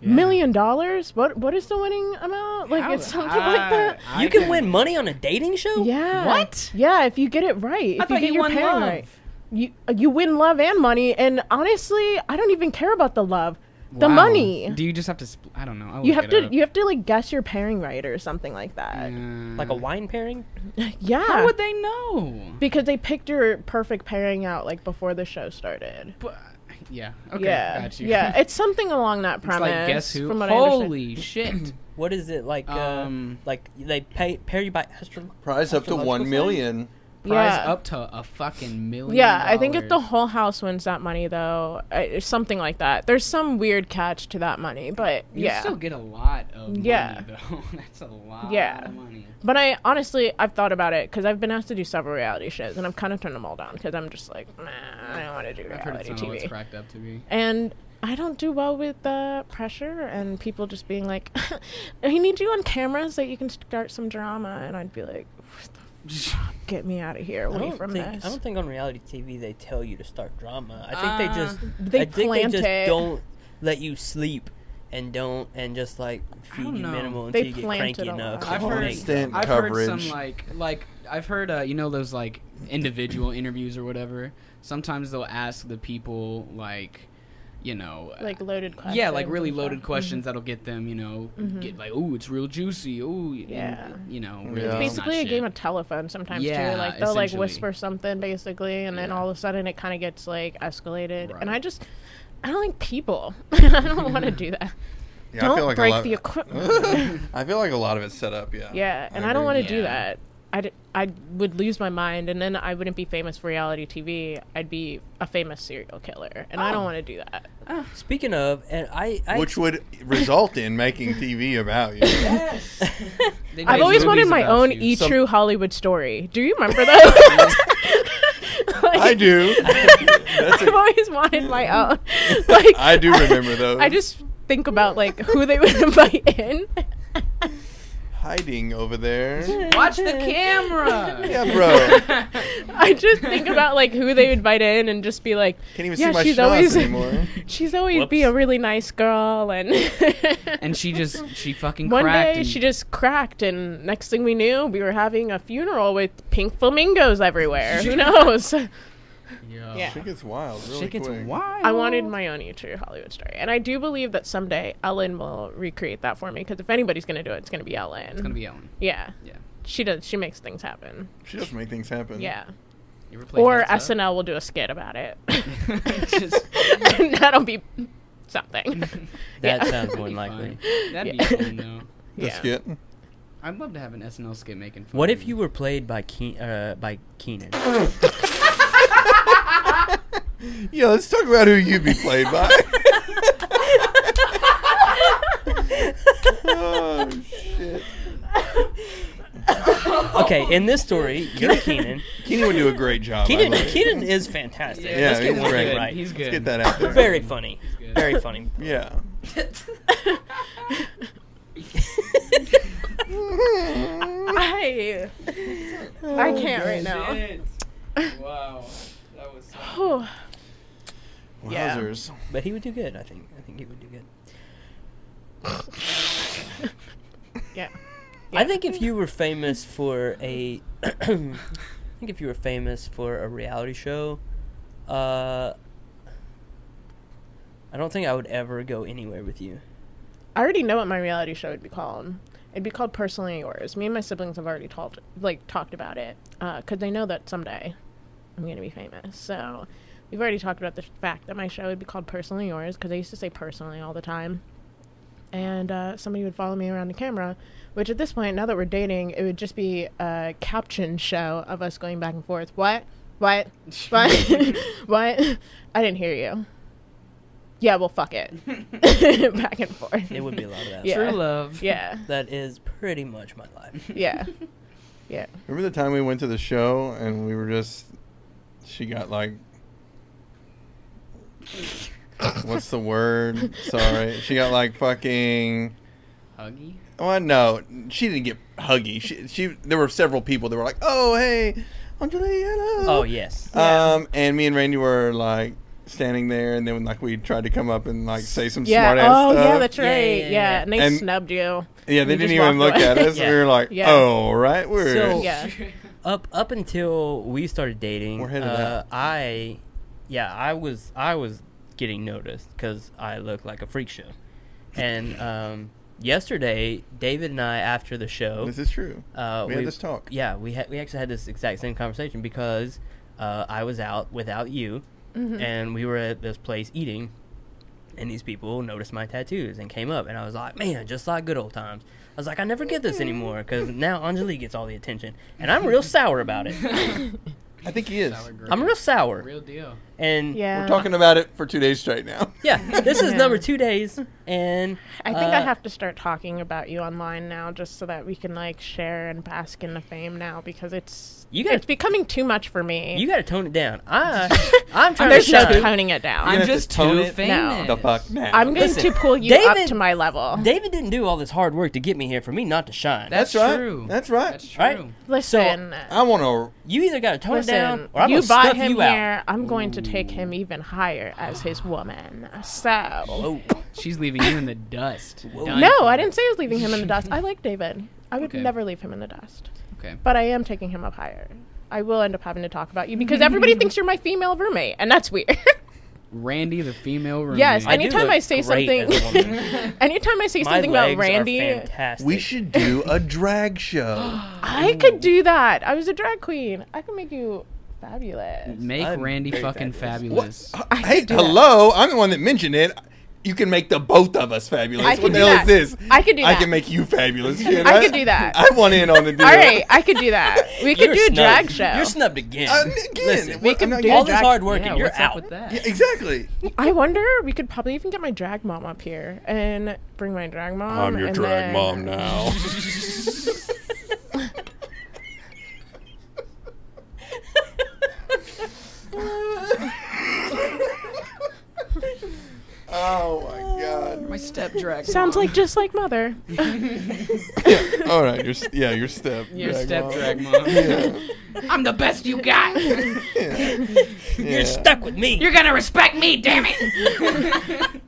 [SPEAKER 4] Yeah.
[SPEAKER 2] Million dollars? What what is the winning amount? Like
[SPEAKER 4] How-
[SPEAKER 2] it's something
[SPEAKER 4] I-
[SPEAKER 2] like that.
[SPEAKER 4] I
[SPEAKER 3] You can win money on a dating show.
[SPEAKER 2] Yeah.
[SPEAKER 5] What?
[SPEAKER 2] Yeah, if you get it right. If
[SPEAKER 5] I thought
[SPEAKER 2] you get
[SPEAKER 5] you
[SPEAKER 2] your
[SPEAKER 5] won
[SPEAKER 2] pay
[SPEAKER 5] love.
[SPEAKER 2] right. You uh, you win love and money and honestly, I don't even care about the love. The
[SPEAKER 4] Wow.
[SPEAKER 2] money.
[SPEAKER 4] Do you just have to? Spl- I don't know. I'll
[SPEAKER 2] you
[SPEAKER 4] look
[SPEAKER 2] have
[SPEAKER 4] it
[SPEAKER 2] to
[SPEAKER 4] up.
[SPEAKER 2] you have to like guess your pairing right or something like that.
[SPEAKER 4] Yeah.
[SPEAKER 3] Like a wine pairing.
[SPEAKER 2] Yeah.
[SPEAKER 4] How would they know?
[SPEAKER 2] because they picked your perfect pairing out like before the show started.
[SPEAKER 4] But, yeah. Okay.
[SPEAKER 2] yeah.
[SPEAKER 4] Got you.
[SPEAKER 2] Yeah, it's something along that
[SPEAKER 4] It's
[SPEAKER 2] premise.
[SPEAKER 4] like guess who?
[SPEAKER 2] From what I understand.
[SPEAKER 4] Holy shit!
[SPEAKER 3] What is it like?
[SPEAKER 4] Um,
[SPEAKER 3] uh, like they pay pair you by astro-
[SPEAKER 1] Prize up to
[SPEAKER 3] astrological
[SPEAKER 1] one
[SPEAKER 3] sign?
[SPEAKER 1] million.
[SPEAKER 4] Prize
[SPEAKER 2] Yeah.
[SPEAKER 4] up to a fucking million.
[SPEAKER 2] Yeah, I think if the
[SPEAKER 4] dollars.
[SPEAKER 2] whole house wins that money, though, uh, it's something like that. There's some weird catch to that money, but
[SPEAKER 4] You
[SPEAKER 2] yeah.
[SPEAKER 4] still get a lot of money,
[SPEAKER 2] Yeah.
[SPEAKER 4] though. That's a lot
[SPEAKER 2] Yeah.
[SPEAKER 4] of money.
[SPEAKER 2] but I honestly, I've thought about it because I've been asked to do several reality shows, and I've kind of turned them all down because I'm just like, nah, I don't want to do
[SPEAKER 4] I've heard it's
[SPEAKER 2] reality
[SPEAKER 4] not always
[SPEAKER 2] TV.
[SPEAKER 4] cracked up to be.
[SPEAKER 2] And I don't do well with uh, pressure and people just being like, I need you on camera so that you can start some drama, and I'd be like, "What the fuck? get me out of here,
[SPEAKER 3] I
[SPEAKER 2] away
[SPEAKER 3] don't,
[SPEAKER 2] from
[SPEAKER 3] think,
[SPEAKER 2] this.
[SPEAKER 3] I don't think on reality TV they tell you to start drama. I think they
[SPEAKER 4] Uh,
[SPEAKER 3] just
[SPEAKER 2] They
[SPEAKER 3] I think
[SPEAKER 2] plant
[SPEAKER 3] they just
[SPEAKER 2] it.
[SPEAKER 3] don't let you sleep and don't and just like feed
[SPEAKER 4] don't
[SPEAKER 3] you
[SPEAKER 4] know.
[SPEAKER 3] minimal
[SPEAKER 2] They
[SPEAKER 3] until you get
[SPEAKER 2] plant
[SPEAKER 3] cranky
[SPEAKER 2] it a
[SPEAKER 3] enough.
[SPEAKER 2] lot.
[SPEAKER 3] to
[SPEAKER 4] I've heard-
[SPEAKER 3] make-
[SPEAKER 1] Instant
[SPEAKER 4] I've
[SPEAKER 1] coverage.
[SPEAKER 4] heard some like like I've heard uh, you know those like individual interviews or whatever. Sometimes they'll ask the people like you know uh,
[SPEAKER 2] like loaded questions.
[SPEAKER 4] yeah like really
[SPEAKER 2] and stuff. Mm-hmm.
[SPEAKER 4] loaded questions that'll get them you know get like oh it's real juicy oh
[SPEAKER 2] Yeah.
[SPEAKER 4] you know
[SPEAKER 1] It's
[SPEAKER 4] really
[SPEAKER 1] Yeah.
[SPEAKER 4] not
[SPEAKER 2] basically a
[SPEAKER 4] shit.
[SPEAKER 2] game of telephone sometimes
[SPEAKER 4] Yeah,
[SPEAKER 2] too. Like they'll like
[SPEAKER 4] essentially.
[SPEAKER 2] whisper something basically, and then
[SPEAKER 4] Yeah.
[SPEAKER 2] all of a sudden it kind of gets like escalated. And I
[SPEAKER 4] Right.
[SPEAKER 2] just, I don't like people. I don't want to do that.
[SPEAKER 1] Yeah,
[SPEAKER 2] don't break
[SPEAKER 1] lot-
[SPEAKER 2] the equipment.
[SPEAKER 1] I feel like a lot of it's set up. Yeah.
[SPEAKER 2] yeah, and I, don't want to
[SPEAKER 1] agree.
[SPEAKER 2] do
[SPEAKER 4] Yeah.
[SPEAKER 2] that. I, d- I would lose my mind, and then I wouldn't be famous for reality TV. I'd be a famous serial killer, and
[SPEAKER 4] Oh.
[SPEAKER 2] I don't want to do that.
[SPEAKER 3] Speaking of, and I, I
[SPEAKER 1] Which would result in making TV about you.
[SPEAKER 4] They
[SPEAKER 2] I've
[SPEAKER 4] make
[SPEAKER 2] always wanted
[SPEAKER 4] movies
[SPEAKER 2] my
[SPEAKER 4] about
[SPEAKER 2] own
[SPEAKER 4] you.
[SPEAKER 2] E
[SPEAKER 1] Some-
[SPEAKER 2] True Hollywood story. Do you remember that?
[SPEAKER 1] I do. That's
[SPEAKER 2] I've
[SPEAKER 1] a,
[SPEAKER 2] always wanted my own. Like
[SPEAKER 1] I do remember those.
[SPEAKER 2] I just think about like who they would invite in.
[SPEAKER 1] hiding over there.
[SPEAKER 4] watch the camera.
[SPEAKER 1] Yeah, bro.
[SPEAKER 2] I just think about like who they would invite in and just be like,
[SPEAKER 1] Can't even
[SPEAKER 2] Yeah,
[SPEAKER 1] see my
[SPEAKER 2] she's
[SPEAKER 1] shots
[SPEAKER 2] always-
[SPEAKER 1] anymore.
[SPEAKER 2] she's always be a
[SPEAKER 3] Whoops.
[SPEAKER 2] really nice girl, and
[SPEAKER 4] and she just she fucking
[SPEAKER 2] one
[SPEAKER 4] cracked.
[SPEAKER 2] day
[SPEAKER 4] and
[SPEAKER 2] she just cracked, and next thing we knew, we were having a funeral with pink flamingos everywhere. Who knows?
[SPEAKER 4] Yo.
[SPEAKER 2] Yeah.
[SPEAKER 1] Shit gets wild. Really
[SPEAKER 4] Shit gets
[SPEAKER 1] quick.
[SPEAKER 4] wild.
[SPEAKER 2] I wanted my own E True Hollywood story, and I do believe that someday Ellen will recreate that for me. Because if anybody's gonna do it, it's gonna be Ellen.
[SPEAKER 4] It's gonna be Ellen.
[SPEAKER 2] yeah.
[SPEAKER 4] Yeah.
[SPEAKER 2] She does. She makes things happen.
[SPEAKER 1] She does make things happen.
[SPEAKER 2] Yeah.
[SPEAKER 4] You ever play
[SPEAKER 2] Or
[SPEAKER 4] Heads Up?
[SPEAKER 2] SNL will do a skit about it.
[SPEAKER 4] Just-
[SPEAKER 2] and that'll be something.
[SPEAKER 3] that
[SPEAKER 2] yeah.
[SPEAKER 3] sounds more
[SPEAKER 4] That'd be
[SPEAKER 3] likely.
[SPEAKER 4] fun. That'd
[SPEAKER 2] Yeah.
[SPEAKER 4] be fun, though.
[SPEAKER 1] The
[SPEAKER 2] yeah.
[SPEAKER 1] skit.
[SPEAKER 4] I'd love to have an SNL skit making fun.
[SPEAKER 3] What
[SPEAKER 4] of
[SPEAKER 3] if you were played by Keen, uh, by Keenan?
[SPEAKER 1] Yeah, let's talk about who you'd be played by. oh shit.
[SPEAKER 3] okay, in this story, you're Keenan.
[SPEAKER 1] Keenan would do a great job. I
[SPEAKER 3] Keenan
[SPEAKER 1] believe.
[SPEAKER 3] Keenan is fantastic.
[SPEAKER 4] Yeah,
[SPEAKER 1] Yeah,
[SPEAKER 3] Let's get
[SPEAKER 1] he's
[SPEAKER 3] one thing
[SPEAKER 1] great.
[SPEAKER 3] right.
[SPEAKER 4] He's good.
[SPEAKER 1] Let's get that out there.
[SPEAKER 3] Very funny.
[SPEAKER 4] Yeah.
[SPEAKER 6] Very funny.
[SPEAKER 1] Yeah.
[SPEAKER 2] I, I can't right
[SPEAKER 4] Oh,
[SPEAKER 2] now.
[SPEAKER 4] wow. That was
[SPEAKER 2] Whew. Yeah.
[SPEAKER 1] Wowzers.
[SPEAKER 3] But he would do good, I think. I think he would do good.
[SPEAKER 2] Yeah.
[SPEAKER 3] I think if you were famous for a, I think if you were famous for a reality show, uh, I don't think I would ever go anywhere with you.
[SPEAKER 2] I already know what my reality show would be called. It'd be called Personally Yours. Me and my siblings have already talked like talked about it because they know that someday I'm gonna be famous. So we've already talked about the fact that my show would be called Personally Yours because I used to say personally all the time, and uh, somebody would follow me around the camera. Which at this point, now that we're dating, it would just be a caption show of us going back and forth. What? What? What? what? I didn't hear you. Yeah, well, fuck it. back and forth.
[SPEAKER 3] It would be a lot of that.
[SPEAKER 2] Yeah.
[SPEAKER 4] True love.
[SPEAKER 2] Yeah.
[SPEAKER 3] That is pretty much my life.
[SPEAKER 2] Yeah. Yeah.
[SPEAKER 1] Remember the time we went to the show and we were just. She got like. What's the word? Sorry. She got like fucking.
[SPEAKER 4] Huggy.
[SPEAKER 1] Well, no, she didn't get huggy. She, she there were several people that were like, "Oh, hey, Angelia."
[SPEAKER 3] Oh yes.
[SPEAKER 1] Um, and me and Randy were like standing there, and then like we tried to come up and like say some smart ass
[SPEAKER 2] oh,
[SPEAKER 1] stuff.
[SPEAKER 2] yeah, that's
[SPEAKER 3] Yeah,
[SPEAKER 2] right. Yeah,
[SPEAKER 3] yeah, yeah.
[SPEAKER 2] and they
[SPEAKER 1] And-
[SPEAKER 2] snubbed you.
[SPEAKER 1] yeah, they
[SPEAKER 2] you
[SPEAKER 1] didn't
[SPEAKER 2] just
[SPEAKER 1] even look
[SPEAKER 2] walked
[SPEAKER 1] at
[SPEAKER 2] away.
[SPEAKER 1] us.
[SPEAKER 3] Yeah.
[SPEAKER 1] We were like,
[SPEAKER 2] Yeah.
[SPEAKER 1] "Oh, right, we're
[SPEAKER 3] So-
[SPEAKER 2] Yeah.
[SPEAKER 3] Up up until we started dating,
[SPEAKER 1] We're headed
[SPEAKER 3] uh,
[SPEAKER 1] up.
[SPEAKER 3] I, yeah, I was I was getting noticed because I look like a freak show, and um, yesterday David and I after the show,
[SPEAKER 1] this is true."
[SPEAKER 3] uh,
[SPEAKER 1] we had this talk.
[SPEAKER 3] Yeah, we had we actually had this exact same conversation because uh, I was out without you,
[SPEAKER 2] Mm-hmm.
[SPEAKER 3] and we were at this place eating, and these people noticed my tattoos and came up, and I was like, man, just like good old times. I was like, I never get
[SPEAKER 2] Mm-hmm.
[SPEAKER 3] this anymore because now Anjali gets all the attention, and I'm real sour about it.
[SPEAKER 1] I think he is.
[SPEAKER 4] Sour grape.
[SPEAKER 3] I'm real sour,
[SPEAKER 4] Real deal.
[SPEAKER 3] and yeah,
[SPEAKER 2] Yeah.
[SPEAKER 1] We're talking about it for two days straight now.
[SPEAKER 3] this is
[SPEAKER 2] Yeah.
[SPEAKER 3] number two days, and
[SPEAKER 2] I think I
[SPEAKER 3] uh,
[SPEAKER 2] have to start talking about you online now just so that we can like share and bask in the fame now because it's
[SPEAKER 3] You gotta-
[SPEAKER 2] it's becoming too much for me.
[SPEAKER 3] You got to tone it down. I I'm trying to
[SPEAKER 2] There's no
[SPEAKER 3] shine.
[SPEAKER 2] toning it down.
[SPEAKER 1] You're gonna have
[SPEAKER 4] I'm
[SPEAKER 1] to
[SPEAKER 4] just
[SPEAKER 1] tone
[SPEAKER 4] too
[SPEAKER 1] it
[SPEAKER 4] famous.
[SPEAKER 1] The fuck now.
[SPEAKER 2] I'm going
[SPEAKER 3] Listen,
[SPEAKER 2] to pull you
[SPEAKER 3] David-
[SPEAKER 2] up to my level.
[SPEAKER 3] David didn't do all this hard work to get me here for me not to shine.
[SPEAKER 1] That's
[SPEAKER 4] That's
[SPEAKER 1] right.
[SPEAKER 4] true.
[SPEAKER 1] That's right.
[SPEAKER 4] That's true.
[SPEAKER 3] Right?
[SPEAKER 2] Listen.
[SPEAKER 1] I want
[SPEAKER 3] You either got to tone
[SPEAKER 2] Listen,
[SPEAKER 3] uh, it down, or I'm
[SPEAKER 2] you
[SPEAKER 3] gonna
[SPEAKER 2] bought
[SPEAKER 3] snuff
[SPEAKER 2] him
[SPEAKER 3] you out.
[SPEAKER 2] here. I'm going to take him even higher as his woman. So,
[SPEAKER 3] Oh,
[SPEAKER 4] She's leaving you in the dust. Done.
[SPEAKER 2] no, I didn't say I was leaving him in the dust. I like David. I would
[SPEAKER 4] Okay.
[SPEAKER 2] never leave him in the dust.
[SPEAKER 4] Okay.
[SPEAKER 2] but I am taking him up higher. I will end up having to talk about you because everybody thinks you're my female roommate, and that's weird.
[SPEAKER 4] Randy, the female roommate.
[SPEAKER 2] yes,
[SPEAKER 3] I do
[SPEAKER 2] anytime
[SPEAKER 3] look
[SPEAKER 2] I say
[SPEAKER 3] great
[SPEAKER 2] something,
[SPEAKER 3] as a woman.
[SPEAKER 2] anytime I say
[SPEAKER 3] my
[SPEAKER 2] something about
[SPEAKER 3] legs are
[SPEAKER 2] Randy,
[SPEAKER 1] to.
[SPEAKER 3] fantastic.
[SPEAKER 1] We should do a drag show.
[SPEAKER 2] I could do that. I was a drag queen. I could make you fabulous.
[SPEAKER 4] Make
[SPEAKER 3] I'm
[SPEAKER 4] Randy
[SPEAKER 3] very
[SPEAKER 4] fucking
[SPEAKER 1] What?
[SPEAKER 4] fabulous.
[SPEAKER 1] Hey,
[SPEAKER 2] do that.
[SPEAKER 1] hello. I'm the one that mentioned it. You can make the both of us fabulous.
[SPEAKER 2] I can
[SPEAKER 1] what the
[SPEAKER 2] do
[SPEAKER 1] hell
[SPEAKER 2] that.
[SPEAKER 1] is this?
[SPEAKER 2] I could do
[SPEAKER 1] I
[SPEAKER 2] that.
[SPEAKER 1] can make you fabulous. Shit,
[SPEAKER 2] I could do that.
[SPEAKER 1] I want in on the deal.
[SPEAKER 2] All right, I could do that. We could
[SPEAKER 3] You're
[SPEAKER 2] do a
[SPEAKER 3] snubbed.
[SPEAKER 2] drag show.
[SPEAKER 3] You're snubbed again.
[SPEAKER 1] Uh, again,
[SPEAKER 3] Listen,
[SPEAKER 1] what- I'm not
[SPEAKER 2] do
[SPEAKER 1] getting-
[SPEAKER 3] all
[SPEAKER 2] a
[SPEAKER 3] this
[SPEAKER 2] drag-
[SPEAKER 3] hard work and you're
[SPEAKER 4] what's
[SPEAKER 3] out.
[SPEAKER 4] up with that?
[SPEAKER 1] Yeah, exactly.
[SPEAKER 2] I wonder. We could probably even get my drag mom up here and bring my drag mom. and then-
[SPEAKER 1] now. oh my god.
[SPEAKER 5] My step drag.
[SPEAKER 2] Sounds like just like mother.
[SPEAKER 1] All right, your s- yeah, your step.
[SPEAKER 4] Your
[SPEAKER 1] drag
[SPEAKER 4] step
[SPEAKER 1] mom.
[SPEAKER 4] drag mom.
[SPEAKER 1] Yeah,
[SPEAKER 5] I'm the best you got.
[SPEAKER 1] yeah, yeah.
[SPEAKER 3] You're stuck with me.
[SPEAKER 5] You're gonna respect me, damn it.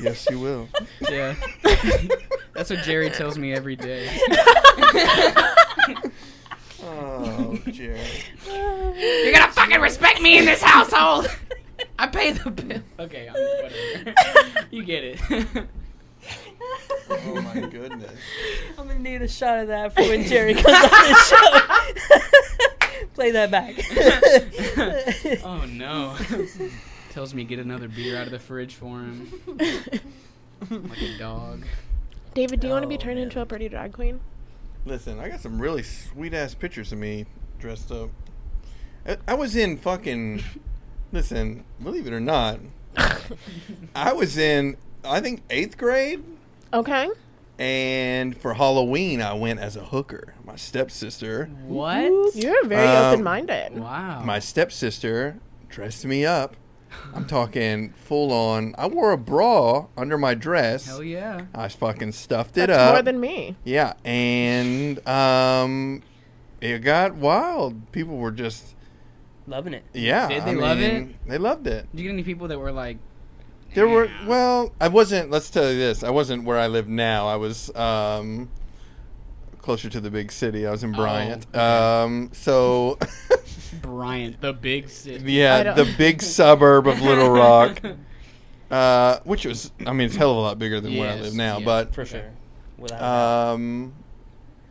[SPEAKER 1] Yes, you will.
[SPEAKER 4] yeah. That's what Jerry tells me every day.
[SPEAKER 1] Oh, Jerry.
[SPEAKER 5] You're gonna fucking respect me in this household. I pay the bill.
[SPEAKER 4] Okay, I'm, whatever. you get it.
[SPEAKER 1] Oh my goodness.
[SPEAKER 3] I'm gonna need a shot of that for when Jerry comes on the show. Play that back.
[SPEAKER 4] oh no. tells me get another beer out of the fridge for him, like a dog.
[SPEAKER 2] David, do you want to be
[SPEAKER 3] Oh,
[SPEAKER 2] turned
[SPEAKER 3] man.
[SPEAKER 2] into a pretty drag queen?
[SPEAKER 1] Listen, I got some really sweet ass pictures of me dressed up. I, I was in fucking. Listen, believe it or not, I was in I think eighth grade,
[SPEAKER 2] Okay.
[SPEAKER 1] and for Halloween I went as a hooker. My stepsister,
[SPEAKER 4] What?
[SPEAKER 2] You're very
[SPEAKER 1] Um,
[SPEAKER 2] open minded.
[SPEAKER 4] Wow.
[SPEAKER 1] my stepsister dressed me up I'm talking full on. I wore a bra under my dress.
[SPEAKER 4] Hell yeah.
[SPEAKER 1] I fucking stuffed it
[SPEAKER 2] That's
[SPEAKER 1] up.
[SPEAKER 2] more than me.
[SPEAKER 1] Yeah, and um, it got wild. People were just
[SPEAKER 3] Loving it.
[SPEAKER 1] yeah.
[SPEAKER 4] Did they
[SPEAKER 1] I
[SPEAKER 4] love it?
[SPEAKER 1] mean, They loved it.
[SPEAKER 4] Did you get any people that were like,
[SPEAKER 1] There were well, I wasn't. Let's tell you this. I wasn't where I live now. I was um, closer to the big city. I was in
[SPEAKER 4] Oh,
[SPEAKER 1] Bryant. Um, so
[SPEAKER 4] Bryant, the big city?
[SPEAKER 2] I
[SPEAKER 1] yeah,
[SPEAKER 2] don't-
[SPEAKER 1] the big suburb of Little Rock. Uh, which was, I mean, it's a hell of a lot bigger than where I
[SPEAKER 4] Yes,
[SPEAKER 1] live now,
[SPEAKER 4] yeah.
[SPEAKER 1] but
[SPEAKER 3] For sure. Without a doubt.
[SPEAKER 1] um,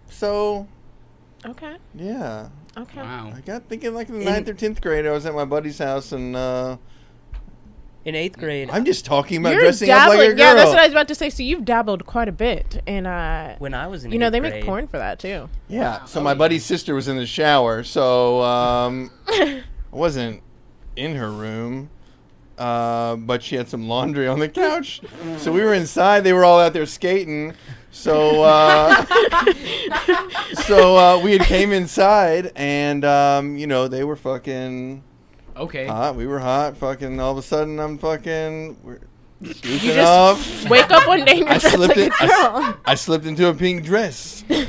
[SPEAKER 1] so
[SPEAKER 2] Okay.
[SPEAKER 1] yeah,
[SPEAKER 2] Okay.
[SPEAKER 4] Wow.
[SPEAKER 1] I got thinking like in the ninth or tenth grade, I was at my buddy's house, and uh,
[SPEAKER 3] in eighth grade,
[SPEAKER 1] I'm just talking about
[SPEAKER 2] You're
[SPEAKER 1] dressing up
[SPEAKER 2] dabbling.
[SPEAKER 1] like a girl.
[SPEAKER 2] Yeah, that's what I was about to say. So you've dabbled quite a bit, and uh,
[SPEAKER 3] when I was in
[SPEAKER 2] you know
[SPEAKER 3] eighth
[SPEAKER 2] they
[SPEAKER 3] grade,
[SPEAKER 2] make porn for that too.
[SPEAKER 1] Yeah,
[SPEAKER 4] Wow.
[SPEAKER 1] so
[SPEAKER 4] Oh,
[SPEAKER 1] my
[SPEAKER 4] yeah.
[SPEAKER 1] buddy's sister was in the shower, so um, I wasn't in her room, uh, but she had some laundry on the couch. So we were inside; they were all out there skating. So, uh, so uh, we had came inside, and um, you know they were fucking
[SPEAKER 4] Okay.
[SPEAKER 1] hot. We were hot. Fucking all of a sudden, I'm fucking. We're,
[SPEAKER 2] just-
[SPEAKER 1] Goofing off.
[SPEAKER 2] Wake up one day and
[SPEAKER 1] I
[SPEAKER 2] you're dressed
[SPEAKER 1] slipped
[SPEAKER 2] like a
[SPEAKER 1] it. I, s-
[SPEAKER 2] girl.
[SPEAKER 1] I slipped into a pink dress. You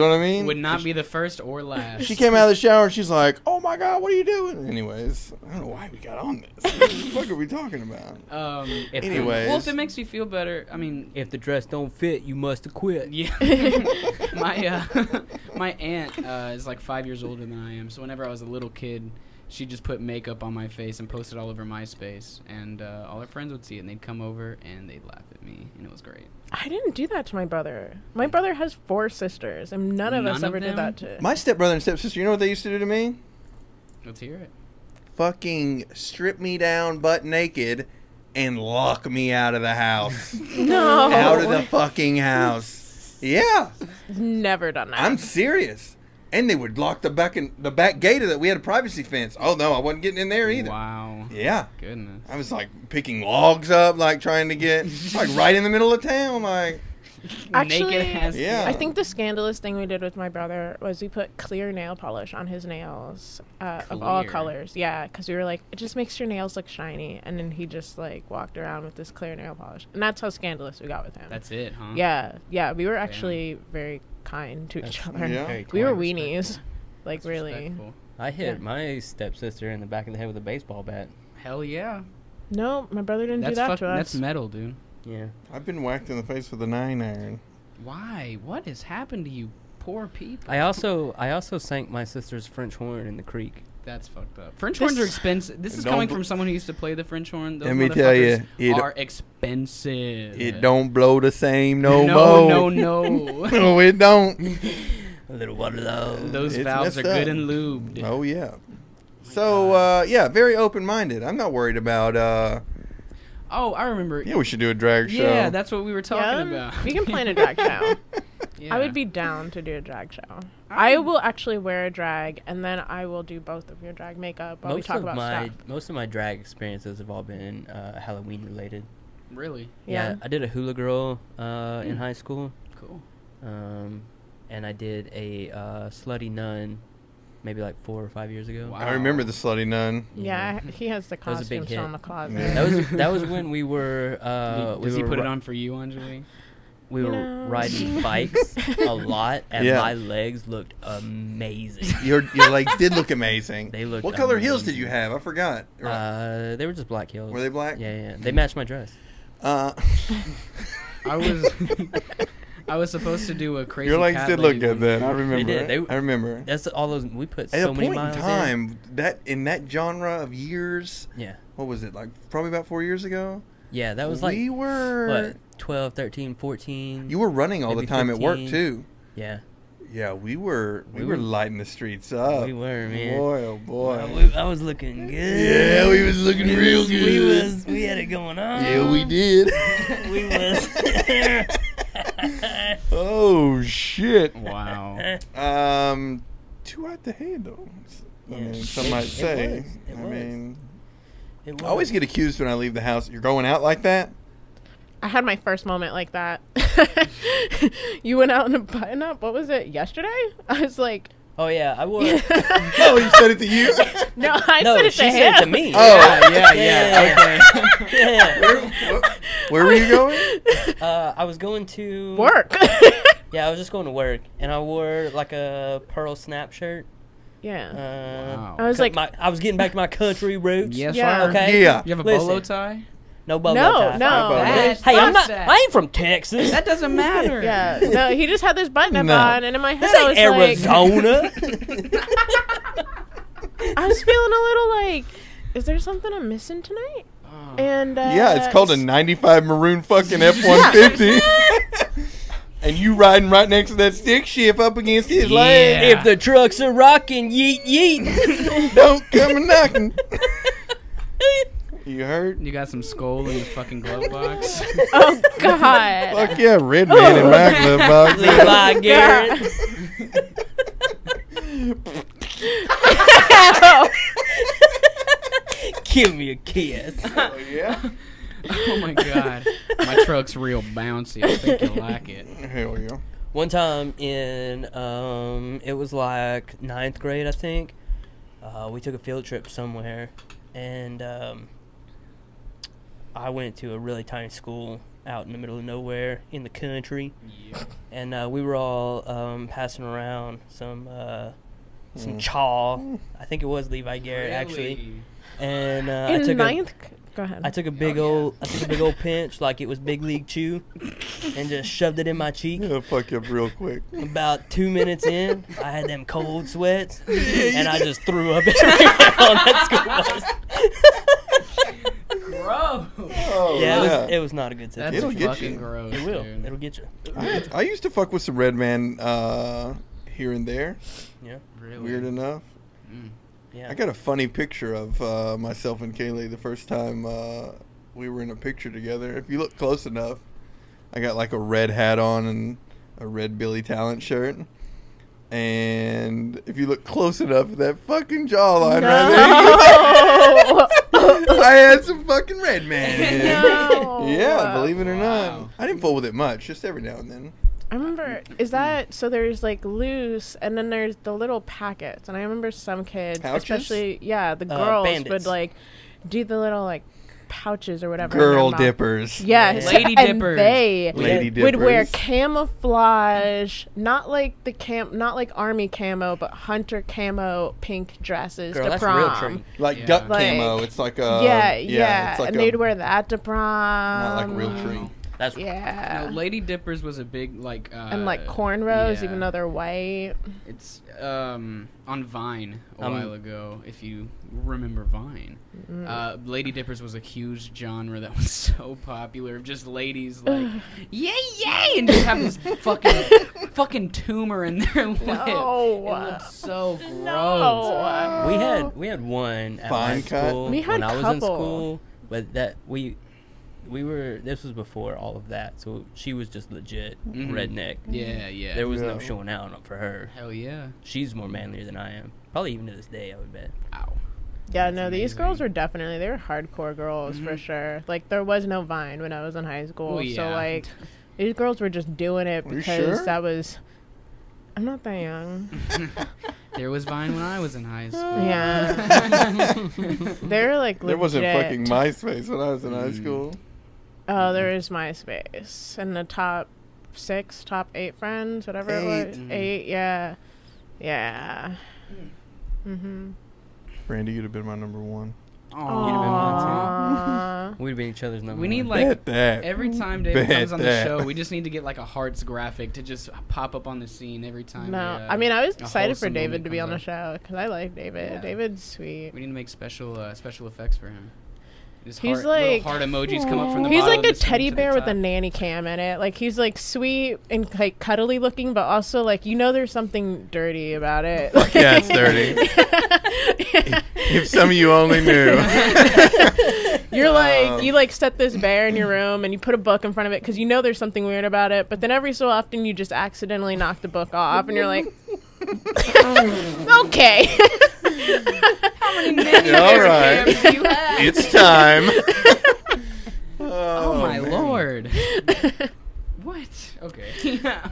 [SPEAKER 1] know what I mean?
[SPEAKER 4] Would not be the first or last.
[SPEAKER 1] She came out of the shower and she's like, "Oh my god, what are you doing?" Anyways, I don't know why we got on this. what the fuck are we talking about?
[SPEAKER 4] Um,
[SPEAKER 3] If the-
[SPEAKER 1] Anyways,
[SPEAKER 4] well, if it makes you feel better, I mean,
[SPEAKER 3] if the dress don't fit, you must have quit.
[SPEAKER 4] yeah. my uh, my aunt uh, is like five years older than I am, so whenever I was a little kid, she just put makeup on my face and posted all over MySpace, and uh, all her friends would see it, and they'd come over and they'd laugh at me, and it was great.
[SPEAKER 2] I didn't do that to my brother. My brother has four sisters, and none of us
[SPEAKER 4] None of
[SPEAKER 2] ever
[SPEAKER 4] them?
[SPEAKER 2] did that to.
[SPEAKER 1] my stepbrother and stepsister, you know what they used to do to me?
[SPEAKER 4] Let's hear it.
[SPEAKER 1] Fucking strip me down butt naked and lock me out of the house.
[SPEAKER 4] Oh.
[SPEAKER 2] no,
[SPEAKER 1] out of the fucking house. Yeah,
[SPEAKER 2] never done that.
[SPEAKER 1] I'm serious. And they would lock the back in, the back gate of that. We had a privacy fence. Oh no, I wasn't getting in there either.
[SPEAKER 4] Wow.
[SPEAKER 1] Yeah.
[SPEAKER 4] Goodness.
[SPEAKER 1] I was like picking logs up, like trying to get like right in the middle of town, like
[SPEAKER 2] Actually,
[SPEAKER 4] Naked ass-
[SPEAKER 1] yeah.
[SPEAKER 2] I think the scandalous thing we did with my brother was we put clear nail polish on his nails uh, of all
[SPEAKER 4] Clear.
[SPEAKER 2] colors. Yeah, because we were like, it just makes your nails look shiny. And then he just like walked around with this clear nail polish. And that's how scandalous we got with him.
[SPEAKER 4] That's it, huh?
[SPEAKER 2] yeah, yeah. We were actually very kind to each other.
[SPEAKER 1] yeah.
[SPEAKER 3] Very
[SPEAKER 2] We were
[SPEAKER 3] corny.
[SPEAKER 2] weenies. Like,
[SPEAKER 4] That's
[SPEAKER 2] really.
[SPEAKER 4] respectful.
[SPEAKER 3] I hit
[SPEAKER 2] Yeah.
[SPEAKER 3] my stepsister in the back of the head with a baseball bat.
[SPEAKER 4] Hell yeah.
[SPEAKER 2] No, my brother didn't
[SPEAKER 4] That's
[SPEAKER 2] do that
[SPEAKER 4] fuck-
[SPEAKER 2] to us.
[SPEAKER 4] That's metal, dude.
[SPEAKER 3] Yeah.
[SPEAKER 1] I've been whacked in the face with a nine iron.
[SPEAKER 4] Why? What has happened to you, poor people?
[SPEAKER 3] I also I also sank my sister's French horn in the creek.
[SPEAKER 4] That's fucked up. French
[SPEAKER 2] This-
[SPEAKER 4] horns are expensive. This is
[SPEAKER 1] Don't
[SPEAKER 4] coming
[SPEAKER 1] bl-
[SPEAKER 4] from someone who used to play the French horn. Those
[SPEAKER 1] Let me tell ya,
[SPEAKER 4] motherfuckers
[SPEAKER 1] it-
[SPEAKER 4] are expensive.
[SPEAKER 1] It don't blow the same no,
[SPEAKER 4] no,
[SPEAKER 1] more.
[SPEAKER 4] no, no.
[SPEAKER 1] no, it don't.
[SPEAKER 3] A little water low.
[SPEAKER 4] Those
[SPEAKER 1] It's
[SPEAKER 4] valves are
[SPEAKER 1] messed up.
[SPEAKER 4] good and lubed.
[SPEAKER 1] Oh yeah. So uh, yeah, very open minded. I'm not worried about. Uh,
[SPEAKER 4] Oh, I remember.
[SPEAKER 1] yeah, we should do a drag show.
[SPEAKER 4] Yeah, that's what we were talking
[SPEAKER 2] Yeah,
[SPEAKER 4] about.
[SPEAKER 2] we can plan a drag show.
[SPEAKER 4] Yeah.
[SPEAKER 2] I would be down to do a drag show. I will actually wear a drag, and then I will do both of your drag makeup while we
[SPEAKER 3] Most
[SPEAKER 2] talk
[SPEAKER 3] of
[SPEAKER 2] about
[SPEAKER 3] my
[SPEAKER 2] stuff.
[SPEAKER 3] most of my drag experiences have all been uh, Halloween related.
[SPEAKER 4] really
[SPEAKER 3] Yeah.
[SPEAKER 2] Yeah. Hmm.
[SPEAKER 3] I did a hula girl uh, in high school,
[SPEAKER 4] cool.
[SPEAKER 3] um, and I did a uh, slutty nun, maybe like four or five years ago.
[SPEAKER 4] Wow.
[SPEAKER 1] I remember the slutty nun.
[SPEAKER 2] Yeah, I- he has the
[SPEAKER 3] That was a big
[SPEAKER 2] costume still
[SPEAKER 3] hit.
[SPEAKER 2] in the closet.
[SPEAKER 1] Yeah.
[SPEAKER 3] That was that was when we were. Uh,
[SPEAKER 4] Did-
[SPEAKER 3] we
[SPEAKER 4] Does he
[SPEAKER 3] were
[SPEAKER 4] put it
[SPEAKER 3] ri-
[SPEAKER 4] on for you, Anjali?
[SPEAKER 3] We
[SPEAKER 2] You
[SPEAKER 3] were
[SPEAKER 2] know.
[SPEAKER 3] riding bikes a lot, and
[SPEAKER 1] Yeah.
[SPEAKER 3] my legs looked amazing.
[SPEAKER 1] Your your legs did look amazing.
[SPEAKER 3] They looked
[SPEAKER 1] What color heels did
[SPEAKER 3] amazing.
[SPEAKER 1] you have? I forgot. Or-
[SPEAKER 3] Uh, they were just black heels.
[SPEAKER 1] Were they black?
[SPEAKER 3] Yeah, yeah. They matched my dress.
[SPEAKER 1] Uh,
[SPEAKER 4] I was. I was supposed to do a crazy.
[SPEAKER 1] your legs
[SPEAKER 4] cat
[SPEAKER 1] did
[SPEAKER 4] lady
[SPEAKER 1] look good
[SPEAKER 4] one.
[SPEAKER 1] then. I remember.
[SPEAKER 3] did.
[SPEAKER 1] it.
[SPEAKER 3] They w-
[SPEAKER 1] I remember.
[SPEAKER 3] That's all those. We put
[SPEAKER 1] At
[SPEAKER 3] so
[SPEAKER 1] a
[SPEAKER 3] many
[SPEAKER 1] point in
[SPEAKER 3] miles
[SPEAKER 1] time, that in that genre of years,
[SPEAKER 3] In. Yeah,
[SPEAKER 1] what was it like? Probably about four years ago.
[SPEAKER 3] yeah. That was
[SPEAKER 1] we
[SPEAKER 3] like
[SPEAKER 1] were
[SPEAKER 3] what 12, 13, 14.
[SPEAKER 1] you were running all
[SPEAKER 3] maybe
[SPEAKER 1] the time at work
[SPEAKER 3] 15.
[SPEAKER 1] too.
[SPEAKER 3] yeah.
[SPEAKER 1] Yeah, we were we,
[SPEAKER 3] We
[SPEAKER 1] were
[SPEAKER 3] were-
[SPEAKER 1] lighting the streets up.
[SPEAKER 3] we were, man.
[SPEAKER 1] Boy, oh boy.
[SPEAKER 3] Well, we- I was looking good.
[SPEAKER 1] yeah, we was looking
[SPEAKER 3] We
[SPEAKER 1] real
[SPEAKER 3] was-
[SPEAKER 1] good.
[SPEAKER 3] We was. We had it going on.
[SPEAKER 1] yeah, we did.
[SPEAKER 3] We was.
[SPEAKER 1] oh shit.
[SPEAKER 4] Wow.
[SPEAKER 1] Um, two out the head though. I
[SPEAKER 3] Yeah.
[SPEAKER 1] mean, some
[SPEAKER 3] It-
[SPEAKER 1] might
[SPEAKER 3] it
[SPEAKER 1] say.
[SPEAKER 3] was, it
[SPEAKER 1] I
[SPEAKER 3] was.
[SPEAKER 1] mean,
[SPEAKER 3] It was.
[SPEAKER 1] I always get accused when I leave the house. You're going out like that?
[SPEAKER 2] I had my first moment like that. you went out in a button up. What was it yesterday? I was like,
[SPEAKER 3] Oh yeah, I would.
[SPEAKER 1] Oh, you said it to you.
[SPEAKER 2] No, I
[SPEAKER 3] no,
[SPEAKER 2] said it
[SPEAKER 3] she
[SPEAKER 2] to
[SPEAKER 3] said
[SPEAKER 2] him.
[SPEAKER 3] it to me.
[SPEAKER 1] Oh.
[SPEAKER 4] yeah, yeah. Okay.
[SPEAKER 3] Yeah.
[SPEAKER 1] Where were you going?
[SPEAKER 3] Uh, I was going to
[SPEAKER 2] Work.
[SPEAKER 3] Um, Yeah, I was just going to work, and I wore like a pearl snap shirt. Uh,
[SPEAKER 2] yeah.
[SPEAKER 4] Wow.
[SPEAKER 2] I was like,
[SPEAKER 3] cut my, I was getting back to my country roots.
[SPEAKER 4] Yes,
[SPEAKER 2] Yeah.
[SPEAKER 4] sir.
[SPEAKER 3] Okay.
[SPEAKER 1] Yeah.
[SPEAKER 4] You have a bolo
[SPEAKER 3] Listen.
[SPEAKER 4] tie?
[SPEAKER 3] No bubble
[SPEAKER 2] No,
[SPEAKER 3] tie.
[SPEAKER 2] no.
[SPEAKER 1] Oh,
[SPEAKER 4] That-
[SPEAKER 3] Hey, I'm
[SPEAKER 4] fuck
[SPEAKER 3] not.
[SPEAKER 4] that.
[SPEAKER 3] I ain't from Texas.
[SPEAKER 4] That doesn't matter.
[SPEAKER 2] yeah. No, he just had this button up
[SPEAKER 1] No.
[SPEAKER 2] on, and in my head,
[SPEAKER 3] this
[SPEAKER 2] I
[SPEAKER 3] ain't
[SPEAKER 2] was
[SPEAKER 3] Arizona.
[SPEAKER 2] like, I was feeling a little like, is there something I'm missing tonight?
[SPEAKER 4] Oh.
[SPEAKER 2] And uh,
[SPEAKER 1] Yeah, it's called a 95 maroon fucking F-150. and you riding right next to that stick shift up against his leg.
[SPEAKER 3] If the trucks are rocking, yeet yeet.
[SPEAKER 1] Don't come a knocking. you heard?
[SPEAKER 4] You got some skull in the fucking glove box.
[SPEAKER 2] Oh God.
[SPEAKER 1] Fuck yeah, red man in my glove box.
[SPEAKER 3] Levi Garrett. Give me a kiss.
[SPEAKER 1] Oh, yeah?
[SPEAKER 4] oh my god. My truck's real bouncy. I think you'll like it.
[SPEAKER 1] Hell yeah.
[SPEAKER 3] One time in, um, it was like ninth grade, I think. Uh, we took a field trip somewhere, and um, I went to a really tiny school out in the middle of nowhere in the country, and uh, we were all um, passing around some uh, some chaw. I think it was Levi Garrett actually,
[SPEAKER 4] Really?
[SPEAKER 3] and uh, I
[SPEAKER 2] In
[SPEAKER 3] took
[SPEAKER 2] ninth,
[SPEAKER 3] a.
[SPEAKER 2] c- go ahead.
[SPEAKER 3] I took a big old, I took a big old pinch like it was big league chew, and just shoved it in my cheek.
[SPEAKER 1] It'll fuck you up real quick.
[SPEAKER 3] About two minutes in, I had them cold sweats, and I just threw up everywhere on that school bus.
[SPEAKER 4] Bro.
[SPEAKER 1] Oh,
[SPEAKER 3] Yeah, it, was, it was not a good
[SPEAKER 4] That's
[SPEAKER 3] situation.
[SPEAKER 1] It'll get
[SPEAKER 4] fucking
[SPEAKER 1] you.
[SPEAKER 4] gross.
[SPEAKER 3] It will.
[SPEAKER 4] Dude.
[SPEAKER 3] It'll get you.
[SPEAKER 1] I, I used to fuck with some red man uh, here and there.
[SPEAKER 3] Yeah,
[SPEAKER 4] really.
[SPEAKER 1] Weird enough.
[SPEAKER 4] Mm.
[SPEAKER 3] yeah.
[SPEAKER 1] I got a funny picture of uh, myself and Kaylee the first time uh, we were in a picture together. If you look close enough, I got like a red hat on and a red Billy Talent shirt. And if you look close enough, that fucking jawline right there. I had some fucking red man.
[SPEAKER 2] No.
[SPEAKER 1] Yeah, believe it or not.
[SPEAKER 4] Wow.
[SPEAKER 1] I didn't fool with it much, just every now and then.
[SPEAKER 2] I remember. Is that so? There's like loose, and then there's the little packets. And I remember some kids,
[SPEAKER 1] Pouches?
[SPEAKER 2] especially yeah, the
[SPEAKER 3] Uh,
[SPEAKER 2] girls would
[SPEAKER 3] bandits.
[SPEAKER 2] like do the little like pouches or whatever. in their
[SPEAKER 1] Girl
[SPEAKER 2] mouth.
[SPEAKER 1] dippers.
[SPEAKER 2] Yes,
[SPEAKER 4] Lady
[SPEAKER 2] and
[SPEAKER 4] dippers.
[SPEAKER 2] They
[SPEAKER 1] Lady
[SPEAKER 2] would wear
[SPEAKER 1] dippers.
[SPEAKER 2] camouflage, not like the cam, not like army camo, but hunter camo pink dresses
[SPEAKER 3] Girl,
[SPEAKER 2] to
[SPEAKER 3] that's a real
[SPEAKER 2] prom.
[SPEAKER 3] treat.
[SPEAKER 1] Like
[SPEAKER 4] Yeah.
[SPEAKER 1] duck
[SPEAKER 2] Like-
[SPEAKER 1] camo. It's like a.
[SPEAKER 2] yeah, yeah,
[SPEAKER 1] Um, It's like
[SPEAKER 2] and
[SPEAKER 1] a,
[SPEAKER 2] they'd wear um, that to prom.
[SPEAKER 1] Not like a real tree.
[SPEAKER 3] That's
[SPEAKER 2] Yeah.
[SPEAKER 4] No, Lady Dippers was a big like. Uh,
[SPEAKER 2] and like cornrows,
[SPEAKER 4] yeah.
[SPEAKER 2] even though they're white.
[SPEAKER 4] It's um on Vine a
[SPEAKER 3] Um,
[SPEAKER 4] while ago, if you remember Vine.
[SPEAKER 2] Mm.
[SPEAKER 4] Uh, Lady Dippers was a huge genre that was so popular of just ladies like yay yay and just have this fucking fucking tumor in their lip.
[SPEAKER 2] No.
[SPEAKER 4] It looked so gross.
[SPEAKER 2] No.
[SPEAKER 3] we had we had one at
[SPEAKER 1] Fine
[SPEAKER 3] my
[SPEAKER 1] cut.
[SPEAKER 3] school
[SPEAKER 2] We had
[SPEAKER 3] when I was in
[SPEAKER 2] couple.
[SPEAKER 3] school, but that we we were this was before all of that, so she was just legit
[SPEAKER 4] Mhm.
[SPEAKER 3] redneck.
[SPEAKER 4] Yeah, yeah.
[SPEAKER 3] There was
[SPEAKER 1] Yeah.
[SPEAKER 3] no showing out for her.
[SPEAKER 4] Hell yeah.
[SPEAKER 3] She's more manlier than I am. Probably even to this day, I would bet.
[SPEAKER 4] Ow.
[SPEAKER 2] Yeah,
[SPEAKER 4] That's
[SPEAKER 2] no, these
[SPEAKER 4] amazing.
[SPEAKER 2] girls were definitely they were hardcore girls for sure. Like there was no Vine when I was in high school,
[SPEAKER 4] Well,
[SPEAKER 2] so
[SPEAKER 4] Mm-hmm. yeah.
[SPEAKER 2] like these girls were just doing it
[SPEAKER 1] Are you
[SPEAKER 2] because
[SPEAKER 1] sure?
[SPEAKER 2] that was. I'm not that
[SPEAKER 4] Mm-hmm.
[SPEAKER 2] young.
[SPEAKER 4] There was Vine when I was in high school.
[SPEAKER 2] yeah, they were like.
[SPEAKER 1] There wasn't
[SPEAKER 2] legit-
[SPEAKER 1] fucking Mm-hmm. MySpace when I was in
[SPEAKER 4] Mm.
[SPEAKER 1] high school.
[SPEAKER 2] Oh, there is MySpace and the top six, top eight friends, whatever it was.
[SPEAKER 4] Eight.
[SPEAKER 2] Eight, yeah, yeah. Mm-hmm.
[SPEAKER 1] Randy, you'd have been my number one.
[SPEAKER 4] Aw.
[SPEAKER 3] been
[SPEAKER 2] Aw.
[SPEAKER 3] mine We'd have been each other's number.
[SPEAKER 4] We need
[SPEAKER 3] one.
[SPEAKER 4] like
[SPEAKER 1] Bet that.
[SPEAKER 4] Every
[SPEAKER 2] Mm.
[SPEAKER 4] time David
[SPEAKER 1] Bet
[SPEAKER 4] comes on the
[SPEAKER 1] that.
[SPEAKER 4] show, we just need to get like a hearts graphic to just pop up on the scene every time.
[SPEAKER 2] No,
[SPEAKER 4] we, uh,
[SPEAKER 2] I mean I was
[SPEAKER 4] a
[SPEAKER 2] excited for
[SPEAKER 4] wholesome moment
[SPEAKER 2] David to be
[SPEAKER 4] comes
[SPEAKER 2] on the
[SPEAKER 4] up.
[SPEAKER 2] show because I like David.
[SPEAKER 4] Yeah.
[SPEAKER 2] David's sweet.
[SPEAKER 4] We need to make special uh, special effects for him. His
[SPEAKER 2] He's
[SPEAKER 4] heart, little
[SPEAKER 2] like-
[SPEAKER 4] heart emojis come up from the
[SPEAKER 2] He's
[SPEAKER 4] bottom of
[SPEAKER 2] like a
[SPEAKER 4] the screen
[SPEAKER 2] teddy
[SPEAKER 4] to the
[SPEAKER 2] bear with a
[SPEAKER 4] top.
[SPEAKER 2] nanny cam in it. Like he's like sweet and like cuddly looking, but also like you know there's something dirty about it.
[SPEAKER 1] Yeah, it's dirty. if some of you only knew.
[SPEAKER 2] You're
[SPEAKER 1] Um,
[SPEAKER 2] like you like set this bear in your room and you put a book in front of it because you know there's something weird about it. But then every so often you just accidentally knock the book off and you're like, okay.
[SPEAKER 1] All right,
[SPEAKER 5] You have.
[SPEAKER 1] it's time. oh,
[SPEAKER 4] Oh, my
[SPEAKER 1] man.
[SPEAKER 4] lord! what? Okay.
[SPEAKER 1] Yeah.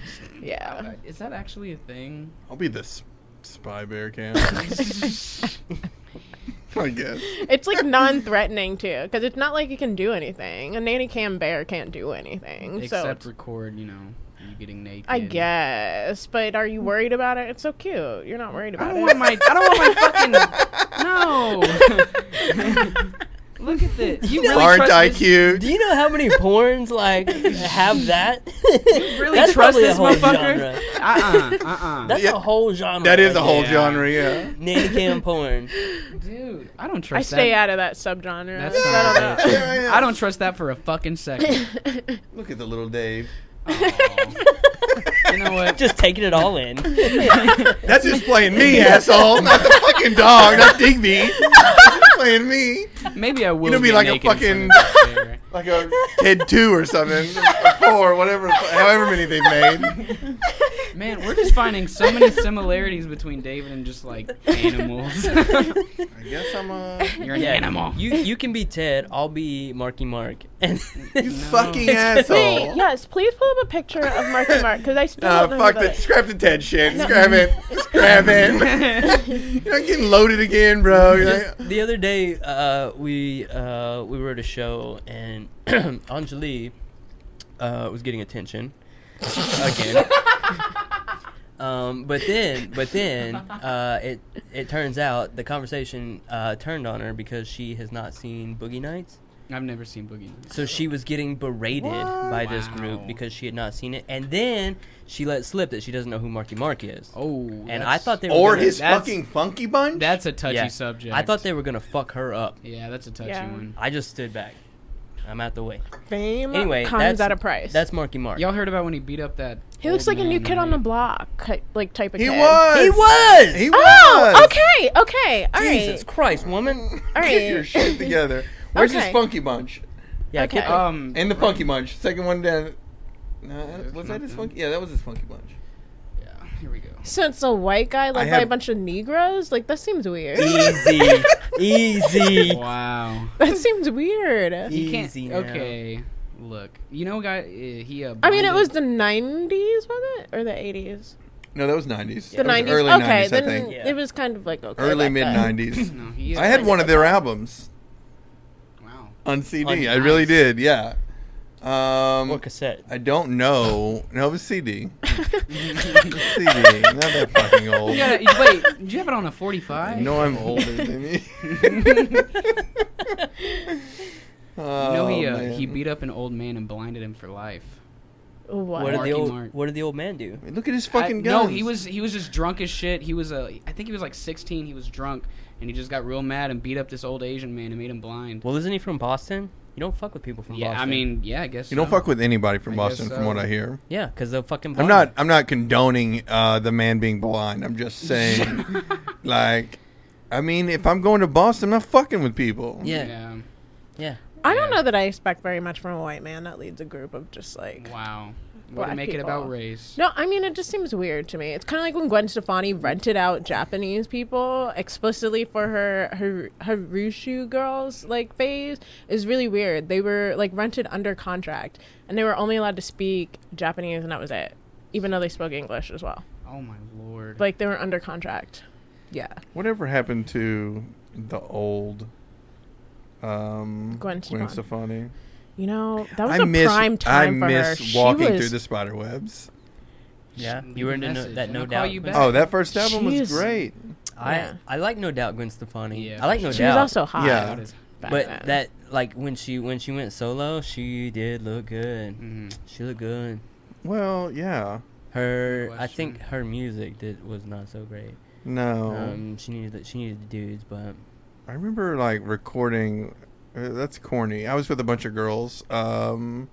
[SPEAKER 2] Yeah.
[SPEAKER 4] Uh, Is that actually a thing?
[SPEAKER 1] I'll be the s- spy bear cam. I guess.
[SPEAKER 2] It's like non-threatening too, because it's not like it can do anything. A nanny cam bear can't do anything. so
[SPEAKER 4] Except
[SPEAKER 2] it's-
[SPEAKER 4] record, you know, you getting naked.
[SPEAKER 2] I guess. But are you worried about it? It's so cute. You're not worried
[SPEAKER 4] I
[SPEAKER 2] about
[SPEAKER 4] don't want
[SPEAKER 2] it.
[SPEAKER 4] my. I don't want my fucking. No. Look at this. You really
[SPEAKER 1] Aren't
[SPEAKER 4] trust
[SPEAKER 1] I
[SPEAKER 4] this-
[SPEAKER 1] cute?
[SPEAKER 3] Do you know how many porns like have that?
[SPEAKER 4] Really
[SPEAKER 3] That's
[SPEAKER 4] trust
[SPEAKER 3] probably a
[SPEAKER 4] this
[SPEAKER 3] whole
[SPEAKER 4] motherfucker?
[SPEAKER 3] genre.
[SPEAKER 4] Uh uh-uh, uh.
[SPEAKER 3] That's
[SPEAKER 1] Yeah.
[SPEAKER 3] a whole genre.
[SPEAKER 1] That is
[SPEAKER 3] right
[SPEAKER 1] a whole
[SPEAKER 3] there.
[SPEAKER 1] genre, yeah.
[SPEAKER 3] nanny cam porn.
[SPEAKER 4] Dude, I don't
[SPEAKER 2] I
[SPEAKER 4] trust
[SPEAKER 2] stay
[SPEAKER 4] that.
[SPEAKER 2] out of that subgenre.
[SPEAKER 4] That's
[SPEAKER 2] I don't
[SPEAKER 4] not-
[SPEAKER 2] know.
[SPEAKER 1] Here I am.
[SPEAKER 4] I don't trust that for a fucking second.
[SPEAKER 1] Look at the little Dave.
[SPEAKER 4] Aw. you know what?
[SPEAKER 3] Just taking it all in.
[SPEAKER 1] That's just playing me, asshole. Not the fucking dog, not Digby. That's playing me.
[SPEAKER 4] Maybe I will.
[SPEAKER 1] You know, be
[SPEAKER 4] get
[SPEAKER 1] like a
[SPEAKER 4] naked
[SPEAKER 1] fucking-
[SPEAKER 4] in front of that bear.
[SPEAKER 1] Like a Ted 2 or something. Or 4, whatever, however many they've made.
[SPEAKER 4] Man, we're just finding so many similarities between David and just like animals.
[SPEAKER 1] I guess I'm a.
[SPEAKER 4] You're an animal.
[SPEAKER 3] You you can be Ted. I'll be Marky Mark. And
[SPEAKER 1] You fucking
[SPEAKER 2] Wait,
[SPEAKER 1] asshole.
[SPEAKER 2] yes, please pull up a picture of Marky Mark because I still
[SPEAKER 1] Nah,
[SPEAKER 2] don't know
[SPEAKER 1] Uh, fuck
[SPEAKER 2] who that
[SPEAKER 1] that.
[SPEAKER 2] is.
[SPEAKER 1] Scrap the Ted shit. Scrap it. Scrap it. You're not getting loaded again, bro. You're
[SPEAKER 3] Just
[SPEAKER 1] like-
[SPEAKER 3] the other day, uh, we uh, we were at a show and Anjali uh, was getting attention again. um, but then, but then uh, it it turns out the conversation uh, turned on her because she has not seen Boogie Nights.
[SPEAKER 4] I've never seen Boogie Nights.
[SPEAKER 3] So she was getting berated by this
[SPEAKER 4] Wow.
[SPEAKER 3] group because she had not seen it, and then she let slip that she doesn't know who Marky Mark is.
[SPEAKER 4] Oh,
[SPEAKER 3] and I
[SPEAKER 4] that's-
[SPEAKER 3] thought they were
[SPEAKER 1] or
[SPEAKER 3] gonna-
[SPEAKER 1] his
[SPEAKER 4] That's-
[SPEAKER 1] fucking funky bunch.
[SPEAKER 4] that's a touchy
[SPEAKER 3] yeah.
[SPEAKER 4] subject.
[SPEAKER 3] I thought they were gonna fuck her up.
[SPEAKER 4] Yeah, that's a touchy
[SPEAKER 2] Yeah.
[SPEAKER 4] one.
[SPEAKER 3] I just stood back. I'm out the way.
[SPEAKER 2] Fame
[SPEAKER 3] Anyway,
[SPEAKER 2] comes
[SPEAKER 3] that's,
[SPEAKER 2] at a price.
[SPEAKER 3] That's Marky Mark.
[SPEAKER 4] Y'all heard about when he beat up that?
[SPEAKER 2] he looks
[SPEAKER 4] old
[SPEAKER 2] like a new
[SPEAKER 4] man,
[SPEAKER 2] kid
[SPEAKER 4] right?
[SPEAKER 2] on the block, ki- like type of
[SPEAKER 1] he
[SPEAKER 2] kid.
[SPEAKER 1] was.
[SPEAKER 3] He was.
[SPEAKER 1] He was.
[SPEAKER 2] Oh, okay, okay, all right,
[SPEAKER 3] Jesus Christ, woman.
[SPEAKER 2] all right.
[SPEAKER 1] Get your shit together. Where's
[SPEAKER 2] Okay.
[SPEAKER 1] his funky bunch?
[SPEAKER 3] Yeah,
[SPEAKER 2] Okay.
[SPEAKER 3] okay.
[SPEAKER 4] Um,
[SPEAKER 1] And the funky bunch. Second one down. No, was that his funky? Yeah, that was his funky bunch.
[SPEAKER 4] yeah, here we go.
[SPEAKER 2] So it's a white guy led
[SPEAKER 1] I
[SPEAKER 2] by a
[SPEAKER 1] have-
[SPEAKER 2] bunch of Negroes? Like, that seems weird.
[SPEAKER 3] easy, easy,
[SPEAKER 4] Wow.
[SPEAKER 2] that seems weird.
[SPEAKER 4] He can't.
[SPEAKER 3] easy. now.
[SPEAKER 4] Okay, look. You know, guy. Uh, he. Uh,
[SPEAKER 2] I mean, it
[SPEAKER 4] blinded-
[SPEAKER 2] was the 90s, was it? Or the 80s?
[SPEAKER 1] No, that was nineties.
[SPEAKER 2] The 90s?
[SPEAKER 1] Early
[SPEAKER 2] okay,
[SPEAKER 1] nineties, I
[SPEAKER 2] then
[SPEAKER 1] think.
[SPEAKER 3] Yeah.
[SPEAKER 2] it was kind of like, okay.
[SPEAKER 1] Early
[SPEAKER 2] that's
[SPEAKER 1] mid
[SPEAKER 2] it.
[SPEAKER 1] nineties.
[SPEAKER 4] No, he.
[SPEAKER 1] I had one of their albums
[SPEAKER 4] Wow.
[SPEAKER 1] on CD.
[SPEAKER 3] On
[SPEAKER 1] I really
[SPEAKER 3] nice.
[SPEAKER 1] did. Yeah. Um,
[SPEAKER 3] Or cassette.
[SPEAKER 1] I don't know. No, it was CD. CD. Not that fucking old.
[SPEAKER 4] You gotta, you- wait, did you have it on a 45?
[SPEAKER 1] I know I'm older than you.
[SPEAKER 4] You
[SPEAKER 1] oh,
[SPEAKER 4] know he, uh,
[SPEAKER 1] man.
[SPEAKER 4] he beat up an old man and blinded him for life.
[SPEAKER 2] What?
[SPEAKER 3] What did
[SPEAKER 4] Marky
[SPEAKER 3] the old
[SPEAKER 4] Mark.
[SPEAKER 3] What did the old man do?
[SPEAKER 1] Look at his fucking
[SPEAKER 4] I-
[SPEAKER 1] guns.
[SPEAKER 4] No, he was he was just drunk as shit. He was a I think he was like 16. He was drunk and he just got real mad and beat up this old Asian man and made him blind.
[SPEAKER 3] Well, isn't he from Boston? You don't fuck with people from
[SPEAKER 4] yeah,
[SPEAKER 3] Boston.
[SPEAKER 4] I mean, yeah, I guess
[SPEAKER 1] You don't
[SPEAKER 4] so.
[SPEAKER 1] fuck with anybody from
[SPEAKER 4] I guess
[SPEAKER 1] Boston,
[SPEAKER 4] so.
[SPEAKER 1] from what I hear.
[SPEAKER 3] yeah, because they'll fucking.
[SPEAKER 1] I'm
[SPEAKER 3] bomb
[SPEAKER 1] not.
[SPEAKER 3] you.
[SPEAKER 1] I'm not condoning uh, the man being blind. I'm just saying, like, I mean, if I'm going to Boston, I'm not fucking with people.
[SPEAKER 3] Yeah.
[SPEAKER 4] Yeah.
[SPEAKER 3] Yeah.
[SPEAKER 2] I don't
[SPEAKER 4] Yeah.
[SPEAKER 2] know that I expect very much from a white man that leads a group of just like.
[SPEAKER 4] Wow. Way to
[SPEAKER 2] Black
[SPEAKER 4] make it
[SPEAKER 2] people.
[SPEAKER 4] about race.
[SPEAKER 2] No, I mean, it just seems weird to me. It's kind of like when Gwen Stefani rented out Japanese people explicitly for her, her, her Rushu girls, like, phase. It was really weird. They were, like, rented under contract, and they were only allowed to speak Japanese, and that was it. Even though they spoke English as well.
[SPEAKER 4] Oh my lord.
[SPEAKER 2] Like, they were under contract. Yeah.
[SPEAKER 1] Whatever happened to the old um,
[SPEAKER 2] Gwen Stefani.
[SPEAKER 1] Stefani?
[SPEAKER 2] You know, that was
[SPEAKER 1] I
[SPEAKER 2] a
[SPEAKER 1] miss.
[SPEAKER 2] prime time
[SPEAKER 1] I
[SPEAKER 2] for her.
[SPEAKER 1] miss
[SPEAKER 2] She
[SPEAKER 1] walking
[SPEAKER 2] was-
[SPEAKER 1] through the spider webs.
[SPEAKER 3] Yeah.
[SPEAKER 4] Leave
[SPEAKER 3] You were
[SPEAKER 4] a
[SPEAKER 3] into no,
[SPEAKER 4] message
[SPEAKER 3] that
[SPEAKER 4] and
[SPEAKER 3] no
[SPEAKER 4] I'll call
[SPEAKER 3] doubt.
[SPEAKER 4] you
[SPEAKER 3] Gwen
[SPEAKER 4] back.
[SPEAKER 1] Oh, that first album was
[SPEAKER 2] Jeez.
[SPEAKER 1] great.
[SPEAKER 3] I
[SPEAKER 2] Yeah.
[SPEAKER 3] I like No Doubt Gwen Stefani.
[SPEAKER 4] Yeah,
[SPEAKER 3] I like
[SPEAKER 4] for
[SPEAKER 3] No
[SPEAKER 2] She
[SPEAKER 3] Doubt.
[SPEAKER 2] was also hot.
[SPEAKER 1] Yeah.
[SPEAKER 4] That is-
[SPEAKER 2] back
[SPEAKER 3] but
[SPEAKER 2] then.
[SPEAKER 3] that like when she when she went solo, she did look good.
[SPEAKER 4] Mhm.
[SPEAKER 3] She looked good.
[SPEAKER 1] Well, yeah.
[SPEAKER 3] Her I
[SPEAKER 4] question.
[SPEAKER 3] think her music did was not so great.
[SPEAKER 1] No,
[SPEAKER 3] Um, she needed the- she needed the dudes, but
[SPEAKER 1] I remember like recording. Uh, that's corny. I was with a bunch of girls um,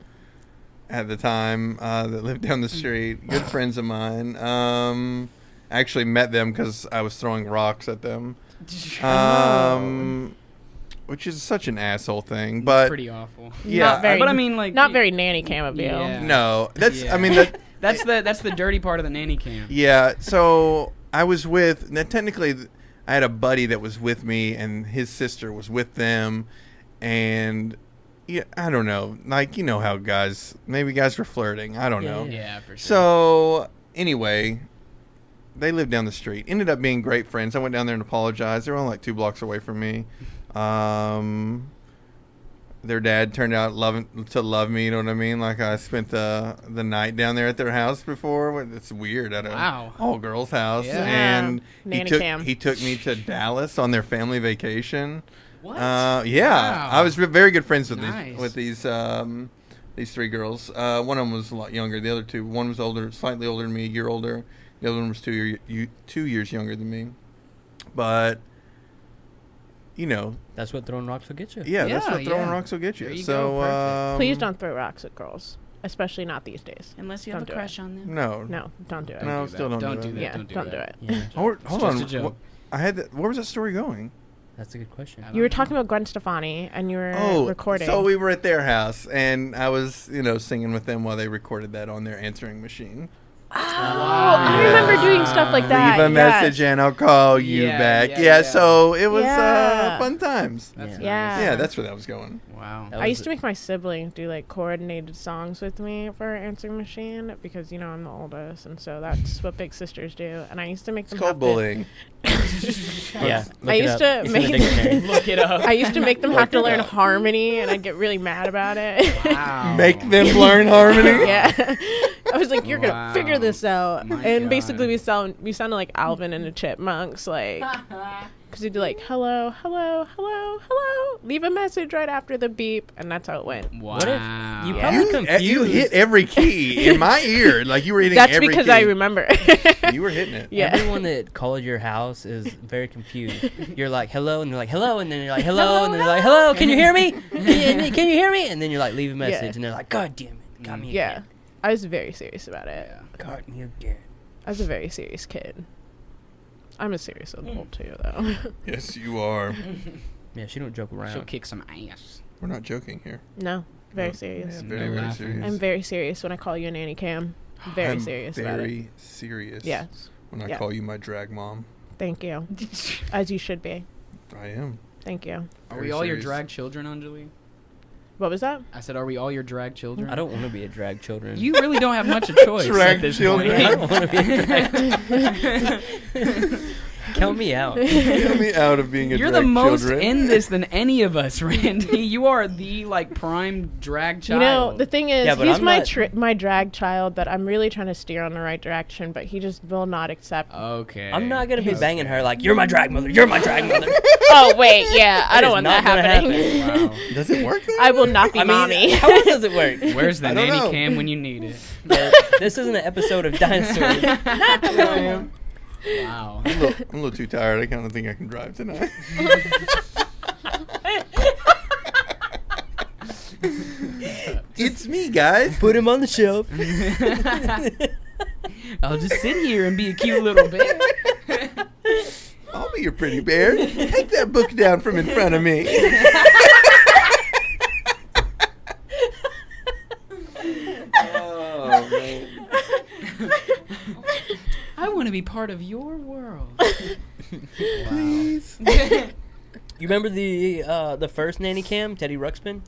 [SPEAKER 1] at the time uh, that lived down the
[SPEAKER 4] Mm.
[SPEAKER 1] street. Good friends of mine. Um, I actually met them because I was throwing rocks at them,
[SPEAKER 4] Mm-hmm. Oh.
[SPEAKER 1] um, which is such an asshole thing.
[SPEAKER 4] It's
[SPEAKER 1] But
[SPEAKER 4] pretty awful.
[SPEAKER 1] yeah,
[SPEAKER 2] Not very-
[SPEAKER 4] But I mean like
[SPEAKER 2] Not
[SPEAKER 4] y-
[SPEAKER 2] very nanny cam of you.
[SPEAKER 1] I-
[SPEAKER 4] Yeah.
[SPEAKER 1] no, that's.
[SPEAKER 4] Yeah.
[SPEAKER 1] I mean, that,
[SPEAKER 4] That's the that's the dirty part of the nanny cam.
[SPEAKER 1] Yeah, so I was with now technically th- I had a buddy that was with me and his sister was with them and yeah, I don't know. Like you know how guys maybe guys were flirting. I don't
[SPEAKER 3] Yeah,
[SPEAKER 1] know.
[SPEAKER 4] Yeah, for sure.
[SPEAKER 1] So anyway, they lived down the street. Ended up being great friends. I went down there and apologized. They were only like two blocks away from me. Um, their dad turned out loving to love me. You know what I mean? Like I spent the the night down there at their house before. It's weird at a
[SPEAKER 4] Wow.
[SPEAKER 1] all girls house.
[SPEAKER 4] Yeah.
[SPEAKER 1] And he
[SPEAKER 2] Nanny
[SPEAKER 1] took
[SPEAKER 2] cam.
[SPEAKER 1] he took me to Dallas on their family vacation.
[SPEAKER 4] What?
[SPEAKER 1] Uh, yeah,
[SPEAKER 4] Wow.
[SPEAKER 1] I was re- very good friends with
[SPEAKER 4] Nice.
[SPEAKER 1] these with these um, these three girls. Uh, one of them was a lot younger. The other two, one was older, slightly older than me, a year older. The other one was two year, you, two years younger than me. But you know,
[SPEAKER 3] That's what throwing rocks will get you.
[SPEAKER 1] yeah, that's
[SPEAKER 4] Yeah,
[SPEAKER 1] what throwing
[SPEAKER 4] yeah.
[SPEAKER 1] rocks will get you.
[SPEAKER 4] There you
[SPEAKER 1] so
[SPEAKER 4] go, perfect.
[SPEAKER 1] um,
[SPEAKER 2] Please don't throw rocks at girls, especially not these days.
[SPEAKER 5] Unless you
[SPEAKER 2] Don't
[SPEAKER 5] have
[SPEAKER 2] do
[SPEAKER 5] a
[SPEAKER 2] it.
[SPEAKER 5] crush on them.
[SPEAKER 1] No,
[SPEAKER 2] No, don't do it.
[SPEAKER 1] No,
[SPEAKER 4] do
[SPEAKER 1] still
[SPEAKER 4] that.
[SPEAKER 1] don't do that.
[SPEAKER 4] do that.
[SPEAKER 2] yeah,
[SPEAKER 4] don't do that.
[SPEAKER 2] it.
[SPEAKER 3] Yeah,
[SPEAKER 1] Hold, hold
[SPEAKER 4] just
[SPEAKER 1] on.
[SPEAKER 4] a joke.
[SPEAKER 1] What- I had that. Where was that story going?
[SPEAKER 3] that's a good question.
[SPEAKER 4] I
[SPEAKER 2] You were
[SPEAKER 4] don't know.
[SPEAKER 2] talking about Gwen Stefani and you were
[SPEAKER 1] Oh,
[SPEAKER 2] recording.
[SPEAKER 1] So we were at their house, and I was, you know, singing with them while they recorded that on their answering machine.
[SPEAKER 2] I remember doing stuff like that.
[SPEAKER 1] Uh, Leave a
[SPEAKER 2] yes.
[SPEAKER 1] message and I'll call you
[SPEAKER 4] Yeah,
[SPEAKER 1] back. Yeah,
[SPEAKER 4] yeah, yeah.
[SPEAKER 1] so it was uh,
[SPEAKER 2] Yeah.
[SPEAKER 1] fun times.
[SPEAKER 4] That's
[SPEAKER 2] Yeah.
[SPEAKER 4] nice.
[SPEAKER 1] yeah, that's where that was going.
[SPEAKER 4] Wow.
[SPEAKER 3] That
[SPEAKER 2] I
[SPEAKER 3] was
[SPEAKER 2] used to
[SPEAKER 3] a-
[SPEAKER 2] make my sibling do like coordinated songs with me for our answering machine because you know I'm the oldest and so that's what big sisters do. And I used to make
[SPEAKER 1] It's
[SPEAKER 2] them
[SPEAKER 1] called
[SPEAKER 2] have
[SPEAKER 1] bullying.
[SPEAKER 3] Yeah, look
[SPEAKER 2] I
[SPEAKER 3] it
[SPEAKER 2] used
[SPEAKER 3] up.
[SPEAKER 2] to
[SPEAKER 3] It's in the
[SPEAKER 2] make
[SPEAKER 3] dictionary.
[SPEAKER 4] Look it
[SPEAKER 2] To, I
[SPEAKER 4] up.
[SPEAKER 2] used to make them have to
[SPEAKER 1] Look it
[SPEAKER 2] learn
[SPEAKER 1] up.
[SPEAKER 2] harmony and I'd get really mad about it.
[SPEAKER 4] Wow.
[SPEAKER 1] Make them learn harmony.
[SPEAKER 2] yeah. I was like, you're
[SPEAKER 4] Wow.
[SPEAKER 2] gonna figure this out.
[SPEAKER 4] My
[SPEAKER 2] and
[SPEAKER 4] God.
[SPEAKER 2] basically, we sound we sounded like Alvin and the Chipmunks, like because you'd be like, hello, hello, hello, hello, leave a message right after the beep, and that's how it went.
[SPEAKER 4] Wow.
[SPEAKER 3] What if you
[SPEAKER 4] Yeah.
[SPEAKER 3] probably-
[SPEAKER 1] You, eh,
[SPEAKER 3] I'm
[SPEAKER 1] you hit
[SPEAKER 3] confused.
[SPEAKER 1] every key in my ear, like you were hitting.
[SPEAKER 2] That's
[SPEAKER 1] every
[SPEAKER 2] because
[SPEAKER 1] key.
[SPEAKER 2] I remember.
[SPEAKER 1] You were hitting it.
[SPEAKER 2] yeah.
[SPEAKER 3] Everyone that called your house is very confused. You're like hello, and they're like hello, and then you're like hello, and then they're like hello. Can you hear me? Can you- can you hear me? And then you're like leave a message, and they're like God damn it, got me
[SPEAKER 2] yeah.
[SPEAKER 3] again.
[SPEAKER 2] I was very serious about it.
[SPEAKER 4] Yeah.
[SPEAKER 3] Got me again.
[SPEAKER 2] I was a very serious kid. I'm a serious adult too, though.
[SPEAKER 1] Yes, you are.
[SPEAKER 3] Yeah, she don't joke around.
[SPEAKER 4] She'll kick some ass.
[SPEAKER 1] We're not joking here.
[SPEAKER 2] no, very
[SPEAKER 1] No.
[SPEAKER 2] serious.
[SPEAKER 1] Yeah, very,
[SPEAKER 4] No
[SPEAKER 1] very
[SPEAKER 4] laughing.
[SPEAKER 1] serious.
[SPEAKER 2] I'm very serious when I call you a nanny cam. Very
[SPEAKER 1] I'm
[SPEAKER 2] serious about it.
[SPEAKER 1] Very serious.
[SPEAKER 2] Yes.
[SPEAKER 1] When I
[SPEAKER 2] Yeah.
[SPEAKER 1] call you my drag mom,
[SPEAKER 2] Thank you. As you should be.
[SPEAKER 1] I am.
[SPEAKER 2] Thank you.
[SPEAKER 4] Are
[SPEAKER 1] Very
[SPEAKER 4] we all your
[SPEAKER 1] serious.
[SPEAKER 4] drag children, Anjali?
[SPEAKER 2] What was that?
[SPEAKER 4] I said, are we all your drag children?
[SPEAKER 3] I don't want to be a drag children.
[SPEAKER 4] You really don't have much of choice
[SPEAKER 1] Drag
[SPEAKER 4] at this
[SPEAKER 1] children.
[SPEAKER 3] I don't
[SPEAKER 4] point.
[SPEAKER 3] want to be a drag. Count me out.
[SPEAKER 1] Get me out of being a
[SPEAKER 4] You're the
[SPEAKER 1] drag
[SPEAKER 4] most
[SPEAKER 1] children.
[SPEAKER 4] in this than any of us, Randy. You are the like prime drag
[SPEAKER 2] You
[SPEAKER 4] child.
[SPEAKER 2] know, the thing is,
[SPEAKER 3] Yeah, but
[SPEAKER 2] he's
[SPEAKER 3] I'm
[SPEAKER 2] my
[SPEAKER 3] not-
[SPEAKER 2] tri- my drag child that I'm really trying to steer on the right direction, but he just will not accept.
[SPEAKER 4] okay.
[SPEAKER 3] I'm not gonna be banging her like you're my drag mother. You're my drag mother.
[SPEAKER 2] oh wait, yeah, I
[SPEAKER 3] is
[SPEAKER 2] don't want
[SPEAKER 3] not
[SPEAKER 2] that
[SPEAKER 3] gonna
[SPEAKER 2] happening.
[SPEAKER 4] Wow.
[SPEAKER 1] Does it work? Then?
[SPEAKER 2] I will not be
[SPEAKER 3] I mean,
[SPEAKER 2] mommy.
[SPEAKER 3] how else does it work?
[SPEAKER 4] Where's the
[SPEAKER 1] I don't
[SPEAKER 4] nanny
[SPEAKER 1] know.
[SPEAKER 4] cam when you need it?
[SPEAKER 3] But this isn't an episode of Dinosaur.
[SPEAKER 4] Wow.
[SPEAKER 1] I'm a, little, I'm a little too tired. I kind of think I can drive tonight. it's me, guys.
[SPEAKER 3] Put him on the shelf.
[SPEAKER 4] I'll just sit here and be a cute little bear.
[SPEAKER 1] I'll be your pretty bear. Take that book down from in front of me. oh, man.
[SPEAKER 4] I want to be part of your world.
[SPEAKER 1] Please.
[SPEAKER 3] You remember the uh, the first nanny cam, Teddy Ruxpin?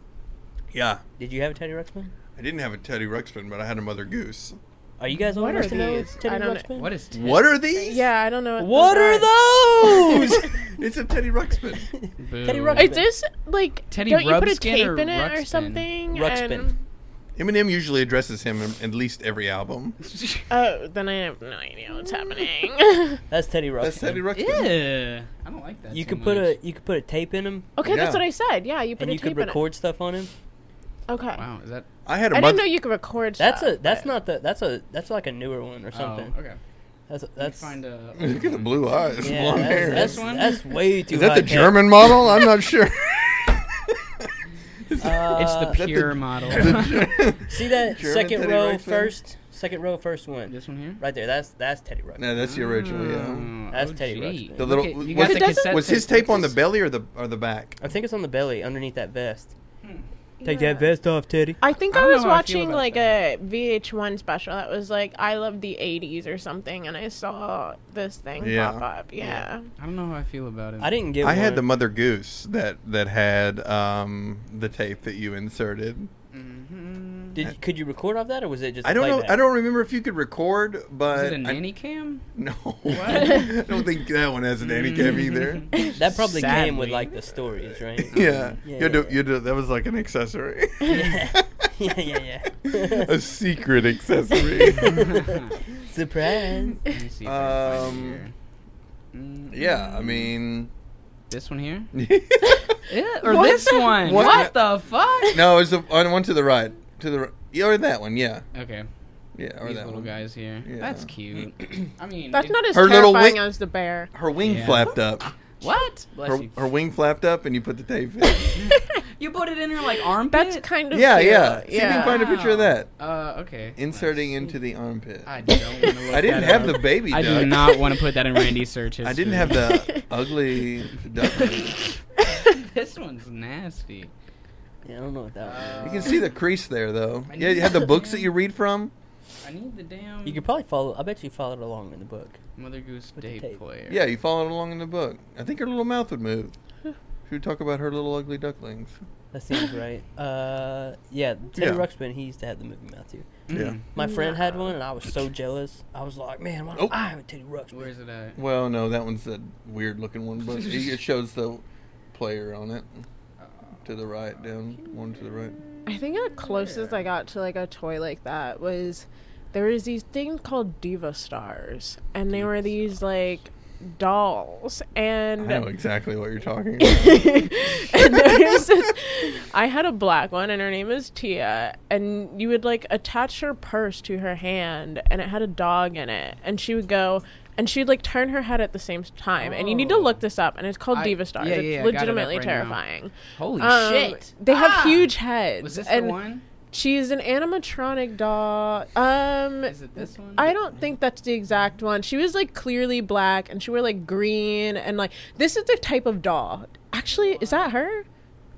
[SPEAKER 1] Yeah.
[SPEAKER 3] Did you have a Teddy Ruxpin?
[SPEAKER 1] I didn't have a Teddy Ruxpin, but I had a Mother Goose.
[SPEAKER 3] Are you guys old
[SPEAKER 2] What are
[SPEAKER 3] enough to know
[SPEAKER 2] these?
[SPEAKER 3] Teddy
[SPEAKER 2] I don't-
[SPEAKER 3] Ruxpin?
[SPEAKER 4] What is
[SPEAKER 1] What are these?
[SPEAKER 2] yeah, I don't know.
[SPEAKER 3] What are those?
[SPEAKER 1] It's a Teddy Ruxpin.
[SPEAKER 3] Teddy
[SPEAKER 4] Boo.
[SPEAKER 3] Ruxpin.
[SPEAKER 2] Is this like?
[SPEAKER 4] Teddy
[SPEAKER 2] don't you put a
[SPEAKER 4] Ruxpin
[SPEAKER 2] tape
[SPEAKER 4] or
[SPEAKER 2] in it or
[SPEAKER 4] Ruxpin?
[SPEAKER 2] something?
[SPEAKER 3] Ruxpin.
[SPEAKER 2] and-
[SPEAKER 1] Eminem usually addresses him in at least every album.
[SPEAKER 2] oh, then I have no idea what's happening.
[SPEAKER 3] That's Teddy Ruxpin.
[SPEAKER 1] That's Teddy Ruxpin.
[SPEAKER 4] Yeah. I don't like that.
[SPEAKER 3] You
[SPEAKER 4] so
[SPEAKER 3] could put
[SPEAKER 4] much.
[SPEAKER 3] a you could put a tape in him,
[SPEAKER 2] okay,
[SPEAKER 1] Yeah.
[SPEAKER 2] that's what I said. Yeah, you put
[SPEAKER 3] and
[SPEAKER 2] a
[SPEAKER 3] you
[SPEAKER 2] tape
[SPEAKER 3] could record stuff on him.
[SPEAKER 2] in it. Okay.
[SPEAKER 4] Wow, is that
[SPEAKER 1] I had a
[SPEAKER 2] I
[SPEAKER 1] mother.
[SPEAKER 2] didn't know you could record.
[SPEAKER 3] That's
[SPEAKER 2] stuff,
[SPEAKER 3] a that's
[SPEAKER 2] but-
[SPEAKER 3] not the that's a that's like a newer one or something.
[SPEAKER 4] Oh, okay.
[SPEAKER 3] That's that's
[SPEAKER 4] Find a
[SPEAKER 1] Look at the blue eyes,
[SPEAKER 3] yeah,
[SPEAKER 1] blonde
[SPEAKER 3] that's,
[SPEAKER 1] hair.
[SPEAKER 3] That's,
[SPEAKER 4] This one?
[SPEAKER 3] that's way too.
[SPEAKER 1] Is that the
[SPEAKER 3] high-tech.
[SPEAKER 1] German model? I'm not sure.
[SPEAKER 3] Uh,
[SPEAKER 4] It's the
[SPEAKER 1] that the-
[SPEAKER 4] pure model.
[SPEAKER 3] see that
[SPEAKER 1] German
[SPEAKER 3] second
[SPEAKER 1] Teddy
[SPEAKER 3] row
[SPEAKER 1] Ruxpin?
[SPEAKER 3] first second row first one
[SPEAKER 4] this one here.
[SPEAKER 3] right there. That's that's Teddy Ruxpin.
[SPEAKER 1] no, that's the original. Yeah.
[SPEAKER 4] Oh,
[SPEAKER 3] That's
[SPEAKER 4] oh,
[SPEAKER 3] Teddy
[SPEAKER 4] gee.
[SPEAKER 3] Ruxpin.
[SPEAKER 1] The
[SPEAKER 4] Look
[SPEAKER 1] little-
[SPEAKER 4] at- you
[SPEAKER 1] was-
[SPEAKER 4] got the
[SPEAKER 1] It
[SPEAKER 2] doesn't-
[SPEAKER 4] cassette
[SPEAKER 1] Was his
[SPEAKER 4] tape
[SPEAKER 1] tape on the
[SPEAKER 4] pictures.
[SPEAKER 1] belly or the or the back?
[SPEAKER 3] I think it's on the belly underneath that vest. Take
[SPEAKER 2] Yeah.
[SPEAKER 3] that vest off, Teddy.
[SPEAKER 2] I think
[SPEAKER 4] I
[SPEAKER 2] I,
[SPEAKER 4] don't
[SPEAKER 2] was
[SPEAKER 4] know how I feel
[SPEAKER 2] watching
[SPEAKER 4] about
[SPEAKER 2] like a VH1 special that was like I love the 80s or something and I saw this thing
[SPEAKER 1] Yeah.
[SPEAKER 2] pop up. Yeah.
[SPEAKER 4] I don't know how I feel about it.
[SPEAKER 3] I didn't get.
[SPEAKER 1] I
[SPEAKER 3] one.
[SPEAKER 1] had the Mother Goose that that had um, the tape that you inserted.
[SPEAKER 4] Mhm.
[SPEAKER 3] Did could you record off that, or was it just?
[SPEAKER 1] I don't know.
[SPEAKER 3] playback?
[SPEAKER 1] I don't remember if you could record, but
[SPEAKER 4] Is it a
[SPEAKER 1] I-
[SPEAKER 4] nanny cam?
[SPEAKER 1] no, I don't think that one has a nanny cam either.
[SPEAKER 3] That probably came with
[SPEAKER 4] Sadly.
[SPEAKER 3] like the stories, right?
[SPEAKER 1] Yeah,
[SPEAKER 3] Yeah,
[SPEAKER 1] you had to-
[SPEAKER 3] yeah,
[SPEAKER 1] you had to- that was like an accessory,
[SPEAKER 3] yeah, yeah, yeah. yeah.
[SPEAKER 1] a secret accessory.
[SPEAKER 3] Surprise.
[SPEAKER 4] Let me see if I can find it
[SPEAKER 1] Um,
[SPEAKER 4] here. Mm,
[SPEAKER 1] yeah, I mean,
[SPEAKER 4] this one here,
[SPEAKER 1] no,
[SPEAKER 2] Yeah,
[SPEAKER 4] or this one?
[SPEAKER 1] What?
[SPEAKER 4] What, the fuck?
[SPEAKER 1] it's the on one to the right, to the r- yeah, or that one, yeah,
[SPEAKER 4] Okay,
[SPEAKER 1] yeah, or
[SPEAKER 4] these
[SPEAKER 1] that
[SPEAKER 4] little
[SPEAKER 1] one.
[SPEAKER 4] guys here.
[SPEAKER 1] Yeah.
[SPEAKER 4] That's cute. I mean,
[SPEAKER 2] That's
[SPEAKER 4] it-
[SPEAKER 2] not as
[SPEAKER 1] Her little
[SPEAKER 2] terrifying
[SPEAKER 1] wing-
[SPEAKER 2] as the bear.
[SPEAKER 1] Her wing
[SPEAKER 4] Yeah.
[SPEAKER 1] flapped up.
[SPEAKER 4] what. Bless
[SPEAKER 1] Her,
[SPEAKER 4] you.
[SPEAKER 1] her wing flapped up, and you put the tape in.
[SPEAKER 4] You put it in her like armpit.
[SPEAKER 2] That's kind of
[SPEAKER 1] yeah,
[SPEAKER 2] cute.
[SPEAKER 1] yeah. See if you can
[SPEAKER 2] yeah.
[SPEAKER 1] find a picture of that.
[SPEAKER 4] Uh, okay.
[SPEAKER 1] Inserting into the armpit.
[SPEAKER 4] I don't want to look
[SPEAKER 1] I didn't
[SPEAKER 4] that
[SPEAKER 1] have
[SPEAKER 4] up.
[SPEAKER 1] the baby
[SPEAKER 4] I
[SPEAKER 1] duck.
[SPEAKER 4] do not want to put that in Randy's search history.
[SPEAKER 1] I didn't have the ugly duck. You
[SPEAKER 4] this one's nasty.
[SPEAKER 3] Yeah, I don't know what that was.
[SPEAKER 1] can see the crease there, though.
[SPEAKER 4] I
[SPEAKER 1] Yeah, you had the books that you read from.
[SPEAKER 4] I need the damn
[SPEAKER 3] You could probably follow. I bet you followed along in the book.
[SPEAKER 4] Mother Goose
[SPEAKER 3] the
[SPEAKER 4] date
[SPEAKER 3] tape.
[SPEAKER 4] player.
[SPEAKER 1] Yeah, you followed along in the book. I think her little mouth would move. She would talk about her little ugly ducklings.
[SPEAKER 3] That seems right. Uh, yeah,
[SPEAKER 1] Yeah.
[SPEAKER 3] Teddy Ruxpin. He used to have the movie mouth too.
[SPEAKER 1] Yeah.
[SPEAKER 4] Hmm.
[SPEAKER 3] My friend had one, and I was so jealous. I was like, man, why don't
[SPEAKER 1] Oh.
[SPEAKER 3] I have a Teddy Ruxpin?
[SPEAKER 4] Where's it at?
[SPEAKER 1] Well, no, that one's the weird looking one, but it it shows the player on it. To the right, down one to the right.
[SPEAKER 2] I think the closest I got to like a toy like that was there was these thing called Diva Stars, and they were these like dolls,
[SPEAKER 1] I
[SPEAKER 2] and
[SPEAKER 1] know exactly what you're talking about.
[SPEAKER 2] and there was this, I had a black one, and her name was Tia. And you would like attach her purse to her hand, and it had a dog in it. And she would go, and she'd like turn her head at the same time. And you need to
[SPEAKER 4] Oh.
[SPEAKER 2] look this up, and it's called
[SPEAKER 4] I-
[SPEAKER 2] Diva Stars.
[SPEAKER 4] yeah, yeah, yeah, I
[SPEAKER 2] it's
[SPEAKER 4] got it up
[SPEAKER 2] legitimately
[SPEAKER 4] right now.
[SPEAKER 2] terrifying.
[SPEAKER 4] Holy
[SPEAKER 2] Um,
[SPEAKER 4] shit! Ah!
[SPEAKER 2] They have huge heads.
[SPEAKER 4] Was this
[SPEAKER 2] and
[SPEAKER 4] the one?
[SPEAKER 2] She's an animatronic doll. Um,
[SPEAKER 4] Is it this one?
[SPEAKER 2] I don't think that's the exact one. She was like clearly black, and she wore like green, and like this is the type of doll. Actually, is that her?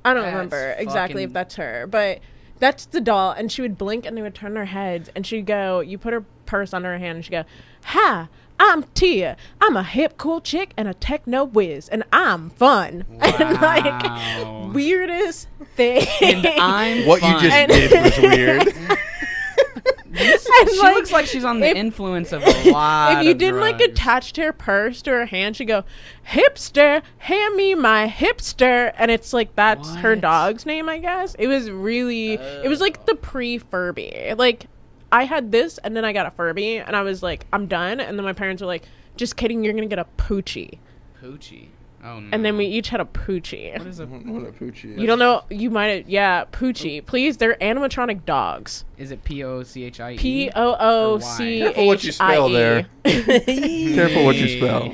[SPEAKER 2] I don't
[SPEAKER 4] That's
[SPEAKER 2] remember exactly if
[SPEAKER 4] fucking-
[SPEAKER 2] that's her, but that's the doll. And she would blink, and they would turn their heads, and she'd go. You put her purse under her hand, and she'd go, "Hi." I'm Tia. I'm a hip, cool chick and a techno whiz, and I'm fun. And
[SPEAKER 4] Wow.
[SPEAKER 2] like weirdest thing.
[SPEAKER 4] And I'm
[SPEAKER 1] What
[SPEAKER 4] fine.
[SPEAKER 1] you just
[SPEAKER 2] And-
[SPEAKER 1] did was weird.
[SPEAKER 2] And,
[SPEAKER 4] she looks like she's on the
[SPEAKER 2] if-
[SPEAKER 4] influence of a lot.
[SPEAKER 2] if you
[SPEAKER 4] of
[SPEAKER 2] didn't like
[SPEAKER 4] drugs.
[SPEAKER 2] attach to her purse to her hand, she'd go, Hipster, hand me my hipster. And it's like, that's her
[SPEAKER 4] What?
[SPEAKER 2] dog's name, I guess. It was really, it was like the pre Furby. Like, I had this and then I got a Furby and I was like, I'm done. And then my parents were like, just kidding, you're going to get a poochie.
[SPEAKER 4] Poochie. Oh no.
[SPEAKER 2] And then we each had a poochie.
[SPEAKER 4] What is a?
[SPEAKER 1] what a poochie.
[SPEAKER 2] You don't know, you might, yeah, poochie. Please, they're animatronic dogs.
[SPEAKER 4] Is it P O C H I E?
[SPEAKER 2] P O O C
[SPEAKER 1] Careful what you
[SPEAKER 2] H I
[SPEAKER 1] spell
[SPEAKER 2] E.
[SPEAKER 1] there. Careful what you spell.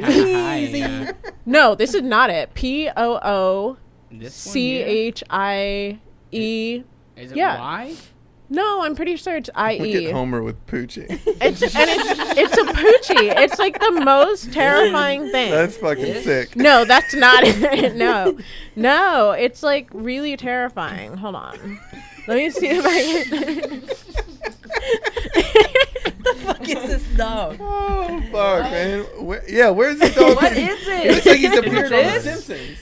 [SPEAKER 4] Easy.
[SPEAKER 2] No, this is not it. P O O
[SPEAKER 4] This one
[SPEAKER 2] E. C
[SPEAKER 4] here?
[SPEAKER 2] H I E.
[SPEAKER 4] Is it
[SPEAKER 2] yeah.
[SPEAKER 4] Y?
[SPEAKER 2] No, I'm pretty sure it's I
[SPEAKER 1] Look at
[SPEAKER 2] E.
[SPEAKER 1] Homer with Poochie.
[SPEAKER 2] It's and it's it's a poochie. It's like the most terrifying thing.
[SPEAKER 1] That's fucking sick.
[SPEAKER 2] no, that's not it. No, no, it's like really terrifying. Hold on, let me see if I can.
[SPEAKER 3] Fuck is this dog?
[SPEAKER 1] Oh fuck, man. Where, yeah, where's this dog?
[SPEAKER 4] What is
[SPEAKER 1] He looks
[SPEAKER 4] it?
[SPEAKER 1] like he's appeared on The
[SPEAKER 4] this?
[SPEAKER 1] Simpsons.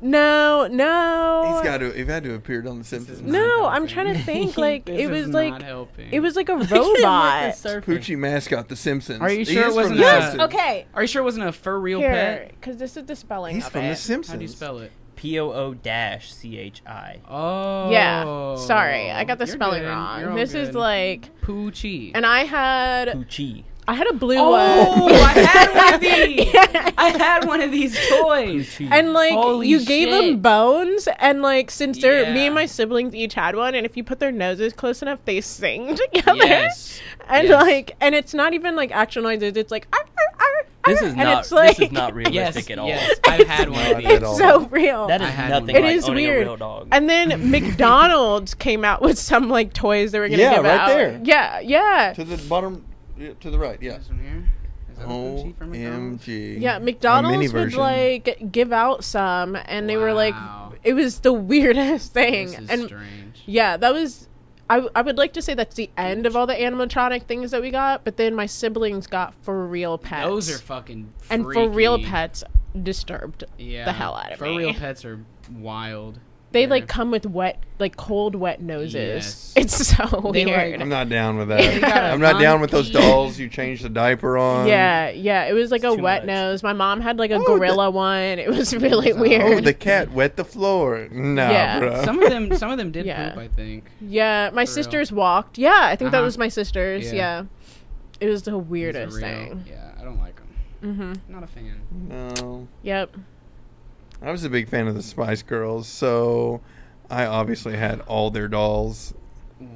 [SPEAKER 2] no, no,
[SPEAKER 1] He's got to. He had to have appeared on The Simpsons.
[SPEAKER 2] no. I'm trying to think. Like
[SPEAKER 4] This
[SPEAKER 2] it was
[SPEAKER 4] is
[SPEAKER 2] like
[SPEAKER 4] Not helping.
[SPEAKER 2] it was like a
[SPEAKER 3] Robot.
[SPEAKER 2] robot.
[SPEAKER 1] Poochie mascot, The Simpsons.
[SPEAKER 4] Are you
[SPEAKER 1] He
[SPEAKER 4] sure it
[SPEAKER 1] is from
[SPEAKER 4] wasn't
[SPEAKER 1] The
[SPEAKER 4] a-
[SPEAKER 2] Yes.
[SPEAKER 1] Simpsons.
[SPEAKER 2] Okay.
[SPEAKER 4] Are you sure it wasn't a fur real
[SPEAKER 2] Here,
[SPEAKER 4] pet?
[SPEAKER 2] because this is the spelling
[SPEAKER 1] He's
[SPEAKER 2] of
[SPEAKER 1] from
[SPEAKER 2] it.
[SPEAKER 1] The Simpsons.
[SPEAKER 4] How do you spell it?
[SPEAKER 3] P O O dash C H I.
[SPEAKER 4] Oh.
[SPEAKER 2] Yeah. Sorry, I got the
[SPEAKER 4] You're
[SPEAKER 2] spelling
[SPEAKER 4] good. You're
[SPEAKER 2] wrong.
[SPEAKER 4] all
[SPEAKER 2] This is
[SPEAKER 4] good.
[SPEAKER 2] like,
[SPEAKER 4] Poochie.
[SPEAKER 2] and I had,
[SPEAKER 3] Poochie.
[SPEAKER 2] I had a blue
[SPEAKER 4] oh,
[SPEAKER 2] one.
[SPEAKER 4] I had one of these. I had one of these toys.
[SPEAKER 3] Poochie.
[SPEAKER 2] And like
[SPEAKER 4] Holy
[SPEAKER 2] you gave them
[SPEAKER 4] shit.
[SPEAKER 2] bones, and like since they're me
[SPEAKER 4] Yeah.
[SPEAKER 2] and my siblings each had one, and if you put their noses close enough, they sing together.
[SPEAKER 4] Yes.
[SPEAKER 2] And
[SPEAKER 4] Yes.
[SPEAKER 2] like, and it's not even like actual noises; it's like, "Arr, arr, arr,
[SPEAKER 3] This
[SPEAKER 2] arr,"
[SPEAKER 3] is
[SPEAKER 2] and
[SPEAKER 3] not.
[SPEAKER 2] it's like,
[SPEAKER 3] this is not realistic
[SPEAKER 4] yes.
[SPEAKER 3] at all.
[SPEAKER 4] Yes. I've had one of
[SPEAKER 1] Not
[SPEAKER 4] these.
[SPEAKER 1] at
[SPEAKER 2] it's
[SPEAKER 1] all.
[SPEAKER 2] so real.
[SPEAKER 3] That is
[SPEAKER 4] I had
[SPEAKER 3] nothing.
[SPEAKER 4] one.
[SPEAKER 2] It
[SPEAKER 3] like
[SPEAKER 2] is
[SPEAKER 3] owning
[SPEAKER 2] weird.
[SPEAKER 3] A real dog.
[SPEAKER 2] And then McDonald's came out with some like toys they were gonna
[SPEAKER 1] Yeah,
[SPEAKER 2] give
[SPEAKER 1] right
[SPEAKER 2] out.
[SPEAKER 1] there.
[SPEAKER 2] Yeah, yeah,
[SPEAKER 1] To the bottom, yeah, to the right. Yeah.
[SPEAKER 4] This one here. Is that a Poochie from McDonald's?
[SPEAKER 1] OMG.
[SPEAKER 2] yeah.
[SPEAKER 1] A
[SPEAKER 2] McDonald's
[SPEAKER 1] mini
[SPEAKER 2] would
[SPEAKER 1] version.
[SPEAKER 2] like give out some, and they were like,
[SPEAKER 4] Wow.
[SPEAKER 2] it was the weirdest thing.
[SPEAKER 4] This is
[SPEAKER 2] and
[SPEAKER 4] strange.
[SPEAKER 2] yeah, that was. I, I would like to say that's the end of all the animatronic things that we got, but then my siblings got for real pets.
[SPEAKER 4] Those are fucking
[SPEAKER 2] and for real
[SPEAKER 4] freaky.
[SPEAKER 2] pets disturbed
[SPEAKER 4] yeah.
[SPEAKER 2] the hell out of
[SPEAKER 4] for
[SPEAKER 2] me.
[SPEAKER 4] real pets are wild.
[SPEAKER 2] They
[SPEAKER 4] They're-
[SPEAKER 2] like come with wet, like cold, wet noses.
[SPEAKER 4] Yes.
[SPEAKER 2] It's so
[SPEAKER 4] They, like,
[SPEAKER 2] weird.
[SPEAKER 1] I'm not down with
[SPEAKER 4] You got
[SPEAKER 1] that.
[SPEAKER 4] a
[SPEAKER 1] I'm not down with those
[SPEAKER 4] monkey.
[SPEAKER 1] dolls you change the diaper on.
[SPEAKER 2] yeah, yeah. It was like
[SPEAKER 3] It's
[SPEAKER 2] a
[SPEAKER 3] too
[SPEAKER 2] wet
[SPEAKER 3] much.
[SPEAKER 2] nose. My mom had like a
[SPEAKER 1] Oh,
[SPEAKER 2] gorilla one. It was really
[SPEAKER 4] Oh,
[SPEAKER 2] weird.
[SPEAKER 1] Oh, the cat wet the floor. Nah,
[SPEAKER 2] Yeah.
[SPEAKER 1] bro.
[SPEAKER 4] Some of them, some of them did
[SPEAKER 2] Yeah.
[SPEAKER 4] poop. I think.
[SPEAKER 2] yeah, my
[SPEAKER 4] For real.
[SPEAKER 2] sisters walked. Yeah, I think that
[SPEAKER 4] Uh-huh.
[SPEAKER 2] was my sisters. Yeah.
[SPEAKER 4] Yeah.
[SPEAKER 2] It was the
[SPEAKER 4] These are
[SPEAKER 2] weirdest
[SPEAKER 4] real.
[SPEAKER 2] thing.
[SPEAKER 4] Yeah, I don't like them.
[SPEAKER 2] Mm-hmm.
[SPEAKER 4] Not a fan.
[SPEAKER 1] no.
[SPEAKER 2] Yep.
[SPEAKER 1] I was a big fan of the Spice Girls, so I obviously had all their dolls.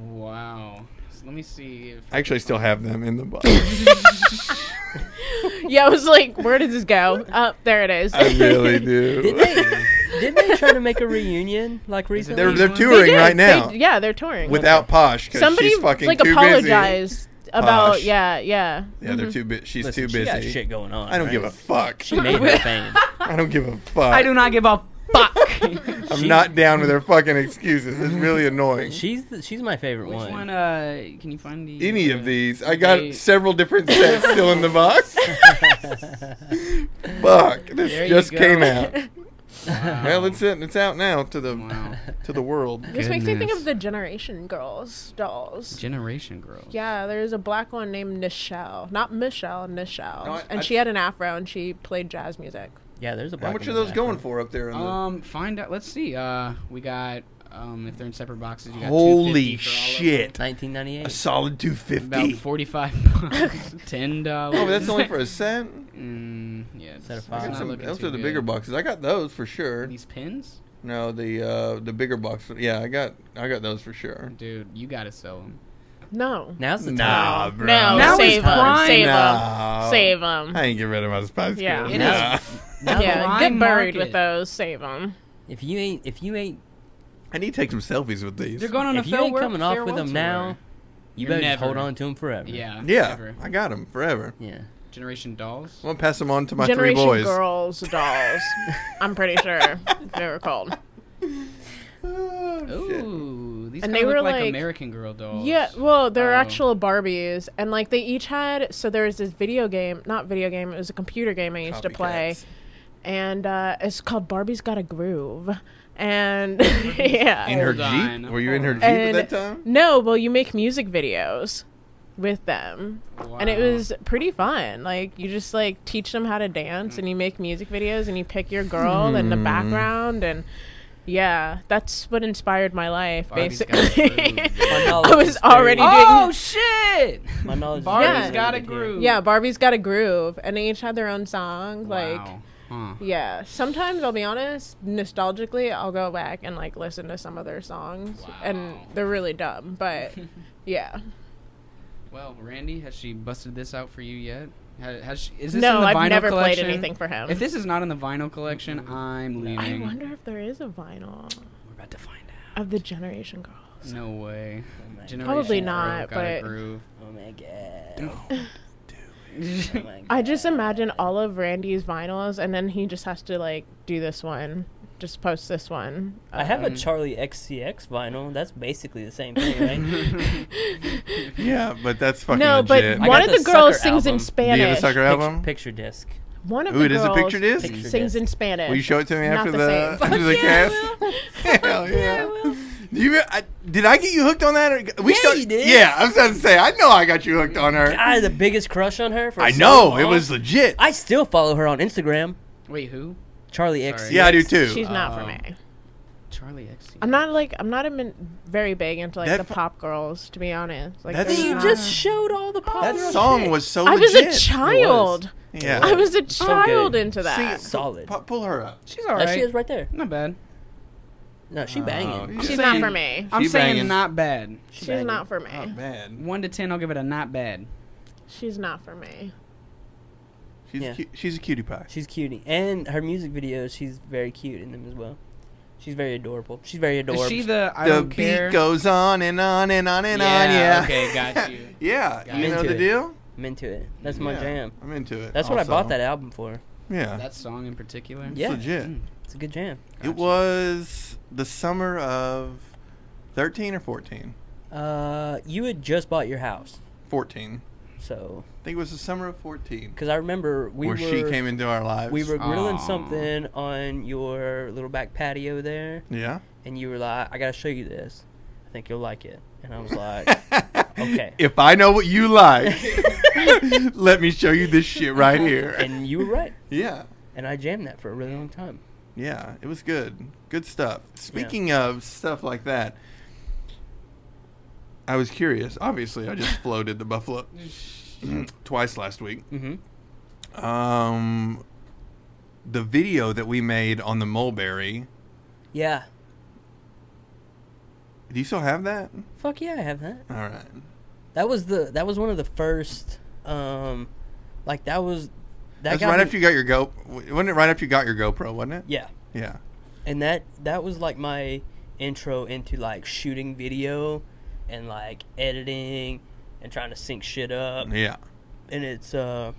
[SPEAKER 4] Wow. So let me see. If
[SPEAKER 1] I actually still have them in the box.
[SPEAKER 2] Yeah, I was like, where did this go? Up there it is.
[SPEAKER 1] I really do.
[SPEAKER 3] Did they? Didn't they try to make a reunion like recently?
[SPEAKER 1] They're, they're
[SPEAKER 4] They
[SPEAKER 2] They
[SPEAKER 1] touring
[SPEAKER 2] did.
[SPEAKER 1] right now
[SPEAKER 2] They- yeah, they're touring.
[SPEAKER 1] without Posh because
[SPEAKER 2] Somebody
[SPEAKER 1] she's fucking
[SPEAKER 2] like
[SPEAKER 1] too
[SPEAKER 2] apologized about
[SPEAKER 1] Posh.
[SPEAKER 2] yeah, yeah.
[SPEAKER 1] busy. Yeah, they're too bu- She's too
[SPEAKER 3] Listen,
[SPEAKER 1] busy.
[SPEAKER 3] She got shit going on.
[SPEAKER 1] I don't
[SPEAKER 3] right?
[SPEAKER 1] give a fuck.
[SPEAKER 3] She made her fame.
[SPEAKER 1] I don't give a fuck.
[SPEAKER 4] I do not give a fuck. Which
[SPEAKER 1] I'm
[SPEAKER 3] she-
[SPEAKER 1] not down with her fucking excuses. It's really annoying.
[SPEAKER 3] She's the, she's my favorite one.
[SPEAKER 4] one? Uh, can you find the,
[SPEAKER 1] Any
[SPEAKER 4] uh,
[SPEAKER 1] of these, I got
[SPEAKER 4] they-
[SPEAKER 1] several different sets still in the box. fuck, this
[SPEAKER 4] There you
[SPEAKER 1] just
[SPEAKER 4] go.
[SPEAKER 1] came out.
[SPEAKER 4] Wow.
[SPEAKER 1] Well, it's it. It's out now to the
[SPEAKER 4] wow.
[SPEAKER 1] to the world.
[SPEAKER 2] Mm-hmm. This makes me think
[SPEAKER 4] Goodness.
[SPEAKER 2] of the Generation Girls dolls.
[SPEAKER 4] Generation Girls.
[SPEAKER 2] yeah, there's a black one named Nichelle, not Michelle, Nichelle,
[SPEAKER 1] No, I-
[SPEAKER 2] and
[SPEAKER 1] I-
[SPEAKER 2] she had an afro and she played jazz music.
[SPEAKER 3] yeah, there's a.
[SPEAKER 1] How
[SPEAKER 3] black
[SPEAKER 1] much are
[SPEAKER 3] woman
[SPEAKER 1] those
[SPEAKER 3] back
[SPEAKER 1] going
[SPEAKER 3] there.
[SPEAKER 1] for up there? In the,
[SPEAKER 4] Um, find out. Let's see. Uh, we got um, if they're in separate boxes, you got
[SPEAKER 1] Holy
[SPEAKER 4] 250 for all of them.
[SPEAKER 1] shit! A
[SPEAKER 3] 1998.
[SPEAKER 1] solid two
[SPEAKER 4] About
[SPEAKER 1] fifty.
[SPEAKER 4] forty-five bucks, ten dollars.
[SPEAKER 1] Oh, but that's only for a cent.
[SPEAKER 4] Mm, yeah. it's-
[SPEAKER 3] that a
[SPEAKER 4] it's
[SPEAKER 3] five?
[SPEAKER 1] I
[SPEAKER 4] not
[SPEAKER 1] got some,
[SPEAKER 4] looking
[SPEAKER 1] those
[SPEAKER 4] too
[SPEAKER 1] are the
[SPEAKER 4] good.
[SPEAKER 1] bigger boxes. I got those for sure.
[SPEAKER 4] These pins,
[SPEAKER 1] No, the uh, the bigger box. Yeah, I got I got those for sure.
[SPEAKER 4] dude. You gotta sell them.
[SPEAKER 2] No,
[SPEAKER 3] Now's the
[SPEAKER 1] Nah,
[SPEAKER 3] time.
[SPEAKER 1] bro.
[SPEAKER 2] no,
[SPEAKER 4] Now
[SPEAKER 2] save
[SPEAKER 4] is
[SPEAKER 2] them,
[SPEAKER 4] prime.
[SPEAKER 2] save them,
[SPEAKER 1] Nah.
[SPEAKER 2] save them.
[SPEAKER 1] I ain't get rid of my Spice
[SPEAKER 2] Yeah.
[SPEAKER 1] Girls.
[SPEAKER 4] It is-
[SPEAKER 1] Nah.
[SPEAKER 3] Now the
[SPEAKER 2] yeah,
[SPEAKER 4] prime
[SPEAKER 2] get buried
[SPEAKER 4] market.
[SPEAKER 2] with those, save them.
[SPEAKER 3] If you ain't if you ain't
[SPEAKER 1] I need to take some selfies with these.
[SPEAKER 4] They're going on
[SPEAKER 3] if
[SPEAKER 4] a
[SPEAKER 3] you
[SPEAKER 4] fair
[SPEAKER 3] ain't
[SPEAKER 4] work-
[SPEAKER 3] coming off
[SPEAKER 4] farewell
[SPEAKER 3] with them
[SPEAKER 4] tour.
[SPEAKER 3] now, you
[SPEAKER 4] You're
[SPEAKER 3] better just
[SPEAKER 4] never-
[SPEAKER 3] hold on to them forever.
[SPEAKER 4] Yeah.
[SPEAKER 1] yeah,
[SPEAKER 4] never.
[SPEAKER 1] I got them forever.
[SPEAKER 3] Yeah.
[SPEAKER 4] Generation dolls.
[SPEAKER 1] I'm gonna pass them on to my
[SPEAKER 2] Generation
[SPEAKER 1] three boys.
[SPEAKER 2] Girls dolls. I'm pretty sure they were called.
[SPEAKER 1] Oh, shit.
[SPEAKER 4] Ooh, these
[SPEAKER 2] And
[SPEAKER 4] kind
[SPEAKER 2] they
[SPEAKER 4] of
[SPEAKER 2] were
[SPEAKER 4] look like,
[SPEAKER 2] like-
[SPEAKER 4] American Girl dolls.
[SPEAKER 2] Yeah, well, they're
[SPEAKER 4] Oh.
[SPEAKER 2] actual Barbies, and like they each had. So there was this video game, not video game, it was a computer game I used to play,
[SPEAKER 1] Copycats.
[SPEAKER 2] and uh, it's called Barbie's Got a Groove, and yeah,
[SPEAKER 1] In her
[SPEAKER 4] Hold on,
[SPEAKER 1] Jeep? Were you in her
[SPEAKER 4] hold
[SPEAKER 1] Jeep
[SPEAKER 2] on.
[SPEAKER 1] at that time?
[SPEAKER 2] And- no, well, you make music videos with them, and it
[SPEAKER 4] Wow.
[SPEAKER 2] was pretty fun. Like you just like teach them how to dance, and you make music videos, and you pick your girl in the
[SPEAKER 4] Hmm.
[SPEAKER 2] background, and yeah, that's what inspired my life,
[SPEAKER 4] Barbie's got a
[SPEAKER 2] basically.
[SPEAKER 4] groove.
[SPEAKER 3] My
[SPEAKER 2] I
[SPEAKER 3] knowledge
[SPEAKER 2] was
[SPEAKER 3] is very-
[SPEAKER 2] already doing
[SPEAKER 4] Oh shit!
[SPEAKER 3] My knowledge.
[SPEAKER 4] Barbie's
[SPEAKER 2] Yeah.
[SPEAKER 4] got a groove.
[SPEAKER 2] Yeah, Barbie's got a groove, and they each had their own song. Like,
[SPEAKER 4] Wow. Huh.
[SPEAKER 2] yeah. Sometimes I'll be honest, nostalgically, I'll go back and like listen to some of their songs, and
[SPEAKER 4] Wow.
[SPEAKER 2] they're really dumb, but yeah.
[SPEAKER 4] Well, Randy, has she busted this out for you yet? Has, has she, is this in
[SPEAKER 2] No,
[SPEAKER 4] the
[SPEAKER 2] I've
[SPEAKER 4] vinyl
[SPEAKER 2] never
[SPEAKER 4] collection?
[SPEAKER 2] played anything for him.
[SPEAKER 4] If this is not in the vinyl collection, I'm leaving.
[SPEAKER 2] I wonder if there is a vinyl
[SPEAKER 4] We're about to find out.
[SPEAKER 2] of the Generation Girl.
[SPEAKER 4] No way. Generation
[SPEAKER 2] Probably
[SPEAKER 4] Girl
[SPEAKER 2] not,
[SPEAKER 4] got a
[SPEAKER 2] but-
[SPEAKER 4] groove.
[SPEAKER 3] Oh my god. Oh my
[SPEAKER 2] I just imagine all of Randy's vinyls, and then he just has to like do this one, just post this one.
[SPEAKER 3] I have a
[SPEAKER 4] Um,
[SPEAKER 3] Charlie XCX vinyl. That's basically the same thing, right?
[SPEAKER 1] Yeah, but that's fucking
[SPEAKER 2] no,
[SPEAKER 1] legit.
[SPEAKER 2] but
[SPEAKER 3] I
[SPEAKER 2] one
[SPEAKER 3] got
[SPEAKER 2] of the
[SPEAKER 3] the
[SPEAKER 2] girls
[SPEAKER 3] Sucker
[SPEAKER 2] sings in
[SPEAKER 3] album.
[SPEAKER 1] Do you have
[SPEAKER 2] Spanish.
[SPEAKER 1] a sucker
[SPEAKER 3] Pict-
[SPEAKER 1] album?
[SPEAKER 3] Picture disc.
[SPEAKER 2] One of
[SPEAKER 1] Ooh,
[SPEAKER 2] the
[SPEAKER 1] it is a
[SPEAKER 2] girls
[SPEAKER 1] picture disc?
[SPEAKER 3] Picture
[SPEAKER 2] sings in Spanish.
[SPEAKER 1] Will you show it to me
[SPEAKER 2] Not
[SPEAKER 1] after
[SPEAKER 2] the
[SPEAKER 1] the,
[SPEAKER 2] same.
[SPEAKER 1] after the cast? Hell yeah. Do you, I, did I get you hooked on that? Or, we
[SPEAKER 3] Yeah,
[SPEAKER 1] start-
[SPEAKER 3] you did.
[SPEAKER 1] Yeah, I was about to say, I know I got you hooked on her.
[SPEAKER 3] I had the biggest crush on her. For
[SPEAKER 1] I
[SPEAKER 3] so
[SPEAKER 1] know, it
[SPEAKER 3] long.
[SPEAKER 1] was legit.
[SPEAKER 3] I still follow her on Instagram.
[SPEAKER 4] Wait, who?
[SPEAKER 3] Charlie XCX.
[SPEAKER 1] yeah, I do too.
[SPEAKER 2] She's not for
[SPEAKER 4] Oh.
[SPEAKER 1] Um,
[SPEAKER 2] me.
[SPEAKER 4] Charlie X.
[SPEAKER 2] I'm not like I'm not even very big into like
[SPEAKER 1] That
[SPEAKER 2] the
[SPEAKER 1] fu-
[SPEAKER 2] pop girls to be honest. Like
[SPEAKER 1] That
[SPEAKER 2] there's
[SPEAKER 1] thing
[SPEAKER 2] not-
[SPEAKER 3] just showed all the pop
[SPEAKER 1] that
[SPEAKER 3] girl
[SPEAKER 1] song
[SPEAKER 3] shit.
[SPEAKER 1] was so
[SPEAKER 2] I was
[SPEAKER 1] Oh, legit.
[SPEAKER 2] a child.
[SPEAKER 1] Yeah.
[SPEAKER 2] I was a
[SPEAKER 3] So
[SPEAKER 2] child
[SPEAKER 3] good.
[SPEAKER 2] into that.
[SPEAKER 1] See,
[SPEAKER 3] Solid.
[SPEAKER 1] pu- pull her up.
[SPEAKER 4] She's all
[SPEAKER 3] There
[SPEAKER 4] right.
[SPEAKER 3] she is right there.
[SPEAKER 4] Not bad.
[SPEAKER 3] No, she banging.
[SPEAKER 1] Oh,
[SPEAKER 4] She's
[SPEAKER 2] She's
[SPEAKER 4] saying-
[SPEAKER 2] not for me.
[SPEAKER 4] I'm
[SPEAKER 1] banging.
[SPEAKER 4] saying not bad.
[SPEAKER 3] She
[SPEAKER 2] She's
[SPEAKER 3] banging.
[SPEAKER 2] not for
[SPEAKER 1] Oh,
[SPEAKER 2] me.
[SPEAKER 1] man.
[SPEAKER 4] One to ten, I'll give it a not bad.
[SPEAKER 2] She's not for me.
[SPEAKER 1] She's,
[SPEAKER 3] Yeah.
[SPEAKER 1] cu- she's a cutie pie.
[SPEAKER 3] She's cutie, and her music videos, she's very cute in them as well. She's very adorable. She's very adorable.
[SPEAKER 4] Is she the I
[SPEAKER 1] the
[SPEAKER 4] don't
[SPEAKER 1] beat
[SPEAKER 4] care?
[SPEAKER 1] goes on and on and on and on. Yeah.
[SPEAKER 4] Yeah, okay, got you.
[SPEAKER 1] yeah,
[SPEAKER 4] Got
[SPEAKER 1] you
[SPEAKER 3] it.
[SPEAKER 1] know
[SPEAKER 3] Into
[SPEAKER 1] the
[SPEAKER 3] it.
[SPEAKER 1] deal.
[SPEAKER 3] I'm into it. That's my
[SPEAKER 1] Yeah,
[SPEAKER 3] jam.
[SPEAKER 1] I'm into it.
[SPEAKER 3] That's what I
[SPEAKER 1] also.
[SPEAKER 3] bought that album for.
[SPEAKER 1] Yeah,
[SPEAKER 4] That song in particular.
[SPEAKER 1] it's
[SPEAKER 3] Yeah.
[SPEAKER 1] legit.
[SPEAKER 4] Mm,
[SPEAKER 3] It's a good jam.
[SPEAKER 1] It was the summer of thirteen or fourteen.
[SPEAKER 3] Uh, you had just bought your house.
[SPEAKER 1] Fourteen.
[SPEAKER 3] So,
[SPEAKER 1] I think it was the summer of 14.
[SPEAKER 3] because I remember we
[SPEAKER 1] where
[SPEAKER 3] were
[SPEAKER 1] she came into our lives.
[SPEAKER 3] we were grilling
[SPEAKER 4] Aw.
[SPEAKER 3] something on your little back patio there,
[SPEAKER 1] Yeah.
[SPEAKER 3] and you were like, "I gotta show you this. I think you'll like it." And I was like,
[SPEAKER 1] okay. If I know what you like, let me show you this shit right here.
[SPEAKER 3] "And you were right."
[SPEAKER 1] yeah.
[SPEAKER 3] And I jammed that for a really long time.
[SPEAKER 1] Yeah, it was good. Good stuff. Speaking of stuff like that, I was curious. Obviously, I just floated the buffalo twice last week.
[SPEAKER 3] Mm-hmm.
[SPEAKER 1] Um, the video that we made on the mulberry.
[SPEAKER 3] Yeah.
[SPEAKER 1] Do you still have that?
[SPEAKER 3] Fuck yeah, I have that.
[SPEAKER 1] All right.
[SPEAKER 3] That was the that was one of the first, um, like that was that
[SPEAKER 1] That's
[SPEAKER 3] got
[SPEAKER 1] right
[SPEAKER 3] me-
[SPEAKER 1] after you got your Go. Wasn't it right after you got your GoPro? Wasn't it?
[SPEAKER 3] yeah,
[SPEAKER 1] Yeah.
[SPEAKER 3] and that that was like my intro into like shooting video, and like editing, and trying to sync shit up,
[SPEAKER 1] Yeah.
[SPEAKER 3] and it's uh,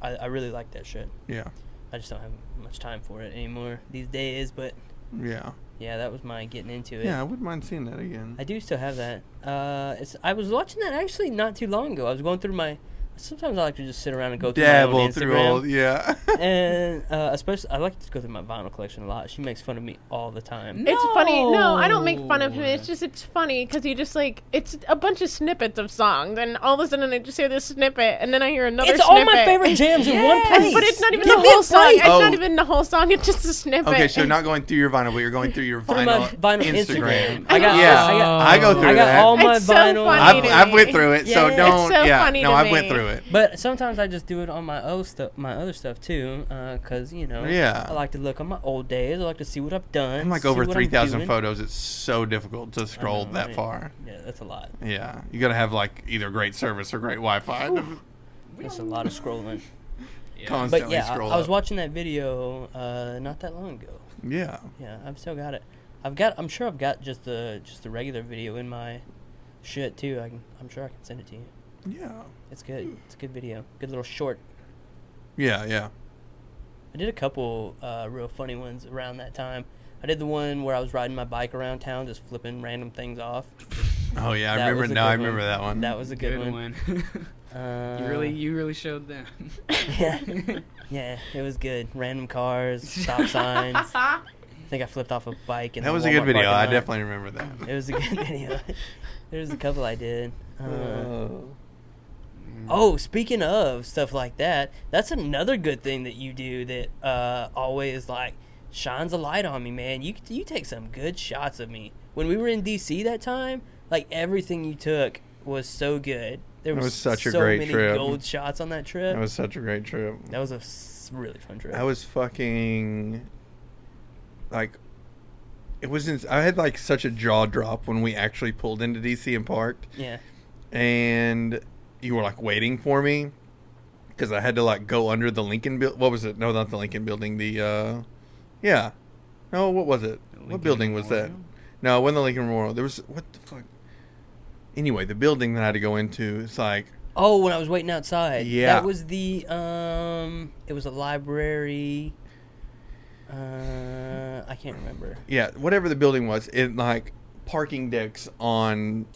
[SPEAKER 3] I, I really like that shit.
[SPEAKER 1] Yeah.
[SPEAKER 3] I just don't have much time for it anymore these days, but
[SPEAKER 1] Yeah.
[SPEAKER 3] yeah, that was my getting into it.
[SPEAKER 1] Yeah. I wouldn't mind seeing that again.
[SPEAKER 3] I do still have that. Uh, it's, I was watching that actually not too long ago. I was going through my. Sometimes I like to just sit around and go through my
[SPEAKER 1] Dabble
[SPEAKER 3] own
[SPEAKER 1] through
[SPEAKER 3] Instagram.
[SPEAKER 1] all. Yeah.
[SPEAKER 3] and uh, especially I like to go through my vinyl collection a lot. She makes fun of me all the time.
[SPEAKER 2] It's funny. No, I don't make fun of
[SPEAKER 4] No.
[SPEAKER 2] him. It's just it's funny because he just like it's a bunch of snippets of songs, and all of a sudden I just hear this snippet, and then I hear another.
[SPEAKER 3] it's all my
[SPEAKER 2] snippet.
[SPEAKER 3] favorite jams in one place.
[SPEAKER 2] But it's not even
[SPEAKER 3] Give
[SPEAKER 2] the
[SPEAKER 3] me a
[SPEAKER 2] whole song.
[SPEAKER 3] break.
[SPEAKER 2] It's
[SPEAKER 1] Oh.
[SPEAKER 2] not even the whole song. It's just a snippet.
[SPEAKER 1] Okay, so not going through your vinyl, but you're going through your
[SPEAKER 3] Through
[SPEAKER 1] vinyl,
[SPEAKER 3] my vinyl
[SPEAKER 1] Instagram.
[SPEAKER 3] Instagram. I got,
[SPEAKER 1] Yeah.
[SPEAKER 3] I got,
[SPEAKER 1] I go through
[SPEAKER 3] I got
[SPEAKER 1] that.
[SPEAKER 3] all my
[SPEAKER 2] It's so
[SPEAKER 3] vinyl.
[SPEAKER 2] funny
[SPEAKER 1] I've,
[SPEAKER 2] to
[SPEAKER 1] I've
[SPEAKER 2] me.
[SPEAKER 1] went through it, so
[SPEAKER 3] Yeah.
[SPEAKER 1] don't.
[SPEAKER 2] It's so
[SPEAKER 1] yeah,
[SPEAKER 2] funny
[SPEAKER 1] no,
[SPEAKER 2] to
[SPEAKER 1] I went
[SPEAKER 2] me.
[SPEAKER 1] through it.
[SPEAKER 3] But sometimes I just do it on my old stuff, my other stuff too, because you know,
[SPEAKER 1] Yeah.
[SPEAKER 3] I like to look on my old days. I like to see what I've done.
[SPEAKER 1] I'm like
[SPEAKER 3] see
[SPEAKER 1] over
[SPEAKER 3] what I'm
[SPEAKER 1] three thousand
[SPEAKER 3] doing.
[SPEAKER 1] photos. It's so difficult to
[SPEAKER 3] I
[SPEAKER 1] scroll
[SPEAKER 3] know,
[SPEAKER 1] that
[SPEAKER 3] right?
[SPEAKER 1] far.
[SPEAKER 3] Yeah, that's a lot.
[SPEAKER 1] Yeah, you got to have like either great service or great Wi-Fi. to
[SPEAKER 3] That's a lot of scrolling.
[SPEAKER 4] Yeah.
[SPEAKER 1] Constantly
[SPEAKER 3] But yeah, I,
[SPEAKER 1] scroll.
[SPEAKER 3] I was
[SPEAKER 1] up.
[SPEAKER 3] watching that video uh, not that long ago.
[SPEAKER 1] Yeah,
[SPEAKER 3] Yeah, I've still got it. I've got. I'm sure I've got just the just the regular video in my shit too. I can, I'm sure I can send it to you.
[SPEAKER 1] yeah,
[SPEAKER 3] It's good. It's a good video. Good little short.
[SPEAKER 1] yeah, yeah.
[SPEAKER 3] I did a couple uh, real funny ones around that time. I did the one where I was riding my bike around town, just flipping random things off.
[SPEAKER 1] Oh yeah, I
[SPEAKER 3] That
[SPEAKER 1] remember
[SPEAKER 3] was a
[SPEAKER 1] now. I
[SPEAKER 3] good one.
[SPEAKER 1] remember that one.
[SPEAKER 3] That was a good, one. Uh,
[SPEAKER 4] you really, you really showed them.
[SPEAKER 3] Yeah. yeah, it was good. Random cars, stop signs. I think I flipped off a bike. And
[SPEAKER 1] That was a good video. I
[SPEAKER 3] definitely.
[SPEAKER 1] definitely remember that.
[SPEAKER 3] It was a good video. There's a couple I did. Uh, oh, speaking of stuff like that, that's another good thing that you do that uh, always like shines a light on me, man. You you take some good shots of me. When we were in DC that time, like everything you took was so good. There
[SPEAKER 1] That
[SPEAKER 3] was,
[SPEAKER 1] was such a
[SPEAKER 3] so
[SPEAKER 1] great
[SPEAKER 3] many
[SPEAKER 1] trip.
[SPEAKER 3] gold shots on that trip.
[SPEAKER 1] That was such a great trip.
[SPEAKER 3] that was a s- really fun trip.
[SPEAKER 1] I was fucking like it wasn't I had like such a jaw drop when we actually pulled into DC and parked
[SPEAKER 3] yeah.
[SPEAKER 1] and you were like waiting for me cuz I had to like go under the Lincoln build what was it? No, not the Lincoln building, the uh yeah. No, what was it? what
[SPEAKER 4] Lincoln
[SPEAKER 1] building was that?
[SPEAKER 4] Memorial?
[SPEAKER 1] No, it wasn't the Lincoln Memorial. There was what the fuck Anyway, the building that I had to go into, it's like
[SPEAKER 3] Oh, when I was waiting outside.
[SPEAKER 1] Yeah.
[SPEAKER 3] That was the um it was a library uh I can't remember.
[SPEAKER 1] yeah, whatever the building was, it like parking decks on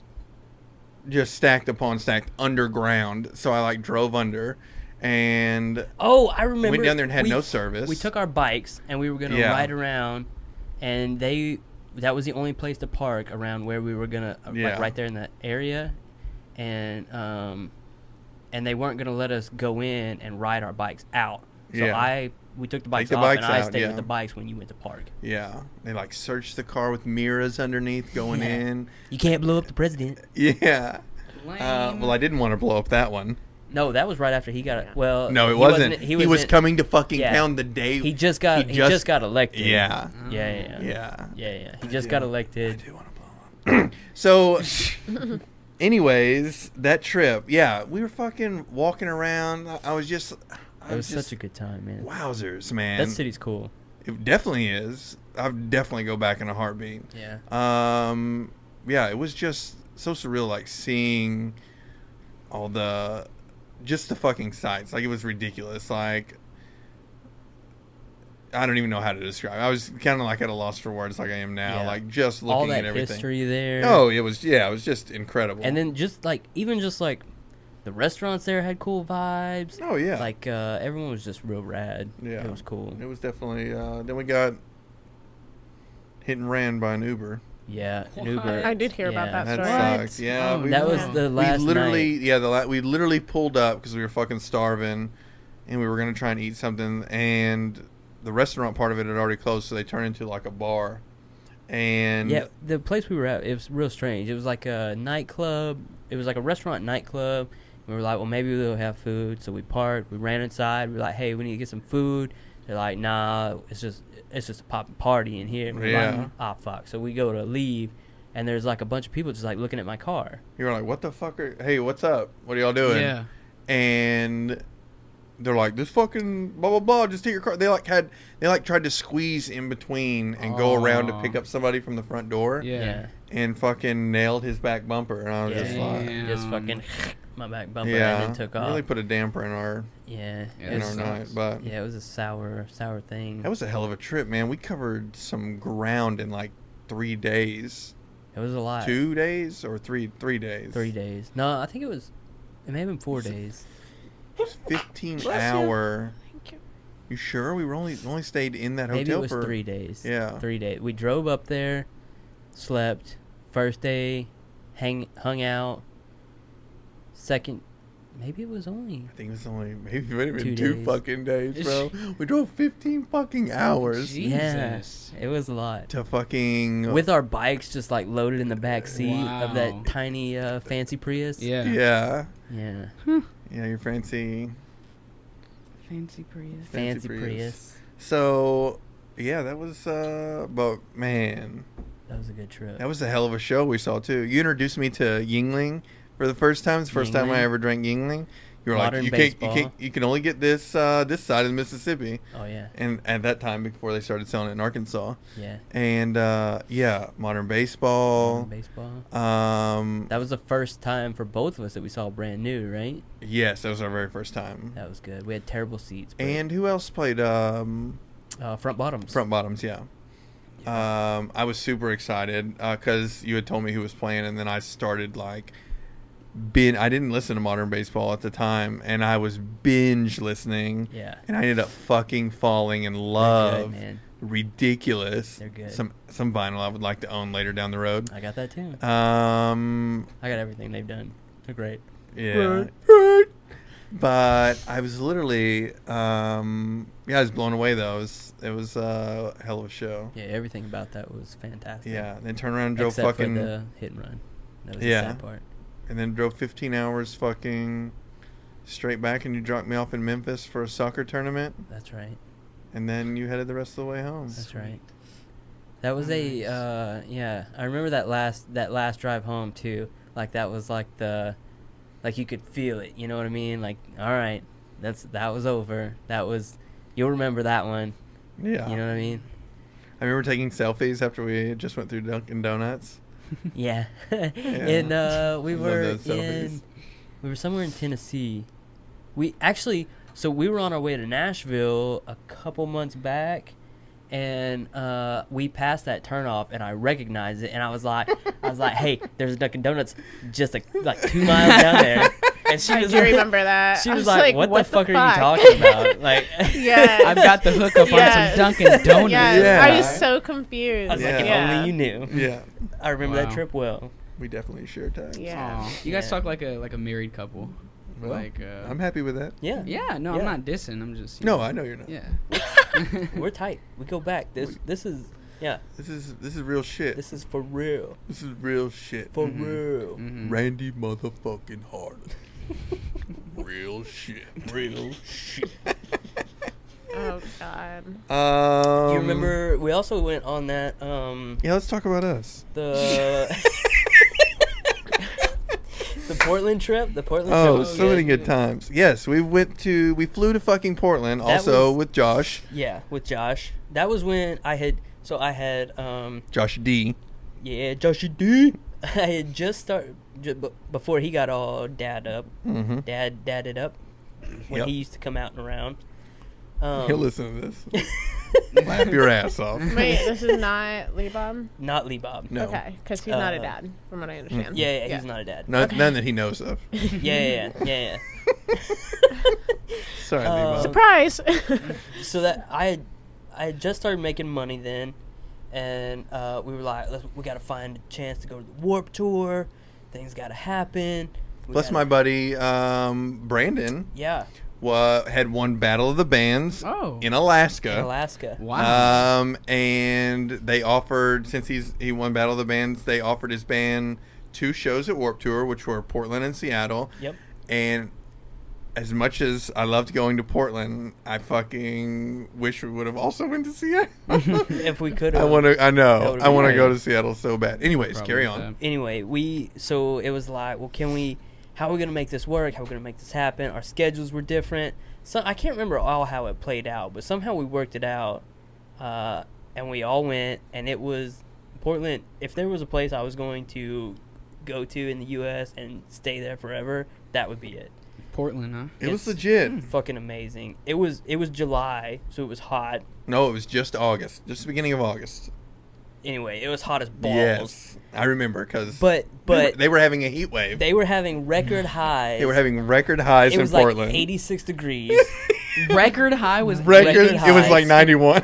[SPEAKER 1] just stacked upon stacked underground. So I like drove under and
[SPEAKER 3] Oh, I remember
[SPEAKER 1] went down there and had
[SPEAKER 3] we-
[SPEAKER 1] no service.
[SPEAKER 3] We took our bikes and we were gonna
[SPEAKER 1] Yeah.
[SPEAKER 3] ride around and they that was the only place to park around where we were gonna uh,
[SPEAKER 1] Yeah.
[SPEAKER 3] like right there in that area. And um and they weren't gonna let us go in and ride our bikes out. So
[SPEAKER 1] Yeah.
[SPEAKER 3] I we took the bikes
[SPEAKER 1] the
[SPEAKER 3] off
[SPEAKER 1] bikes
[SPEAKER 3] and I
[SPEAKER 1] out,
[SPEAKER 3] stayed
[SPEAKER 1] yeah.
[SPEAKER 3] with the bikes when you went to park.
[SPEAKER 1] yeah, they like searched the car with mirrors underneath going
[SPEAKER 3] Yeah.
[SPEAKER 1] in.
[SPEAKER 3] You can't blow up the president.
[SPEAKER 1] Yeah. Uh, well, I didn't want to blow up that one.
[SPEAKER 3] No, that was right after he got. Well,
[SPEAKER 1] No, it
[SPEAKER 3] Uh, he
[SPEAKER 1] wasn't. He was,
[SPEAKER 3] wasn't-
[SPEAKER 1] coming to fucking
[SPEAKER 3] yeah.
[SPEAKER 1] town the day
[SPEAKER 3] He just got. He just, got elected.
[SPEAKER 1] Yeah.
[SPEAKER 3] Yeah, yeah, yeah,
[SPEAKER 1] Yeah.
[SPEAKER 3] yeah, yeah. He just got
[SPEAKER 1] do. Mm. I
[SPEAKER 3] elected.
[SPEAKER 1] do want to blow up. so, anyways, that trip, yeah, we were fucking walking around. I, I was just, I
[SPEAKER 3] It was
[SPEAKER 1] just,
[SPEAKER 3] such a good time, man.
[SPEAKER 1] wowzers, man.
[SPEAKER 3] That city's cool.
[SPEAKER 1] It definitely is. I'd definitely go back in a heartbeat.
[SPEAKER 3] Yeah.
[SPEAKER 1] Um, yeah, it was just so surreal, like seeing all the, just the fucking sights. Like it was ridiculous. Like. I don't even know how to describe. I was kind of like at a loss for words, like I am now.
[SPEAKER 3] Yeah.
[SPEAKER 1] Like just looking
[SPEAKER 3] All that
[SPEAKER 1] at everything.
[SPEAKER 3] history there.
[SPEAKER 1] Oh, it was yeah, it was just incredible.
[SPEAKER 3] And then just like even just like the restaurants there had cool vibes.
[SPEAKER 1] Oh yeah.
[SPEAKER 3] Like uh, everyone was just real rad.
[SPEAKER 1] Yeah.
[SPEAKER 3] it was cool.
[SPEAKER 1] it was definitely. Uh, then we got hit and ran by an Uber.
[SPEAKER 3] Yeah,
[SPEAKER 4] What?
[SPEAKER 3] an Uber.
[SPEAKER 2] I did hear about
[SPEAKER 3] Yeah.
[SPEAKER 2] that
[SPEAKER 1] That
[SPEAKER 2] story.
[SPEAKER 3] What?
[SPEAKER 1] sucked. Yeah,
[SPEAKER 4] Oh,
[SPEAKER 1] we
[SPEAKER 3] That
[SPEAKER 1] were-
[SPEAKER 3] was the last
[SPEAKER 1] we literally
[SPEAKER 3] night.
[SPEAKER 1] yeah the la- we literally pulled up because we were fucking starving and we were gonna try and eat something and the restaurant part of it had already closed so they turned into like a bar and
[SPEAKER 3] Yeah, the place we were at, it was real strange. It was like a nightclub. It was like a restaurant nightclub. We were like, well, maybe we'll have food. So we parked. We ran inside. We were like, hey, we need to get some food. They're like, nah, it's just it's just a popping party in here. And we were
[SPEAKER 1] Yeah.
[SPEAKER 3] like, ah, fuck. So we go to leave, and there's like a bunch of people just like looking at my car.
[SPEAKER 1] you were like what the fuck are hey what's up what are y'all doing
[SPEAKER 4] Yeah.
[SPEAKER 1] and they're like this fucking blah blah blah just take your car they like had they like tried to squeeze in between and go around to
[SPEAKER 4] Aw.
[SPEAKER 1] pick up somebody from the front door
[SPEAKER 4] Yeah.
[SPEAKER 1] and fucking nailed his back bumper and I was
[SPEAKER 3] Yeah.
[SPEAKER 1] just like
[SPEAKER 4] Damn.
[SPEAKER 3] Just fucking my back bumper
[SPEAKER 1] yeah
[SPEAKER 3] and it took off.
[SPEAKER 1] really put a damper in our
[SPEAKER 3] yeah.
[SPEAKER 4] Yeah,
[SPEAKER 1] in
[SPEAKER 4] that
[SPEAKER 3] It
[SPEAKER 1] our
[SPEAKER 3] was,
[SPEAKER 4] sucks.
[SPEAKER 1] night but
[SPEAKER 3] yeah, it was a sour, sour thing.
[SPEAKER 1] That was a hell of a trip, man. We covered some ground in like three days,
[SPEAKER 3] it was a lot.
[SPEAKER 1] two days or three three days.
[SPEAKER 3] Three days. No, I think it was. It may have been four days.
[SPEAKER 1] Fifteen
[SPEAKER 2] Bless you.
[SPEAKER 1] hour.
[SPEAKER 2] Thank you.
[SPEAKER 1] You sure? We were only we only stayed in that
[SPEAKER 3] Maybe
[SPEAKER 1] hotel
[SPEAKER 3] it was
[SPEAKER 1] for
[SPEAKER 3] three days.
[SPEAKER 1] Yeah.
[SPEAKER 3] Three days. We drove up there, slept. First day, hang hung out. Second, maybe it was only.
[SPEAKER 1] I think it was only maybe it might
[SPEAKER 3] Two
[SPEAKER 1] have been two
[SPEAKER 3] days.
[SPEAKER 1] fucking days, bro. we drove fifteen fucking hours
[SPEAKER 4] Jeez. Jesus.
[SPEAKER 3] Yeah, it was a lot.
[SPEAKER 1] to fucking
[SPEAKER 3] With our bikes just like loaded in the back seat of
[SPEAKER 4] Wow.
[SPEAKER 3] that tiny uh, fancy Prius.
[SPEAKER 4] Yeah.
[SPEAKER 1] yeah
[SPEAKER 3] Yeah.
[SPEAKER 1] yeah your fancy
[SPEAKER 5] Fancy Prius.
[SPEAKER 1] Fancy
[SPEAKER 3] Fancy,
[SPEAKER 1] Prius.
[SPEAKER 3] Prius.
[SPEAKER 1] so yeah that was uh but man
[SPEAKER 3] That was a good trip.
[SPEAKER 1] That was a hell of a show we saw too. You introduced me to Yingling for the first time. It's the first time I
[SPEAKER 3] Yuengling?
[SPEAKER 1] ever drank Yingling. You were
[SPEAKER 3] Modern
[SPEAKER 1] like, you can't, you
[SPEAKER 3] baseball.
[SPEAKER 1] can't, you can only get this uh, this side of the Mississippi.
[SPEAKER 3] oh yeah.
[SPEAKER 1] And at that time, before they started selling it in Arkansas,
[SPEAKER 3] Yeah.
[SPEAKER 1] and uh, yeah, modern baseball.
[SPEAKER 3] Baseball.
[SPEAKER 1] Um,
[SPEAKER 3] That was the first time for both of us that we saw brand new, right?
[SPEAKER 1] yes, that was our very first time.
[SPEAKER 3] That was good. We had terrible seats. but-
[SPEAKER 1] And who else played um,
[SPEAKER 3] uh, front bottoms.
[SPEAKER 1] front bottoms? Yeah. Um, I was super excited because you had told me who was playing, and then I started like bin. I didn't listen to modern baseball at the time, and I was binge listening,
[SPEAKER 3] Yeah.
[SPEAKER 1] and I ended up fucking falling in
[SPEAKER 3] They're
[SPEAKER 1] love.
[SPEAKER 3] good, man.
[SPEAKER 1] Ridiculous.
[SPEAKER 3] They're good.
[SPEAKER 1] Some some vinyl I would like to own later down the road.
[SPEAKER 3] I got that too.
[SPEAKER 1] uh, Um,
[SPEAKER 3] I got everything they've done. They're great.
[SPEAKER 1] yeah. But I was literally, um, yeah, I was blown away though. It was, it was uh, a hell of a show.
[SPEAKER 3] Yeah, everything about that was fantastic.
[SPEAKER 1] Yeah, then turn around and drove
[SPEAKER 3] Except
[SPEAKER 1] fucking,
[SPEAKER 3] for the hit and run. That was
[SPEAKER 1] Yeah.
[SPEAKER 3] the sad part.
[SPEAKER 1] and then drove 15 hours fucking straight back, and you dropped me off in Memphis for a soccer tournament,
[SPEAKER 3] That's right.
[SPEAKER 1] and then you headed the rest of the way home.
[SPEAKER 3] That's
[SPEAKER 4] Sweet.
[SPEAKER 3] right. That was a
[SPEAKER 4] Nice.
[SPEAKER 3] uh, yeah. I remember that last that last drive home too. Like that was like the like you could feel it. You know what I mean? Like all right, that's that was over. That was you'll remember that one.
[SPEAKER 1] Yeah,
[SPEAKER 3] You know what I mean?
[SPEAKER 1] I remember taking selfies after we just went through Dunkin' Donuts.
[SPEAKER 3] Yeah. and uh, we
[SPEAKER 1] Love
[SPEAKER 3] were
[SPEAKER 1] those selfies.
[SPEAKER 3] in we were somewhere in Tennessee. We actually so we were on our way to Nashville a couple months back and uh, we passed that turnoff and I recognized it and I was like I was like, Hey, there's a Dunkin' Donuts just like, like two miles down there and she
[SPEAKER 2] I
[SPEAKER 3] was
[SPEAKER 2] do
[SPEAKER 3] like,
[SPEAKER 2] remember that.
[SPEAKER 3] She
[SPEAKER 2] I
[SPEAKER 3] was, like, what, the fuck, are you talking about? Like
[SPEAKER 2] Yeah.
[SPEAKER 4] I've got the hookup
[SPEAKER 2] Yes.
[SPEAKER 4] on some Dunkin' Donuts.
[SPEAKER 2] Yes.
[SPEAKER 1] Yeah.
[SPEAKER 2] I was so confused.
[SPEAKER 3] I was like, if
[SPEAKER 2] yeah.
[SPEAKER 3] only you knew.
[SPEAKER 1] Yeah,
[SPEAKER 3] I remember that
[SPEAKER 4] Wow.
[SPEAKER 3] trip well.
[SPEAKER 1] we definitely shared time.
[SPEAKER 2] Yeah.
[SPEAKER 4] Aw. You guys
[SPEAKER 3] Yeah.
[SPEAKER 4] talk like a like a married couple.
[SPEAKER 1] Well,
[SPEAKER 4] like uh,
[SPEAKER 1] I'm happy with that.
[SPEAKER 3] Yeah.
[SPEAKER 4] Yeah, no,
[SPEAKER 3] Yeah.
[SPEAKER 4] I'm not dissing. I'm just you
[SPEAKER 1] No,
[SPEAKER 4] know,
[SPEAKER 1] I know you're not.
[SPEAKER 4] Yeah.
[SPEAKER 3] We're tight. We go back. This this is yeah,
[SPEAKER 1] This is this is real shit. This,
[SPEAKER 3] this is for real.
[SPEAKER 1] is real shit. Mm-hmm.
[SPEAKER 3] For
[SPEAKER 4] Mhm.
[SPEAKER 3] real.
[SPEAKER 4] Mhm.
[SPEAKER 1] Randy motherfucking Harden. real shit. Real shit.
[SPEAKER 2] Oh God.
[SPEAKER 1] Um,
[SPEAKER 3] you remember we also went on that um
[SPEAKER 1] Yeah, let's talk about us.
[SPEAKER 3] the the Portland trip, the Portland trip.
[SPEAKER 1] Oh,
[SPEAKER 3] was
[SPEAKER 1] so many
[SPEAKER 3] good.
[SPEAKER 1] good times. Yes, we went to we flew to fucking Portland also
[SPEAKER 3] was-
[SPEAKER 1] with Josh,
[SPEAKER 3] Yeah, with Josh. That was when I had so I had um
[SPEAKER 1] Josh D.
[SPEAKER 3] yeah, Josh D. I had just started ju- b- before he got all dad up,
[SPEAKER 1] Mm-hmm.
[SPEAKER 3] dad dadded up when
[SPEAKER 1] Yep.
[SPEAKER 3] he used to come out and around. Um,
[SPEAKER 1] He'll listen to this. Laugh your ass off.
[SPEAKER 2] Wait, this is not Lee Bob?
[SPEAKER 3] Not Lee Bob.
[SPEAKER 1] No.
[SPEAKER 2] Okay, because he's not a
[SPEAKER 3] Uh,
[SPEAKER 2] dad, from what I understand.
[SPEAKER 3] Yeah, yeah, he's not a dad.
[SPEAKER 1] No, None that he knows of.
[SPEAKER 3] Yeah, yeah, yeah, yeah.
[SPEAKER 1] Sorry,
[SPEAKER 3] Uh,
[SPEAKER 1] Levi.
[SPEAKER 2] Surprise!
[SPEAKER 3] yeah. so that I, had, I had just started making money then, and uh, we were like, Let's, we got to find a chance to go to the Warp Tour. Things got to happen. We
[SPEAKER 1] Plus, my
[SPEAKER 3] gotta-
[SPEAKER 1] buddy um, Brandon
[SPEAKER 3] yeah,
[SPEAKER 1] wa had won Battle of the Bands
[SPEAKER 4] Oh.
[SPEAKER 1] in Alaska.
[SPEAKER 3] in Alaska.
[SPEAKER 4] Wow.
[SPEAKER 1] Um, and they offered since he's he won Battle of the Bands, they offered his band two shows at Warp Tour, which were Portland and Seattle.
[SPEAKER 3] Yep.
[SPEAKER 1] And as much as I loved going to Portland, I fucking wish we would have also went to Seattle.
[SPEAKER 3] If we could,
[SPEAKER 1] I
[SPEAKER 3] have.
[SPEAKER 1] want to. I
[SPEAKER 3] That
[SPEAKER 1] know.
[SPEAKER 3] would've
[SPEAKER 1] I
[SPEAKER 3] been
[SPEAKER 1] want to
[SPEAKER 3] great.
[SPEAKER 1] go to Seattle so bad. Anyways,
[SPEAKER 4] Probably
[SPEAKER 1] carry
[SPEAKER 4] with
[SPEAKER 1] on.
[SPEAKER 3] anyway, we so it was like, well, can we? How are we gonna make this work? How are we gonna make this happen? Our schedules were different. So I can't remember all how it played out, but somehow we worked it out, uh, and we all went. And it was Portland. If there was a place I was going to go to in the U.S. and stay there forever, that would be it.
[SPEAKER 4] Portland, huh?
[SPEAKER 1] It was
[SPEAKER 3] It's-
[SPEAKER 1] legit.
[SPEAKER 3] Fucking amazing. It was it was July, so it was hot.
[SPEAKER 1] No, it was just August, just the beginning of August.
[SPEAKER 3] Anyway, it was hot as balls.
[SPEAKER 1] Yes, I remember because.
[SPEAKER 3] But but
[SPEAKER 1] they were having a heat wave. They,
[SPEAKER 3] they were having record highs.
[SPEAKER 1] were having record highs
[SPEAKER 3] it
[SPEAKER 1] in
[SPEAKER 3] was like
[SPEAKER 1] Portland.
[SPEAKER 3] 86 degrees.
[SPEAKER 5] Record high was
[SPEAKER 1] record,
[SPEAKER 3] record
[SPEAKER 1] It was like
[SPEAKER 3] highs.
[SPEAKER 1] ninety one.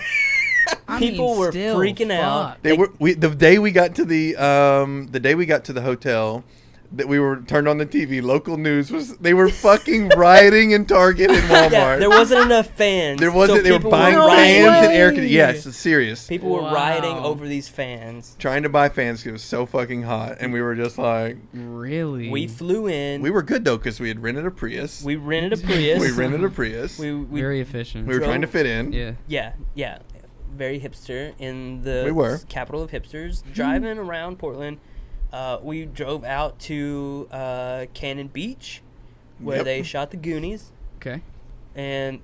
[SPEAKER 5] I mean,
[SPEAKER 3] People were
[SPEAKER 5] still,
[SPEAKER 3] freaking out.
[SPEAKER 5] fuck.
[SPEAKER 1] They were we the day we got to the um the day we got to the hotel that we were turned on the TV. Local news was they were fucking rioting in Target and Walmart.
[SPEAKER 3] yeah, there wasn't enough fans.
[SPEAKER 1] There wasn't.
[SPEAKER 3] so
[SPEAKER 1] they were
[SPEAKER 3] people
[SPEAKER 1] buying
[SPEAKER 3] rioting.
[SPEAKER 1] fans and air
[SPEAKER 2] way.
[SPEAKER 1] conditioning. Yes, it's serious.
[SPEAKER 3] People were
[SPEAKER 4] Wow.
[SPEAKER 3] rioting over these fans.
[SPEAKER 1] Trying to buy fans 'cause it was so fucking hot, and we were just like,
[SPEAKER 4] Really?
[SPEAKER 3] We flew in.
[SPEAKER 1] we were good though because we had rented a Prius.
[SPEAKER 3] we rented a Prius.
[SPEAKER 1] We rented a Prius.
[SPEAKER 3] We,
[SPEAKER 1] We,
[SPEAKER 3] we-
[SPEAKER 4] very efficient.
[SPEAKER 1] were trying to
[SPEAKER 3] drove-
[SPEAKER 1] fit in.
[SPEAKER 4] yeah.
[SPEAKER 3] yeah yeah, very hipster in the
[SPEAKER 1] We were. Hmm.
[SPEAKER 3] capital of hipsters. Driving around Portland, uh, we drove out to uh, Cannon Beach, where
[SPEAKER 1] Yep.
[SPEAKER 3] they shot the Goonies,
[SPEAKER 4] Okay.
[SPEAKER 3] and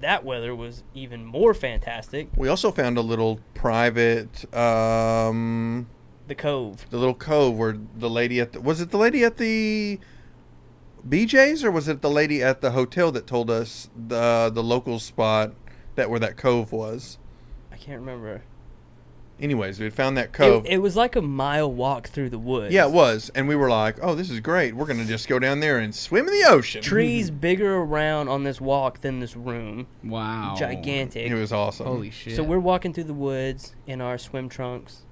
[SPEAKER 3] that weather was even more fantastic.
[SPEAKER 1] We also found a little private, um,
[SPEAKER 3] The Cove.
[SPEAKER 1] the little cove where the lady at the, was it the lady at the BJ's or was it the lady at the hotel that told us the the local spot that where that cove was?
[SPEAKER 3] I can't remember.
[SPEAKER 1] Anyways, we had found that
[SPEAKER 3] It,
[SPEAKER 1] cove.
[SPEAKER 3] it was like a mile walk through the woods.
[SPEAKER 1] yeah, it was, and we were like, "Oh, this is great. We're gonna just go down there and swim in the ocean."
[SPEAKER 3] trees bigger around on this walk than this room.
[SPEAKER 4] Wow.
[SPEAKER 3] Gigantic.
[SPEAKER 1] Oh, It was awesome.
[SPEAKER 4] Holy shit.
[SPEAKER 3] so we're walking through the woods in our swim trunks.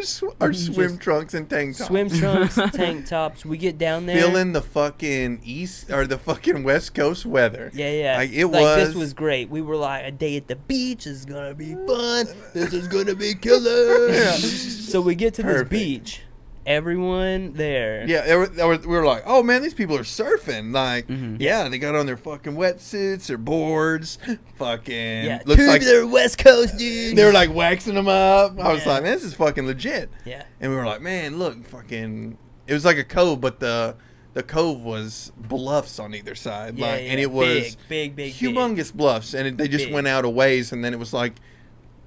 [SPEAKER 1] Sw- our swim trunks and tank tops.
[SPEAKER 3] Swim trunks, tank tops. We get down there.
[SPEAKER 1] feeling the fucking east or the fucking west coast weather.
[SPEAKER 3] yeah, yeah.
[SPEAKER 1] Like, it
[SPEAKER 3] like
[SPEAKER 1] was.
[SPEAKER 3] this was great. We were like a day at the beach is gonna be fun.
[SPEAKER 1] This is gonna be killer. yeah,
[SPEAKER 3] so we get to
[SPEAKER 1] Perfect.
[SPEAKER 3] this beach. Everyone there.
[SPEAKER 1] there were- there were- we were like, oh man, these people are surfing. Like,
[SPEAKER 3] Mm-hmm.
[SPEAKER 4] Mhm.
[SPEAKER 1] yeah, they got on their fucking wetsuits or boards. Fucking
[SPEAKER 3] Yeah.
[SPEAKER 1] looks
[SPEAKER 3] to
[SPEAKER 1] like
[SPEAKER 3] their West Coast dude.
[SPEAKER 1] they were like waxing them up. I was
[SPEAKER 3] Yeah.
[SPEAKER 1] like, man, this is fucking legit.
[SPEAKER 3] yeah.
[SPEAKER 1] And we were like, man, look, fucking. It was like a cove, but the the cove was bluffs on either side.
[SPEAKER 3] Yeah,
[SPEAKER 1] like,
[SPEAKER 3] yeah.
[SPEAKER 1] and it was
[SPEAKER 3] big, big, big. big.
[SPEAKER 1] humongous bluffs, and it, they just
[SPEAKER 3] Big.
[SPEAKER 1] went out a ways, and then it was like,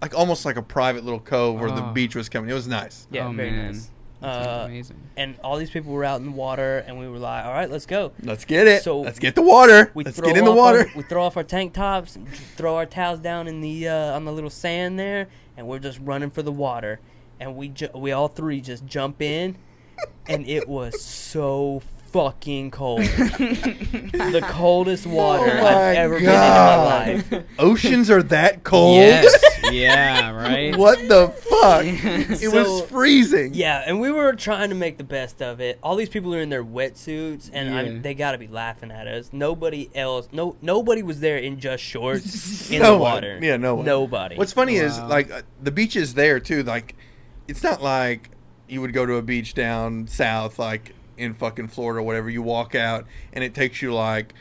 [SPEAKER 1] like almost like a private little cove where the
[SPEAKER 3] Uh-huh.
[SPEAKER 4] Oh.
[SPEAKER 1] beach was coming. It was nice.
[SPEAKER 3] Yeah,
[SPEAKER 4] Oh,
[SPEAKER 3] very
[SPEAKER 4] man.
[SPEAKER 3] nice.
[SPEAKER 4] That sounds
[SPEAKER 3] Uh,
[SPEAKER 4] amazing.
[SPEAKER 3] and all these people were out in the water, and we were like, "All right, let's go."
[SPEAKER 1] Let's get it.
[SPEAKER 3] So-
[SPEAKER 1] Let's get the water.
[SPEAKER 3] We
[SPEAKER 1] Let's
[SPEAKER 3] throw
[SPEAKER 1] get in the
[SPEAKER 3] off
[SPEAKER 1] water.
[SPEAKER 3] Our, we throw off our tank tops, and throw our towels down in the uh, on the little sand there, and we're just running for the water. And we ju- we all three just jump in, and it was so fucking cold, the coldest water
[SPEAKER 1] Oh my
[SPEAKER 3] I've ever
[SPEAKER 1] God.
[SPEAKER 3] been in my life.
[SPEAKER 1] Oceans are that cold.
[SPEAKER 4] Yes. yeah. Right.
[SPEAKER 1] what the fuck? It
[SPEAKER 3] So-
[SPEAKER 1] was freezing.
[SPEAKER 3] Yeah, and we were trying to make the best of it. All these people are in their wetsuits, and
[SPEAKER 4] Yeah.
[SPEAKER 3] I'm, they gotta be laughing at us. Nobody else, no, nobody was there in just shorts in
[SPEAKER 1] No
[SPEAKER 3] the
[SPEAKER 1] one.
[SPEAKER 3] water.
[SPEAKER 1] Yeah, no one.
[SPEAKER 3] Nobody.
[SPEAKER 1] What's funny is
[SPEAKER 4] Wow.
[SPEAKER 1] like uh, the beach is there too. Like, it's not like you would go to a beach down south, like in fucking Florida or whatever. You walk out and it takes you like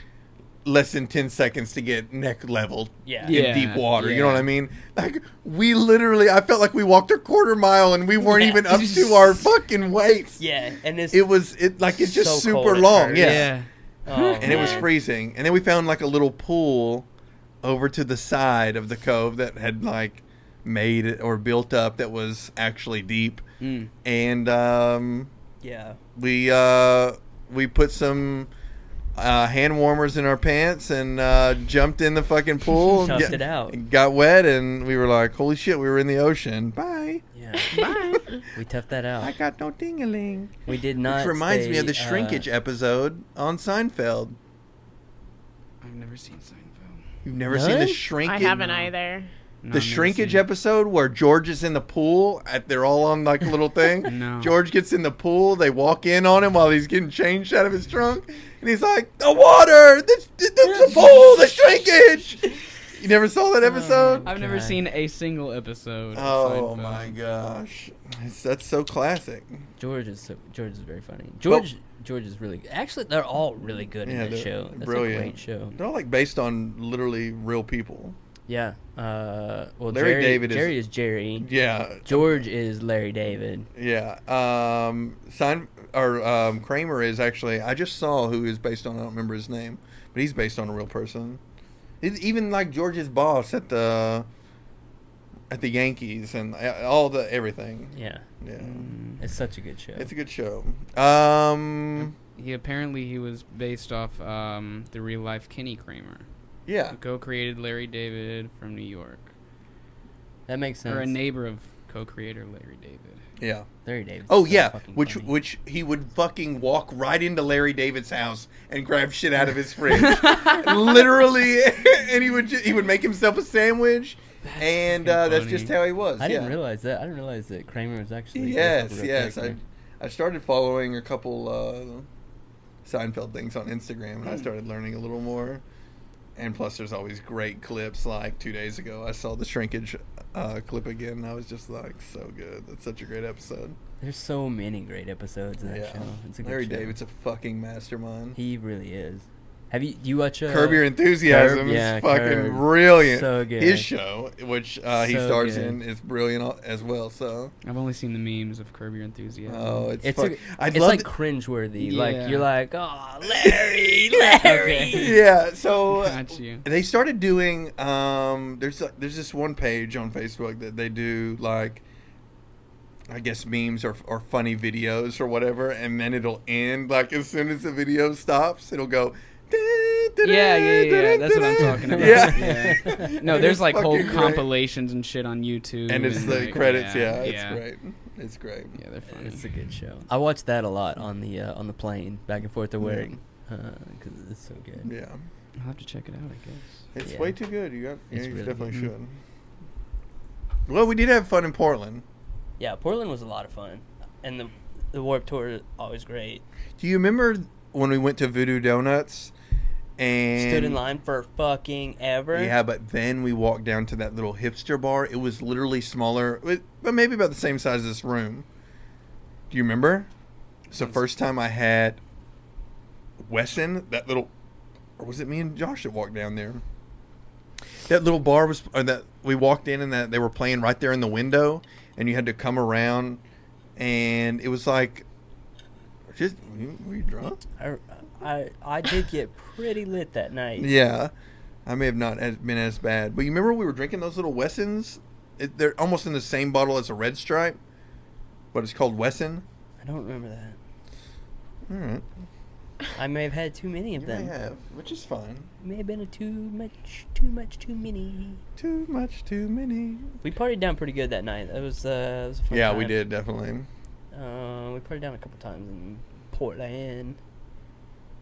[SPEAKER 1] less than ten seconds to get neck level
[SPEAKER 3] yeah.
[SPEAKER 1] in
[SPEAKER 4] Yeah,
[SPEAKER 1] deep water. You know
[SPEAKER 4] yeah.
[SPEAKER 1] what I mean? Like we literally, I felt like we walked a quarter mile and we weren't
[SPEAKER 3] Yeah.
[SPEAKER 1] even up to our fucking waist.
[SPEAKER 3] Yeah, and it's
[SPEAKER 1] It was it like it's just
[SPEAKER 3] So cold
[SPEAKER 1] super
[SPEAKER 3] at
[SPEAKER 1] long.
[SPEAKER 3] first.
[SPEAKER 1] Yeah.
[SPEAKER 4] Yeah.
[SPEAKER 3] oh,
[SPEAKER 1] And it was
[SPEAKER 3] man.
[SPEAKER 1] freezing. And then we found like a little pool over to the side of the cove that had like made it or built up that was actually deep.
[SPEAKER 4] Mm.
[SPEAKER 1] And um
[SPEAKER 3] yeah.
[SPEAKER 1] we uh we put some uh, hand warmers in our pants and uh, jumped in the fucking pool. and
[SPEAKER 3] Toughed
[SPEAKER 1] get-
[SPEAKER 3] it out.
[SPEAKER 1] Got wet, and we were like, holy shit, we were in the ocean. Bye.
[SPEAKER 3] Yeah,
[SPEAKER 2] Bye.
[SPEAKER 3] we toughed that
[SPEAKER 1] I
[SPEAKER 3] out.
[SPEAKER 1] got no ding-a-ling.
[SPEAKER 3] We did not.
[SPEAKER 1] Which reminds me
[SPEAKER 3] stay,
[SPEAKER 1] of the
[SPEAKER 3] uh,
[SPEAKER 1] shrinkage episode on Seinfeld.
[SPEAKER 4] I've never seen Seinfeld.
[SPEAKER 1] You've never seen the
[SPEAKER 3] Really?
[SPEAKER 2] I
[SPEAKER 1] shrinkage?
[SPEAKER 2] haven't either.
[SPEAKER 4] No, I've
[SPEAKER 1] The
[SPEAKER 4] never
[SPEAKER 1] shrinkage
[SPEAKER 4] seen it.
[SPEAKER 1] episode where George is in the pool. At, they're all on like a little thing.
[SPEAKER 4] No.
[SPEAKER 1] George gets in the pool. They walk in on him while he's getting changed out of his trunk, and he's like, "The water! This, this, the pool! The shrinkage!" You never saw that episode?
[SPEAKER 4] I've never
[SPEAKER 3] God.
[SPEAKER 4] seen a single episode. of
[SPEAKER 1] Oh
[SPEAKER 4] Seinfeld.
[SPEAKER 1] my gosh, It's- that's so classic.
[SPEAKER 3] George is so, George is very funny. George George is really actually they're all really good
[SPEAKER 1] Oh. Yeah,
[SPEAKER 3] in that
[SPEAKER 1] they're
[SPEAKER 3] show. That's
[SPEAKER 1] brilliant.
[SPEAKER 3] a great show.
[SPEAKER 1] They're all like based on literally real people.
[SPEAKER 3] Yeah. Uh, well,
[SPEAKER 1] Larry
[SPEAKER 3] Jerry,
[SPEAKER 1] David is-
[SPEAKER 3] Jerry is, Jerry.
[SPEAKER 1] Yeah,
[SPEAKER 3] George is Larry David.
[SPEAKER 1] yeah. Um, Sein or um, Kramer is actually. I just saw who is based on. I don't remember his name, but he's based on a real person. It, even like George's boss at the at the Yankees and a- all the everything.
[SPEAKER 3] Yeah,
[SPEAKER 1] Yeah,
[SPEAKER 4] Mm.
[SPEAKER 3] it's such a good show.
[SPEAKER 1] it's a good show. Um,
[SPEAKER 4] He apparently he was based off um, the real life Kenny Kramer,
[SPEAKER 1] yeah.
[SPEAKER 4] who co-created Larry David from New York,
[SPEAKER 3] that makes sense.
[SPEAKER 4] or a neighbor of co-creator Larry David.
[SPEAKER 1] Yeah.
[SPEAKER 3] Larry David.
[SPEAKER 1] Oh yeah, which which he would fucking walk right into Larry David's house and grab shit out of his fridge, literally, and he would ju- he would make himself a sandwich, and
[SPEAKER 4] fucking
[SPEAKER 1] uh, that's
[SPEAKER 4] funny.
[SPEAKER 1] just how he was.
[SPEAKER 3] I
[SPEAKER 1] yeah.
[SPEAKER 3] didn't realize that. I didn't realize that Kramer was actually.
[SPEAKER 1] Yes,
[SPEAKER 3] based off of a
[SPEAKER 1] yes, I
[SPEAKER 3] character.
[SPEAKER 1] I started following a couple uh, Seinfeld things on Instagram, and I
[SPEAKER 3] Hmm.
[SPEAKER 1] started learning a little more. And plus, there's always great clips. Like two days ago, I saw the shrinkage uh, clip again, and I was just like, so good. That's such a great episode.
[SPEAKER 3] There's so many great episodes in that
[SPEAKER 1] Yeah.
[SPEAKER 3] show. It's a good
[SPEAKER 1] Larry
[SPEAKER 3] show.
[SPEAKER 1] David's a fucking mastermind.
[SPEAKER 3] He really is. Have you do you watch uh,
[SPEAKER 1] Curb Your Enthusiasm
[SPEAKER 3] Curb, yeah,
[SPEAKER 1] is fucking
[SPEAKER 3] Curb.
[SPEAKER 1] brilliant.
[SPEAKER 3] So good.
[SPEAKER 1] His show, which uh, he
[SPEAKER 3] So
[SPEAKER 1] stars
[SPEAKER 3] good.
[SPEAKER 1] in, is brilliant al- as well. So,
[SPEAKER 4] I've only seen the memes of Curb Your Enthusiasm.
[SPEAKER 1] oh, it's,
[SPEAKER 3] It's
[SPEAKER 1] fuck-
[SPEAKER 3] a,
[SPEAKER 1] I'd
[SPEAKER 3] it's
[SPEAKER 1] love
[SPEAKER 3] like
[SPEAKER 1] to-
[SPEAKER 3] cringeworthy.
[SPEAKER 4] Yeah.
[SPEAKER 3] Like you're like, oh, Larry, Larry.
[SPEAKER 1] yeah. So uh,
[SPEAKER 4] Got you.
[SPEAKER 1] they started doing. Um, there's uh, there's this one page on Facebook that they do like, I guess memes or or funny videos or whatever, and then it'll end like as soon as the video stops, it'll go.
[SPEAKER 4] Yeah, yeah, yeah, yeah, that's what I'm talking about.
[SPEAKER 1] Yeah.
[SPEAKER 4] No,
[SPEAKER 1] It
[SPEAKER 4] there's
[SPEAKER 1] is
[SPEAKER 4] like whole
[SPEAKER 1] fucking great.
[SPEAKER 4] compilations and shit on YouTube.
[SPEAKER 1] and it's the
[SPEAKER 4] like,
[SPEAKER 1] credits. Yeah,
[SPEAKER 4] yeah.
[SPEAKER 1] it's great. It's great.
[SPEAKER 4] Yeah, they're funny.
[SPEAKER 3] It's a good show. I watched that a lot on the uh, on the plane back and forth to Waring because it's so good.
[SPEAKER 1] Yeah,
[SPEAKER 4] I'll have to check it out, I guess.
[SPEAKER 1] it's
[SPEAKER 3] Yeah.
[SPEAKER 1] way too good. You, got,
[SPEAKER 3] It's
[SPEAKER 1] you
[SPEAKER 3] really
[SPEAKER 1] definitely
[SPEAKER 3] good.
[SPEAKER 1] should.
[SPEAKER 4] Mm-hmm.
[SPEAKER 1] Well, we did have fun in Portland.
[SPEAKER 3] Yeah, Portland was a lot of fun, and the the Warp Tour is always great.
[SPEAKER 1] Do you remember when we went to Voodoo Donuts and
[SPEAKER 3] Stood in line for fucking ever.
[SPEAKER 1] Yeah, but then we walked down to that little hipster bar. It was literally smaller, but but maybe about the same size as this room. Do you remember? It's the first time I had Wesson, that little, or was it me and Josh that walked down there? That little bar was, or that we walked in and that they were playing right there in the window, and you had to come around, and it was like, just were you- were you drunk?
[SPEAKER 3] I, I I did get pretty lit that night.
[SPEAKER 1] Yeah, I may have not as, been as bad, but you remember we were drinking those little Wessons? It, they're almost in the same bottle as a Red Stripe, but it's called Wesson.
[SPEAKER 3] I don't remember that.
[SPEAKER 1] All right,
[SPEAKER 3] I may have had too many of
[SPEAKER 1] you may
[SPEAKER 3] them.
[SPEAKER 1] have, which is fine.
[SPEAKER 3] May have been a too much, too much, too many.
[SPEAKER 1] Too much, too many.
[SPEAKER 3] We partied down pretty good that night. That was uh, it was a fun
[SPEAKER 1] Yeah, we
[SPEAKER 3] time.
[SPEAKER 1] did definitely.
[SPEAKER 3] Uh, we partied down a couple times in Portland.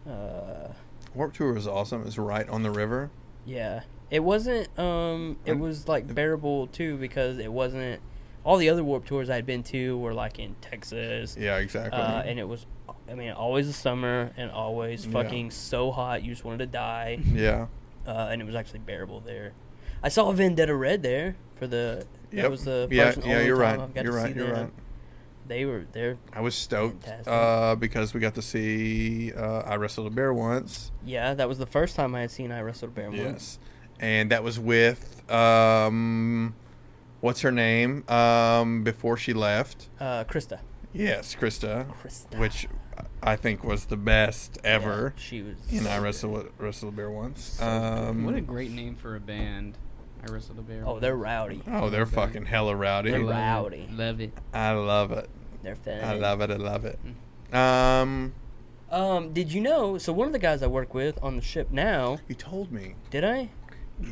[SPEAKER 3] Uh,
[SPEAKER 1] Warp Tour was awesome. It's right on the river.
[SPEAKER 3] yeah, it wasn't. Um, it
[SPEAKER 1] And-
[SPEAKER 3] was like bearable too because it wasn't. All the other warp tours I'd been to were like in Texas.
[SPEAKER 1] Yeah, exactly.
[SPEAKER 3] Uh, and it was, I mean, always the summer and always
[SPEAKER 1] Yeah.
[SPEAKER 3] fucking so hot. You just wanted to die.
[SPEAKER 1] yeah,
[SPEAKER 3] uh, and it was actually bearable there. I saw Vendetta Red there for the.
[SPEAKER 1] Yep.
[SPEAKER 3] That was the
[SPEAKER 1] yeah,
[SPEAKER 3] first and
[SPEAKER 1] yeah.
[SPEAKER 3] only
[SPEAKER 1] You're
[SPEAKER 3] time
[SPEAKER 1] right.
[SPEAKER 3] I've got
[SPEAKER 1] You're
[SPEAKER 3] to
[SPEAKER 1] right.
[SPEAKER 3] see
[SPEAKER 1] You're
[SPEAKER 3] them.
[SPEAKER 1] right.
[SPEAKER 3] They were there.
[SPEAKER 1] I was stoked
[SPEAKER 3] Fantastic.
[SPEAKER 1] uh, because we got to see uh, I wrestled a bear once.
[SPEAKER 3] Yeah, that was the first time I had seen I wrestled Bear once.
[SPEAKER 1] Yes. And that was with um what's her name? Um before she left.
[SPEAKER 3] Uh, Krista.
[SPEAKER 1] Yes, Krista.
[SPEAKER 3] Krista.
[SPEAKER 1] Which I think was the best ever.
[SPEAKER 3] Yeah, she was.
[SPEAKER 1] And I wrestled wrestled a bear once.
[SPEAKER 3] So
[SPEAKER 1] Um
[SPEAKER 4] What a great name for a band. I wrestled a bear.
[SPEAKER 3] Oh, they're rowdy.
[SPEAKER 1] Oh, they're fucking hella rowdy.
[SPEAKER 3] They're
[SPEAKER 4] Love it.
[SPEAKER 3] rowdy.
[SPEAKER 4] Love it.
[SPEAKER 1] I love it.
[SPEAKER 3] They're fed.
[SPEAKER 1] I love it. I love it. Um
[SPEAKER 3] Um, did you know? So one of the guys I work with on the ship now,
[SPEAKER 1] You told me.
[SPEAKER 3] did I?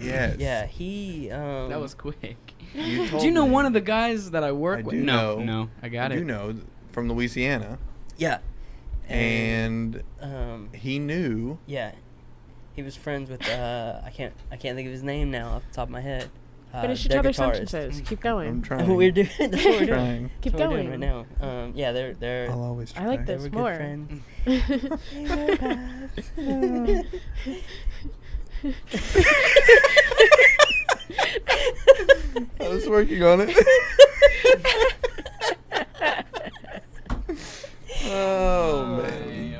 [SPEAKER 1] Yes.
[SPEAKER 3] Yeah, he. Um,
[SPEAKER 4] That was quick.
[SPEAKER 1] Oh. You told
[SPEAKER 4] Do you know
[SPEAKER 1] me.
[SPEAKER 4] one of the guys that I work
[SPEAKER 1] I
[SPEAKER 4] with?
[SPEAKER 1] do
[SPEAKER 4] no,
[SPEAKER 1] know.
[SPEAKER 4] no, I
[SPEAKER 1] I
[SPEAKER 4] got
[SPEAKER 1] do
[SPEAKER 4] it.
[SPEAKER 1] know th- from Louisiana,
[SPEAKER 3] yeah,
[SPEAKER 1] and
[SPEAKER 3] um,
[SPEAKER 1] he knew.
[SPEAKER 3] yeah, he was friends with. Uh, I can't. I can't think of his name now off the top of my head. Uh,
[SPEAKER 2] Finish each
[SPEAKER 3] their
[SPEAKER 2] other's
[SPEAKER 3] guitarist.
[SPEAKER 2] sentences. Keep
[SPEAKER 1] I'm
[SPEAKER 2] going.
[SPEAKER 1] trying.
[SPEAKER 3] We're doing. That's what we're doing.
[SPEAKER 1] trying.
[SPEAKER 2] Keep
[SPEAKER 3] That's what we're
[SPEAKER 2] going
[SPEAKER 3] doing right now. Um, yeah, they're they're.
[SPEAKER 1] I'll always
[SPEAKER 2] I
[SPEAKER 1] try.
[SPEAKER 2] like
[SPEAKER 3] they
[SPEAKER 2] this
[SPEAKER 3] were good
[SPEAKER 2] more.
[SPEAKER 3] friends.
[SPEAKER 1] I was working on it. oh man.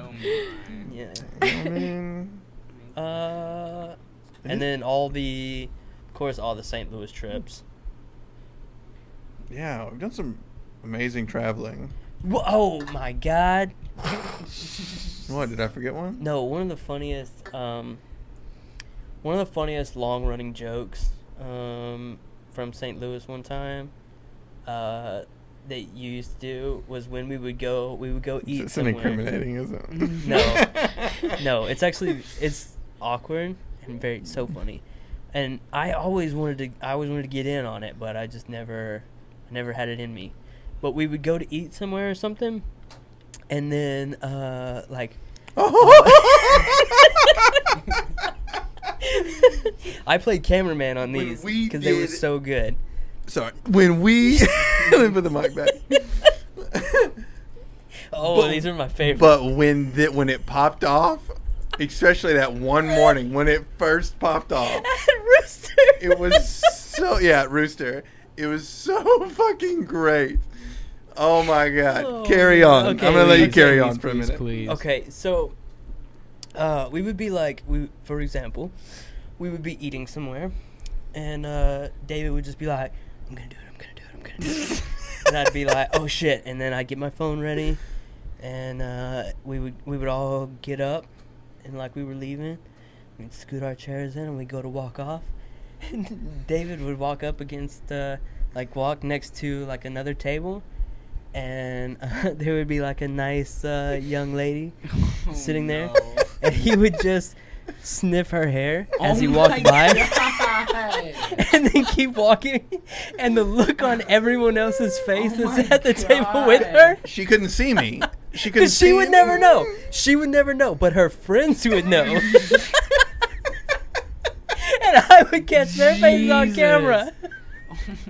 [SPEAKER 3] yeah. oh,
[SPEAKER 1] I mean,
[SPEAKER 3] Uh,
[SPEAKER 1] Who-
[SPEAKER 3] and then all the, of course, all the St. Louis trips.
[SPEAKER 1] yeah, we've done some amazing traveling.
[SPEAKER 3] Wha- Oh my God!
[SPEAKER 1] What did I forget one?
[SPEAKER 3] No, one of the funniest, um, one of the funniest long-running jokes um, from St. Louis one time uh, that you used to do was when we would go, we would go eat
[SPEAKER 1] It's
[SPEAKER 3] somewhere.
[SPEAKER 1] incriminating, isn't it?
[SPEAKER 3] No, no, it's actually it's awkward and very so funny, and I always wanted to I always wanted to get in on it, but I just never I never had it in me. But we would go to eat somewhere or something, and then uh, like I played cameraman on
[SPEAKER 1] When
[SPEAKER 3] these
[SPEAKER 1] we
[SPEAKER 3] because they were
[SPEAKER 1] did-
[SPEAKER 3] so good.
[SPEAKER 1] Sorry. When we let me put the mic back.
[SPEAKER 3] Oh,
[SPEAKER 1] But-
[SPEAKER 3] these are my favorite.
[SPEAKER 1] But when that when it popped off, especially that one morning when it first popped off,
[SPEAKER 3] Rooster.
[SPEAKER 1] it was so yeah, Rooster. It was so fucking great. Oh my god. carry on.
[SPEAKER 3] Okay,
[SPEAKER 1] I'm gonna let you
[SPEAKER 3] please,
[SPEAKER 1] carry
[SPEAKER 4] please,
[SPEAKER 1] on for a
[SPEAKER 4] please,
[SPEAKER 1] minute.
[SPEAKER 4] Please.
[SPEAKER 3] Okay, so uh, we would be like, we for example, we would be eating somewhere, and uh, David would just be like, "I'm gonna do it. I'm gonna do it. I'm gonna do it," and I'd be like, "Oh shit!" And then I'd get my phone ready, and uh, we would we would all get up, and like we were leaving, we'd scoot our chairs in, and we'd go to walk off. And David would walk up against, uh, like, walk next to like another table. And uh, there would be like a nice uh, young lady
[SPEAKER 4] Oh,
[SPEAKER 3] sitting there,
[SPEAKER 1] Oh,
[SPEAKER 3] and he would just sniff her hair as he walked by, and then keep walking. And the look on everyone else's
[SPEAKER 1] Oh
[SPEAKER 3] face that's at the table with her,
[SPEAKER 1] She couldn't see me. She couldn't
[SPEAKER 3] because
[SPEAKER 1] see
[SPEAKER 3] she would
[SPEAKER 1] it.
[SPEAKER 3] never know. She would never know, but her friends would know. and I would catch their faces on camera.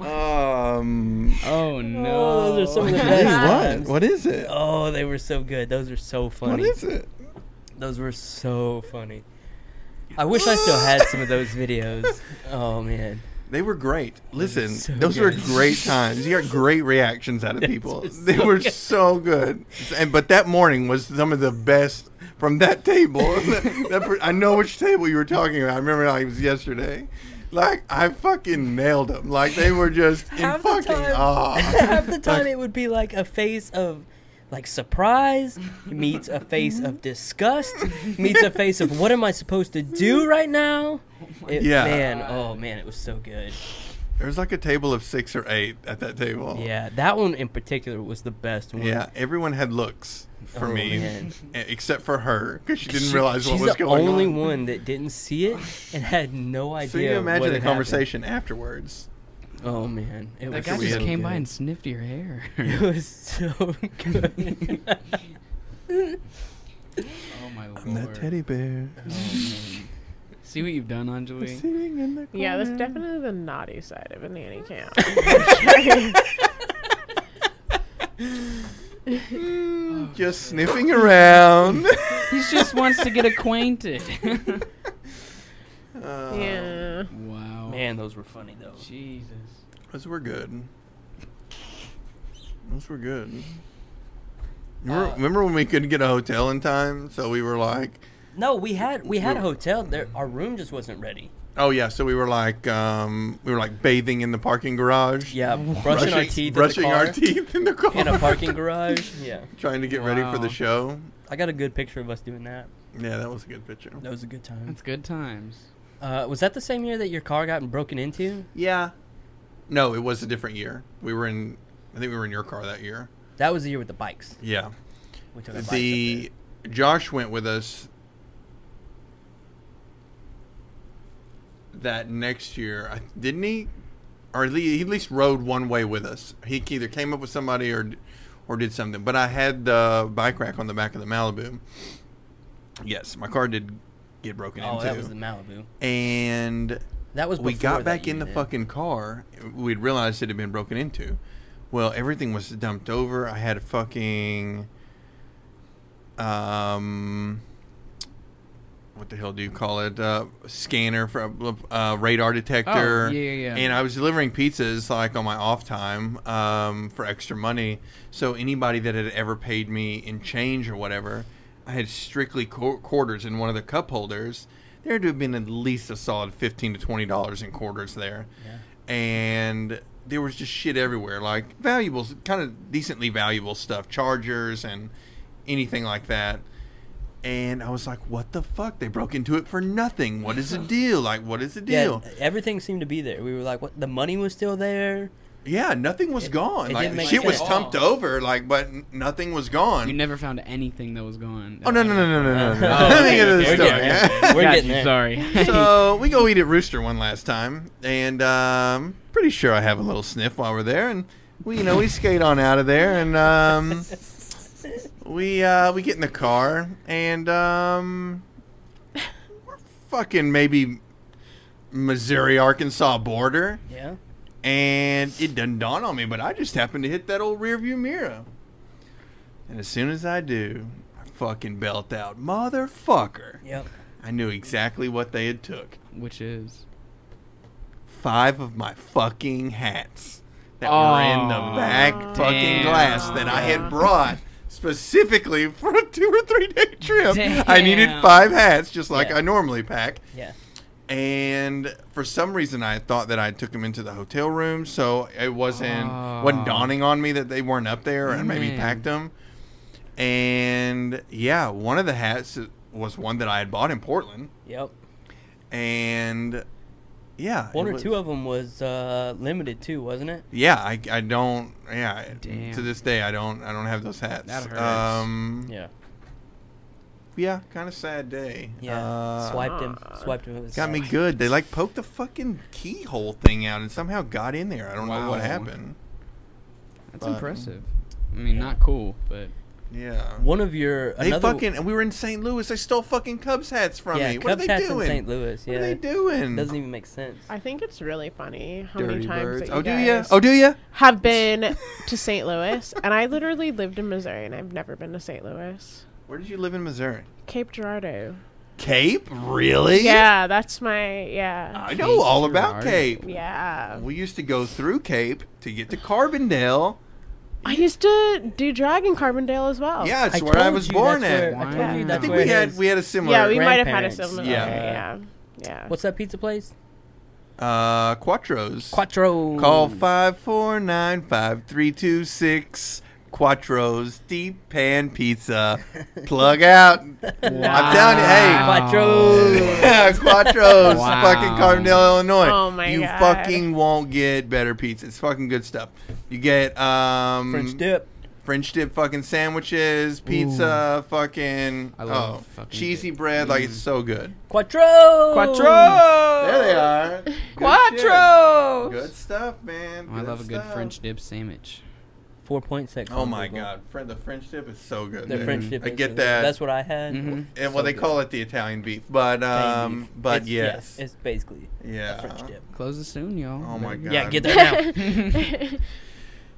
[SPEAKER 1] Um
[SPEAKER 4] Oh no.
[SPEAKER 3] Oh, those are some of the
[SPEAKER 1] what?
[SPEAKER 3] best times.
[SPEAKER 1] What is it?
[SPEAKER 3] Oh, they were so good. Those were so
[SPEAKER 1] what
[SPEAKER 3] funny.
[SPEAKER 1] is it?
[SPEAKER 3] Those were so funny. I wish I still had some of those videos. Oh man.
[SPEAKER 1] They were great. Listen,
[SPEAKER 3] so
[SPEAKER 1] those were
[SPEAKER 3] good.
[SPEAKER 1] great times. You got great reactions out of people.
[SPEAKER 3] were so
[SPEAKER 1] They were so good. And but that morning was some of the best from that table. That per- I know which table you were talking about. I remember like it was yesterday. Like I fucking nailed them. Like they were just in
[SPEAKER 3] Half the
[SPEAKER 1] fucking
[SPEAKER 3] time-
[SPEAKER 1] awe.
[SPEAKER 3] Half the time it would be like a face of like surprise meets a face of disgust meets a face of what am I supposed to do right now? It-
[SPEAKER 1] Yeah.
[SPEAKER 3] Man, oh man, it was so good.
[SPEAKER 1] There was like a table of six or eight at that table.
[SPEAKER 3] Yeah, that one in particular was the best one.
[SPEAKER 1] Oh. Yeah, everyone had looks for
[SPEAKER 3] Oh,
[SPEAKER 1] me,
[SPEAKER 3] man.
[SPEAKER 1] e- except for her because she didn't
[SPEAKER 3] She-
[SPEAKER 1] realize what
[SPEAKER 3] she's
[SPEAKER 1] was
[SPEAKER 3] the
[SPEAKER 1] going
[SPEAKER 3] only
[SPEAKER 1] on.
[SPEAKER 3] one that didn't see it and had no idea.
[SPEAKER 1] so you
[SPEAKER 3] what
[SPEAKER 1] imagine the
[SPEAKER 3] had happened.
[SPEAKER 1] conversation afterwards.
[SPEAKER 3] Oh man, it
[SPEAKER 4] That
[SPEAKER 3] was
[SPEAKER 4] guy
[SPEAKER 1] we
[SPEAKER 4] just
[SPEAKER 1] had-
[SPEAKER 3] so
[SPEAKER 4] came by
[SPEAKER 3] good.
[SPEAKER 4] and sniffed your hair.
[SPEAKER 3] It was so good.
[SPEAKER 4] oh my lord.
[SPEAKER 1] I'm that teddy bear
[SPEAKER 4] See what you've done, Anjali.
[SPEAKER 1] sitting in the corner.
[SPEAKER 2] Yeah, that's definitely the naughty side of a nanny cam.
[SPEAKER 1] mm, just sniffing around.
[SPEAKER 4] He just wants to get acquainted.
[SPEAKER 1] Uh,
[SPEAKER 2] yeah.
[SPEAKER 4] wow.
[SPEAKER 3] man, those were funny though.
[SPEAKER 4] Jesus.
[SPEAKER 1] Those were good. Those were good. Remember,
[SPEAKER 2] Uh,
[SPEAKER 1] remember when we couldn't get a hotel in time, so we were like,
[SPEAKER 3] No, we had we had a
[SPEAKER 1] Yeah.
[SPEAKER 3] hotel. There, our room just wasn't ready.
[SPEAKER 1] oh yeah, so we were like, um, we were like bathing in the parking garage.
[SPEAKER 3] Yeah, brushing our teeth,
[SPEAKER 1] brushing
[SPEAKER 3] in the car,
[SPEAKER 1] our teeth in the car,
[SPEAKER 3] in a parking garage. Yeah,
[SPEAKER 1] trying to get ready for
[SPEAKER 4] Wow.
[SPEAKER 1] the show.
[SPEAKER 3] I got a good picture of us doing that.
[SPEAKER 1] Yeah, that was a good picture.
[SPEAKER 3] That was a good time.
[SPEAKER 4] That's good times.
[SPEAKER 3] Uh, was that the same year that your car got broken into?
[SPEAKER 1] Yeah. No, it was a different year. We were in, I think we were in your car that year.
[SPEAKER 3] That was the year with the bikes.
[SPEAKER 1] Yeah.
[SPEAKER 3] We took our bikes up
[SPEAKER 1] the Josh went with us that next year, I- didn't he? Or at least, he at least rode one way with us. He either came up with somebody or or did something. But I had the bike rack on the back of the Malibu. Yes, my car did get broken
[SPEAKER 3] Oh,
[SPEAKER 1] into,
[SPEAKER 3] that was the Malibu.
[SPEAKER 1] and
[SPEAKER 3] That was
[SPEAKER 1] we
[SPEAKER 3] before
[SPEAKER 1] got
[SPEAKER 3] that
[SPEAKER 1] back in the
[SPEAKER 3] unit.
[SPEAKER 1] fucking car. We'd realized it had been broken into. Well, everything was dumped over. I had a fucking um, what the hell do you call it? Uh, scanner for a uh, radar detector.
[SPEAKER 4] Oh, yeah, yeah, yeah.
[SPEAKER 1] And I was delivering pizzas like on my off time um, for extra money. So anybody that had ever paid me in change or whatever, I had strictly qu- quarters in one of the cup holders. There had to have been at least a solid fifteen to twenty dollars in quarters there, and there was just shit everywhere, like valuables, kind of decently valuable stuff, chargers and anything like that and I was like, "What the fuck? They broke into it for nothing. What is the deal? Like, what is the
[SPEAKER 3] Yeah,
[SPEAKER 1] deal?"
[SPEAKER 3] everything seemed to be there. We were like, "What? The money was still there."
[SPEAKER 1] Yeah, nothing was gone.
[SPEAKER 3] it
[SPEAKER 1] like,
[SPEAKER 3] didn't make
[SPEAKER 1] shit was
[SPEAKER 3] sense.
[SPEAKER 1] tumped over. Like, but n- nothing was gone.
[SPEAKER 4] You never found anything that was gone.
[SPEAKER 1] oh no no no no no no! no.
[SPEAKER 3] Oh,
[SPEAKER 1] Let me get to the
[SPEAKER 3] we're
[SPEAKER 1] story.
[SPEAKER 3] getting there. We're
[SPEAKER 4] Got
[SPEAKER 3] getting
[SPEAKER 4] you,
[SPEAKER 3] there.
[SPEAKER 4] Sorry.
[SPEAKER 1] so we go eat at Rooster one last time, and um, pretty sure I have a little sniff while we're there, and we you know we skate on out of there, and um, we uh, we get in the car, and um, we're fucking maybe Missouri Arkansas border,
[SPEAKER 3] Yeah.
[SPEAKER 1] and it doesn't dawn on me, but I just happened to hit that old rearview mirror, and as soon as I do, I fucking belt out, motherfucker.
[SPEAKER 3] Yep.
[SPEAKER 1] I knew exactly what they had took.
[SPEAKER 4] Which is
[SPEAKER 1] Five of my fucking hats that were in
[SPEAKER 4] Aw,
[SPEAKER 1] the back fucking
[SPEAKER 4] damn.
[SPEAKER 1] glass that I had brought specifically for a two or three day trip. I needed
[SPEAKER 4] Damn.
[SPEAKER 1] five hats, just like
[SPEAKER 3] Yeah.
[SPEAKER 1] I normally pack.
[SPEAKER 3] Yeah.
[SPEAKER 1] And for some reason, I thought that I took them into the hotel room, so it wasn't
[SPEAKER 4] Aw.
[SPEAKER 1] wasn't dawning on me that they weren't up there and maybe
[SPEAKER 4] Man.
[SPEAKER 1] packed them. And yeah, one of the hats was one that I had bought in Portland.
[SPEAKER 3] Yep.
[SPEAKER 1] and yeah,
[SPEAKER 3] One
[SPEAKER 1] it
[SPEAKER 3] or
[SPEAKER 1] was-
[SPEAKER 3] two of them was uh, limited too, wasn't it?
[SPEAKER 1] Yeah, I, I don't. Yeah, I-
[SPEAKER 4] Damn.
[SPEAKER 1] to this day, I don't. I don't have those hats.
[SPEAKER 4] That hurts.
[SPEAKER 1] Um, yeah,
[SPEAKER 3] Yeah.
[SPEAKER 1] kind of sad day.
[SPEAKER 3] Yeah.
[SPEAKER 1] Uh,
[SPEAKER 3] swiped him. Swiped him. It was
[SPEAKER 1] Got me good. They like poked the fucking keyhole thing out and somehow got in there. I don't know what
[SPEAKER 4] Wow.
[SPEAKER 1] happened.
[SPEAKER 4] that's
[SPEAKER 1] But-
[SPEAKER 4] impressive. I mean, not cool, but
[SPEAKER 1] Yeah.
[SPEAKER 3] One of your
[SPEAKER 1] They
[SPEAKER 3] another
[SPEAKER 1] fucking and we were in St. Louis. They stole fucking Cubs hats from
[SPEAKER 3] yeah
[SPEAKER 1] me. What
[SPEAKER 3] Cubs
[SPEAKER 1] are they
[SPEAKER 3] hats
[SPEAKER 1] doing?
[SPEAKER 3] in St. Louis.
[SPEAKER 1] What
[SPEAKER 3] Yeah.
[SPEAKER 1] are they doing?
[SPEAKER 3] Doesn't even make sense.
[SPEAKER 2] I think it's really funny how many
[SPEAKER 1] Dirty
[SPEAKER 2] times
[SPEAKER 1] birds.
[SPEAKER 2] that you
[SPEAKER 1] Oh, do ya?
[SPEAKER 2] guys
[SPEAKER 1] Oh, do ya?
[SPEAKER 2] have been to St. Louis, and I literally lived in Missouri, and I've never been to St. Louis.
[SPEAKER 1] Where did you live in Missouri?
[SPEAKER 2] Cape Girardeau.
[SPEAKER 1] Cape? Really?
[SPEAKER 2] Yeah, that's my yeah.
[SPEAKER 1] I know all
[SPEAKER 4] Cape
[SPEAKER 1] about
[SPEAKER 4] Girardeau.
[SPEAKER 1] Cape.
[SPEAKER 2] Yeah.
[SPEAKER 1] Ah, We used to go through Cape to get to Carbondale.
[SPEAKER 2] I used to do drag in Carbondale as well.
[SPEAKER 1] Yeah, it's where I
[SPEAKER 3] Oh, told
[SPEAKER 1] was
[SPEAKER 3] you
[SPEAKER 1] born
[SPEAKER 3] that's
[SPEAKER 1] at.
[SPEAKER 3] where- I told you
[SPEAKER 2] Wow.
[SPEAKER 1] I
[SPEAKER 3] that's
[SPEAKER 1] think
[SPEAKER 3] where
[SPEAKER 1] we had
[SPEAKER 3] his-
[SPEAKER 1] we had a similar.
[SPEAKER 2] Yeah, we might have had a
[SPEAKER 3] grandparents.
[SPEAKER 2] similar.
[SPEAKER 1] Yeah.
[SPEAKER 2] Yeah. Yeah.
[SPEAKER 3] What's that pizza place?
[SPEAKER 1] uh, Quattros.
[SPEAKER 3] Quattro.
[SPEAKER 1] Call five four nine five three two six. Quattros deep pan pizza. Plug out. I'm telling you, hey.
[SPEAKER 3] Quattro.
[SPEAKER 1] Quattros,
[SPEAKER 4] Wow.
[SPEAKER 1] fucking Carbondale, Illinois.
[SPEAKER 2] Oh my
[SPEAKER 1] you
[SPEAKER 2] God.
[SPEAKER 1] fucking won't get better pizza. It's fucking good stuff. You get um
[SPEAKER 3] French dip.
[SPEAKER 1] French dip fucking sandwiches, pizza, fucking,
[SPEAKER 4] I love
[SPEAKER 1] oh,
[SPEAKER 4] fucking
[SPEAKER 1] cheesy
[SPEAKER 4] dip. Mm.
[SPEAKER 1] bread. Like it's so good.
[SPEAKER 3] Quattro.
[SPEAKER 2] Oh.
[SPEAKER 1] There they are. Good
[SPEAKER 5] Quattro.
[SPEAKER 1] shit. Good stuff, man.
[SPEAKER 4] I love a good
[SPEAKER 1] stuff.
[SPEAKER 4] French dip sandwich.
[SPEAKER 3] Four point six.
[SPEAKER 1] Oh
[SPEAKER 3] on
[SPEAKER 1] my
[SPEAKER 3] Google.
[SPEAKER 1] god, Friend, the French dip is so good.
[SPEAKER 3] The
[SPEAKER 1] dude.
[SPEAKER 3] French dip.
[SPEAKER 1] I
[SPEAKER 3] is-
[SPEAKER 1] get that.
[SPEAKER 3] That's what I had.
[SPEAKER 4] Mm-hmm.
[SPEAKER 1] And, well,
[SPEAKER 3] so
[SPEAKER 1] they
[SPEAKER 3] good.
[SPEAKER 1] call it the Italian beef, but um,
[SPEAKER 3] Baby.
[SPEAKER 1] but
[SPEAKER 3] It's-
[SPEAKER 1] yes,
[SPEAKER 3] yeah, it's basically
[SPEAKER 1] yeah,
[SPEAKER 3] a French dip.
[SPEAKER 4] Closes soon, y'all.
[SPEAKER 1] Oh my
[SPEAKER 4] Better-
[SPEAKER 1] God.
[SPEAKER 3] Yeah, get that now.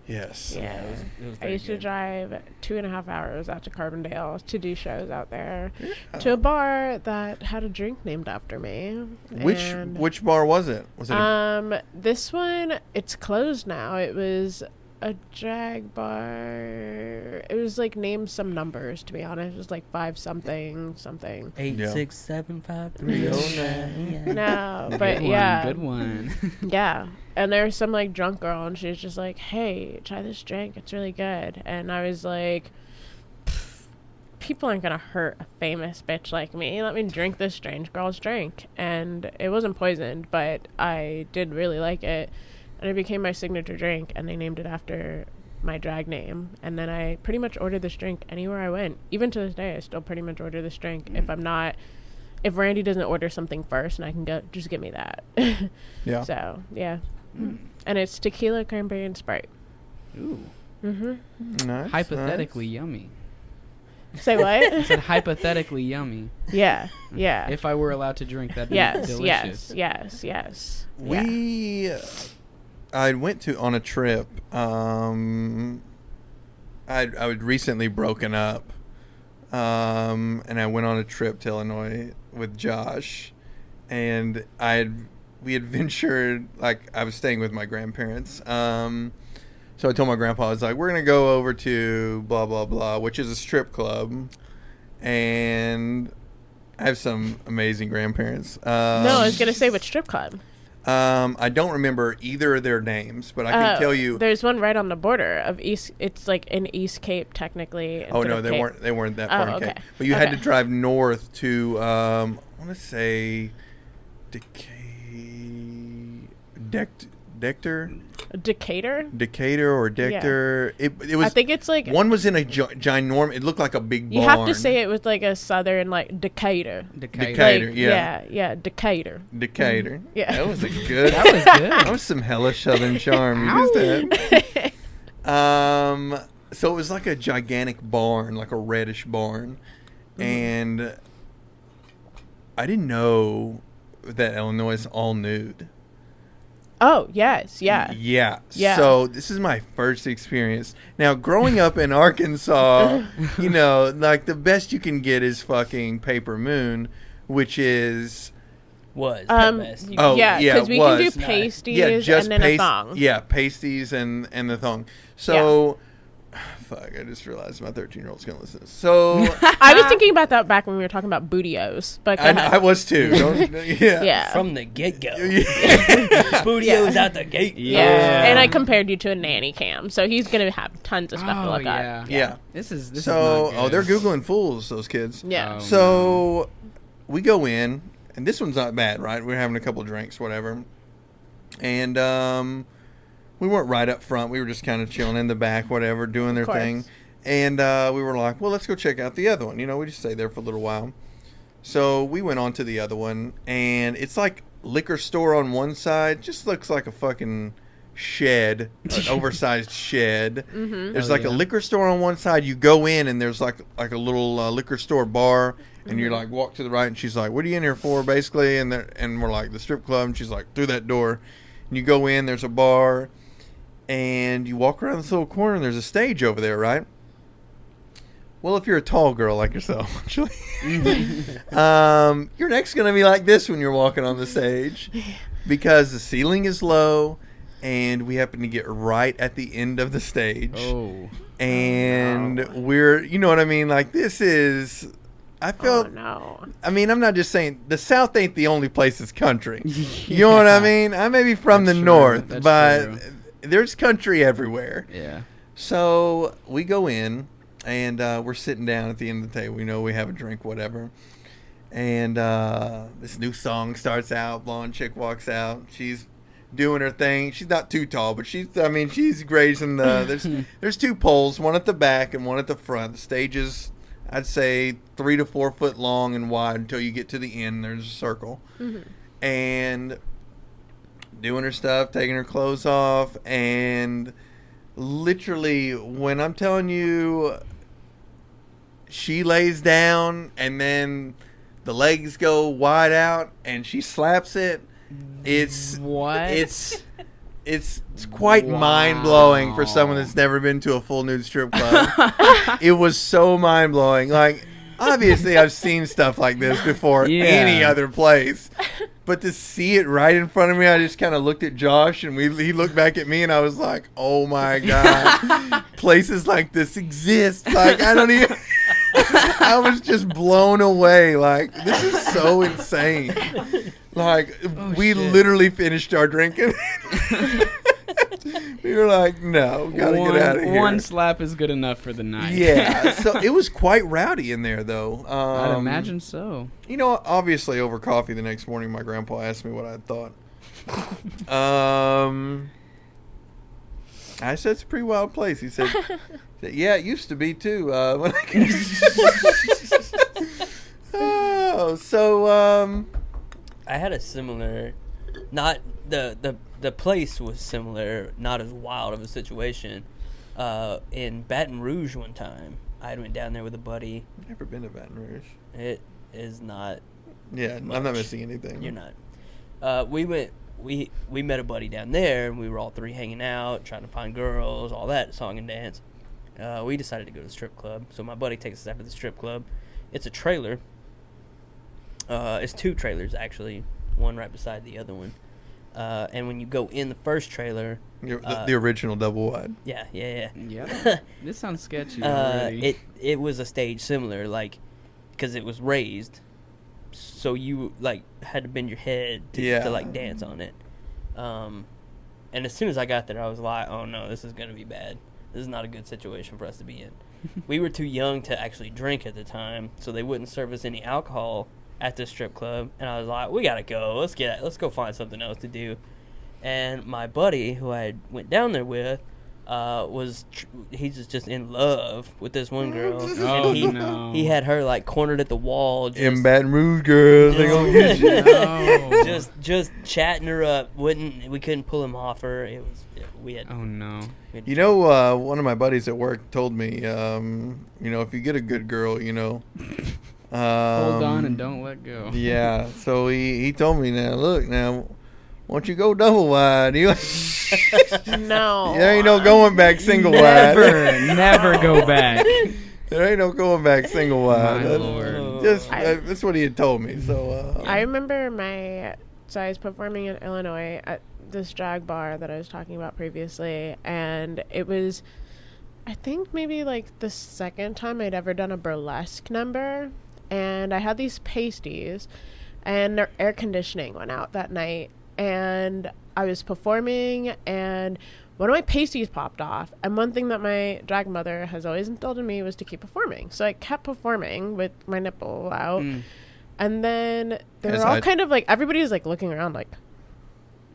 [SPEAKER 1] yes.
[SPEAKER 2] yeah.
[SPEAKER 3] it was- it was
[SPEAKER 2] I
[SPEAKER 3] very
[SPEAKER 2] used to
[SPEAKER 3] good.
[SPEAKER 2] drive two and a half hours out to Carbondale to do shows out there to a bar that had a drink named after me.
[SPEAKER 1] Which
[SPEAKER 2] And,
[SPEAKER 1] which bar was it? Was it? a-
[SPEAKER 2] um this one it's closed now. It was a drag bar. It was like named some numbers to be honest. It was like five something something.
[SPEAKER 3] Eight
[SPEAKER 1] Yeah.
[SPEAKER 3] six seven five three oh nine.
[SPEAKER 2] No,
[SPEAKER 4] Good
[SPEAKER 2] but
[SPEAKER 4] one,
[SPEAKER 2] yeah,
[SPEAKER 4] Good one.
[SPEAKER 2] Yeah. And there's some like drunk girl and she's just like, Hey, try this drink, it's really good and I was like "Pff, People aren't gonna hurt a famous bitch like me. Let me drink this strange girl's drink. And it wasn't poisoned, but I did really like it. And it became my signature drink and they named it after my drag name, and then I pretty much ordered this drink anywhere I went. Even to this day, I still pretty much order this drink if I'm not. If Randy doesn't order something first, and I can go, just give me that.
[SPEAKER 1] Yeah.
[SPEAKER 2] So yeah,
[SPEAKER 4] Mm.
[SPEAKER 2] and it's tequila, cranberry, and Sprite.
[SPEAKER 4] Ooh. Mm-hmm.
[SPEAKER 2] hmm
[SPEAKER 1] Nice,
[SPEAKER 4] Hypothetically yummy.
[SPEAKER 2] Say what?
[SPEAKER 4] Said hypothetically yummy.
[SPEAKER 2] yeah, yeah,
[SPEAKER 4] If I were allowed to drink, that'd be
[SPEAKER 2] yes,
[SPEAKER 4] delicious.
[SPEAKER 2] yes, yes, yes.
[SPEAKER 1] nice.
[SPEAKER 2] yeah.
[SPEAKER 1] We, I went to on a trip. Um, I I had recently broken up, um, and I went on a trip to Illinois with Josh, and I had we had ventured like I was staying with my grandparents. Um, so I told my grandpa I was like, "We're gonna go over to blah blah blah, which is a strip club," and I have some amazing grandparents. Um,
[SPEAKER 2] No, I was gonna say with strip club.
[SPEAKER 1] um, I don't remember either of their names, but I can
[SPEAKER 2] Oh,
[SPEAKER 1] tell you.
[SPEAKER 2] there's one right on the border of East. It's like in East Cape, technically.
[SPEAKER 1] Oh
[SPEAKER 2] instead
[SPEAKER 1] no,
[SPEAKER 2] of
[SPEAKER 1] they
[SPEAKER 2] Cape.
[SPEAKER 1] weren't. They weren't that
[SPEAKER 2] Oh,
[SPEAKER 1] far. in
[SPEAKER 2] okay.
[SPEAKER 1] Cape. But you had to
[SPEAKER 2] Okay.
[SPEAKER 1] drive north to. Um, I want to say, Decay, Dect, Dector,
[SPEAKER 2] Decatur.
[SPEAKER 1] Decatur, or Dector. It, it was.
[SPEAKER 2] I think it's like
[SPEAKER 1] one was in a gi- ginormous. It looked like a big.
[SPEAKER 2] you
[SPEAKER 1] barn.
[SPEAKER 2] have to say it with like a southern like Decatur.
[SPEAKER 1] Decatur.
[SPEAKER 4] Decatur.
[SPEAKER 1] Decatur,
[SPEAKER 2] Like,
[SPEAKER 1] yeah.
[SPEAKER 2] yeah, yeah, Decatur.
[SPEAKER 1] Decatur.
[SPEAKER 2] Mm, Yeah.
[SPEAKER 1] that was a good.
[SPEAKER 4] That was good.
[SPEAKER 1] That was some hellish southern charm. You missed that. Um, so it was like a gigantic barn, like a reddish barn,
[SPEAKER 2] Mm-hmm.
[SPEAKER 1] and I didn't know that Illinois is all nude.
[SPEAKER 2] oh yes, yeah.
[SPEAKER 1] Yeah.
[SPEAKER 2] Yeah.
[SPEAKER 1] So this is my first experience. Now, growing up in Arkansas, you know, like the best you can get is fucking Paper Moon, which is
[SPEAKER 3] Was
[SPEAKER 2] Um,
[SPEAKER 3] the best. You-
[SPEAKER 1] Oh,
[SPEAKER 2] yeah,
[SPEAKER 1] yeah,
[SPEAKER 2] because we
[SPEAKER 1] was.
[SPEAKER 2] can do pasties
[SPEAKER 1] yeah, just
[SPEAKER 2] and then
[SPEAKER 1] pas-
[SPEAKER 2] a thong.
[SPEAKER 1] Yeah, pasties and and the thong. So, fuck, I just realized my thirteen year old's gonna listen. So.
[SPEAKER 2] I was thinking about that back when we were talking about bootios, but go
[SPEAKER 1] I,
[SPEAKER 2] ahead.
[SPEAKER 1] I was too. Don't- yeah.
[SPEAKER 2] yeah.
[SPEAKER 3] From the get go.
[SPEAKER 1] Yeah.
[SPEAKER 3] Studio's out the gate.
[SPEAKER 4] Yeah.
[SPEAKER 2] yeah.
[SPEAKER 1] Yeah.
[SPEAKER 2] and I compared you to a nanny cam, so he's gonna have tons of stuff to
[SPEAKER 4] Oh
[SPEAKER 2] look
[SPEAKER 4] yeah.
[SPEAKER 2] up.
[SPEAKER 1] Yeah.
[SPEAKER 4] This is this
[SPEAKER 1] So,
[SPEAKER 4] Is not
[SPEAKER 1] oh,
[SPEAKER 4] good.
[SPEAKER 1] they're googling fools. Those kids.
[SPEAKER 2] Yeah,
[SPEAKER 4] Oh.
[SPEAKER 1] So, we go in, and this one's not bad, right? We're having a couple drinks, whatever, and um, we weren't right up front. We were just kind of chilling in the back, whatever, doing their
[SPEAKER 2] course.
[SPEAKER 1] thing. And uh, we were like, well, let's go check out the other one. You know, we just stay there for a little while. So we went on to the other one, and it's like liquor store on one side, just looks like a fucking shed, an oversized shed. Mm-hmm. There's
[SPEAKER 4] Oh,
[SPEAKER 1] like
[SPEAKER 4] yeah.
[SPEAKER 1] a liquor store on one side. You go in, and there's like like a little uh, liquor store bar, and
[SPEAKER 4] Mm-hmm.
[SPEAKER 1] you're like walk to the right, and she's like, "What are you in here for?" Basically, and they're- and we're like the strip club, and she's like, "Through that door." And you go in, there's a bar, and you walk around this little corner, and there's a stage over there, right? Well, if you're a tall girl like yourself, actually,
[SPEAKER 4] Mm-hmm.
[SPEAKER 1] um, your neck's gonna be like this when you're walking on the stage, because the ceiling is low, and we happen to get right at the end of the stage,
[SPEAKER 4] Oh.
[SPEAKER 1] and we're, you know what I mean? Like this is, I
[SPEAKER 2] Oh
[SPEAKER 1] felt,
[SPEAKER 2] no.
[SPEAKER 1] I mean, I'm not just saying the South ain't the only place that's country. You know what I
[SPEAKER 4] Yeah.
[SPEAKER 1] mean? I may be from
[SPEAKER 4] That's
[SPEAKER 1] the
[SPEAKER 4] true.
[SPEAKER 1] North,
[SPEAKER 4] That's
[SPEAKER 1] but
[SPEAKER 4] true.
[SPEAKER 1] there's country everywhere.
[SPEAKER 4] Yeah.
[SPEAKER 1] So we go in and uh, we're sitting down at the end of the table. We know we have a drink, whatever. And uh, this new song starts out. Blonde chick walks out. She's doing her thing. She's not too tall, but she's, I mean, she's grazing the. There's, there's two poles, one at the back and one at the front. The stage is, I'd say, three to four foot long and wide until you get to the end. There's a circle.
[SPEAKER 2] Mm-hmm.
[SPEAKER 1] And doing her stuff, taking her clothes off, and literally when I'm telling you she lays down and then the legs go wide out and she slaps it it's
[SPEAKER 4] What?
[SPEAKER 1] it's it's, it's quite
[SPEAKER 4] Wow.
[SPEAKER 1] mind blowing for someone that's never been to a full nude strip club. it was so mind blowing. Like obviously I've seen stuff like this before
[SPEAKER 4] Yeah.
[SPEAKER 1] any other place. But to see it right in front of me, I just kind of looked at Josh and we he looked back at me and I was like, "Oh my god. Places like this exist." Like I don't even I was just blown away. Like this is so insane. Like we
[SPEAKER 4] Oh, shit.
[SPEAKER 1] literally finished our drinking. we were like, "No, gotta
[SPEAKER 4] one,
[SPEAKER 1] get out of here."
[SPEAKER 4] One slap is good enough for the night.
[SPEAKER 1] yeah, so it was quite rowdy in there, though. Um,
[SPEAKER 4] I'd imagine so.
[SPEAKER 1] You know, obviously, over coffee the next morning, my grandpa asked me what I thought. um, I said it's a pretty wild place. He said, said, "Yeah, it used to be too." Uh, when I came. oh, so um,
[SPEAKER 3] I had a similar, not the the the place was similar, not as wild of a situation. Uh, in Baton Rouge one time, I went down there with a buddy.
[SPEAKER 1] I've never been to Baton Rouge.
[SPEAKER 3] It is not.
[SPEAKER 1] Yeah, I'm not
[SPEAKER 3] Much.
[SPEAKER 1] missing anything.
[SPEAKER 3] You're not. Uh, we went. We we met a buddy down there, and we were all three hanging out, trying to find girls, all that song and dance. Uh, we decided to go to the strip club. So my buddy takes us out to the strip club. It's a trailer. Uh, it's two trailers actually, one right beside the other one. Uh, and when you go in the first trailer,
[SPEAKER 1] You're- the,
[SPEAKER 3] uh,
[SPEAKER 1] the original double wide.
[SPEAKER 3] yeah, yeah, yeah.
[SPEAKER 4] Yep. this sounds sketchy.
[SPEAKER 3] Uh,
[SPEAKER 4] already.
[SPEAKER 3] it it was a stage similar, like, because it was raised, so you like had to bend your head to,
[SPEAKER 1] Yeah.
[SPEAKER 3] to like dance on it. Um, and as soon as I got there, I was like, "Oh no, this is gonna be bad. This is not a good situation for us to be in." we were too young to actually drink at the time, so they wouldn't serve us any alcohol at this strip club. And I was like, "We gotta go. Let's get. Let's go find something else to do." And my buddy, who I had went down there with, uh, was tr- he was just in love with this one girl,
[SPEAKER 4] Oh,
[SPEAKER 3] and he
[SPEAKER 4] no.
[SPEAKER 3] he had her like cornered at the wall, just
[SPEAKER 1] In Baton Rouge, girls, they gonna get you.
[SPEAKER 4] no.
[SPEAKER 3] just just chatting her up. wouldn't We couldn't pull him off her. It was we had.
[SPEAKER 4] Oh no.
[SPEAKER 1] You know, uh, one of my buddies at work told me, um, you know, if you get a good girl, you know, um,
[SPEAKER 4] Hold on and don't let go.
[SPEAKER 1] Yeah. So he, he told me now, look now, won't you go double wide? You
[SPEAKER 2] No.
[SPEAKER 1] there ain't no going back single
[SPEAKER 4] Never,
[SPEAKER 1] wide.
[SPEAKER 4] never go back.
[SPEAKER 1] there ain't no going back single wide.
[SPEAKER 4] My
[SPEAKER 1] That-
[SPEAKER 4] lord.
[SPEAKER 1] Just
[SPEAKER 2] I-
[SPEAKER 1] uh, that's what he had told me. So uh,
[SPEAKER 2] I remember my so I was performing in Illinois at this drag bar that I was talking about previously, and it was I think maybe like the second time I'd ever done a burlesque number, and I had these pasties, and their air conditioning went out that night, and I was performing and. One of my pasties popped off, and one thing that my drag mother has always instilled in me was to keep performing. So I kept performing with my nipple out,
[SPEAKER 4] Mm. Hmm.
[SPEAKER 2] and then they
[SPEAKER 1] Yes,
[SPEAKER 2] were all
[SPEAKER 1] I-
[SPEAKER 2] kind of like everybody was like looking around like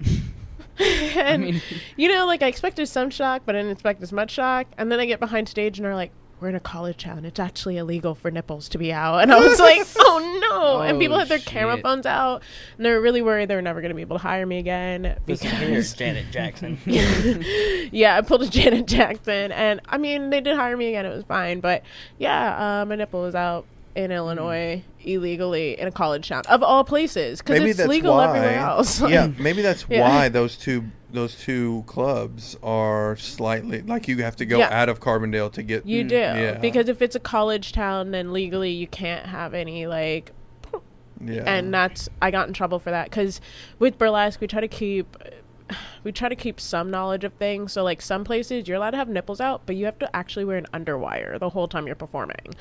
[SPEAKER 2] and
[SPEAKER 4] mean-
[SPEAKER 2] you know, like I expected some shock, but I didn't expect as much shock. And then I get behind stage and they're like, We're in a college town. It's actually illegal for nipples to be out and I was like, Oh no
[SPEAKER 4] Oh,
[SPEAKER 2] And people had their camera
[SPEAKER 4] shit.
[SPEAKER 2] phones out and they were really worried they were never gonna be able to hire me again
[SPEAKER 3] Listen here,
[SPEAKER 2] because
[SPEAKER 3] Janet Jackson.
[SPEAKER 2] yeah, I pulled a Janet Jackson, and I mean they did hire me again. It was fine, but yeah, uh, my nipple was out in
[SPEAKER 1] Hmm.
[SPEAKER 2] Illinois illegally in a college town of all places because
[SPEAKER 1] maybe
[SPEAKER 2] it's
[SPEAKER 1] that's
[SPEAKER 2] legal
[SPEAKER 1] why.
[SPEAKER 2] everywhere else.
[SPEAKER 1] yeah, maybe that's
[SPEAKER 2] Yeah.
[SPEAKER 1] why those two those two clubs are slightly like you have to go
[SPEAKER 2] Yeah.
[SPEAKER 1] out of Carbondale to get
[SPEAKER 2] you do
[SPEAKER 1] yeah.
[SPEAKER 2] because if it's a college town, then legally you can't have any like
[SPEAKER 1] yeah.
[SPEAKER 2] and uh, that's I got in trouble for that because with burlesque we try to keep we try to keep some knowledge of things. So like some places you're allowed to have nipples out, but you have to actually wear an underwire the whole time you're performing.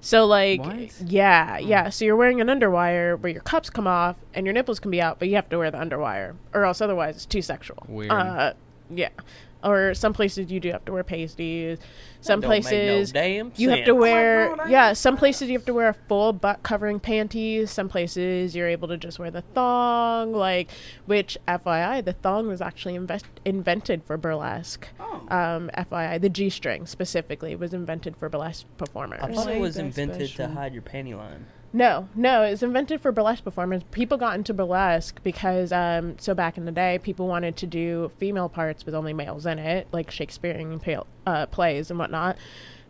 [SPEAKER 2] So like
[SPEAKER 4] What?
[SPEAKER 2] yeah, yeah. So you're wearing an underwire where your cups come off and your nipples can be out, but you have to wear the underwire or else otherwise it's too sexual.
[SPEAKER 4] Weird.
[SPEAKER 2] Uh, yeah. Or some places you do have to wear pasties. Some
[SPEAKER 3] don't make no
[SPEAKER 2] places
[SPEAKER 3] damn
[SPEAKER 2] you have to
[SPEAKER 3] sense.
[SPEAKER 2] wear yeah some places you have to wear a full butt covering panties some places you're able to just wear the thong like which fyi the thong was actually invest- invented for burlesque um, fyi the g-string specifically was invented for burlesque performers
[SPEAKER 3] I thought it was
[SPEAKER 4] that
[SPEAKER 3] invented
[SPEAKER 4] special.
[SPEAKER 3] to hide your panty line.
[SPEAKER 2] no, no, it was invented for burlesque performers. People got into burlesque because, um, so back in the day, people wanted to do female parts with only males in it, like Shakespearean pale, uh, plays and whatnot.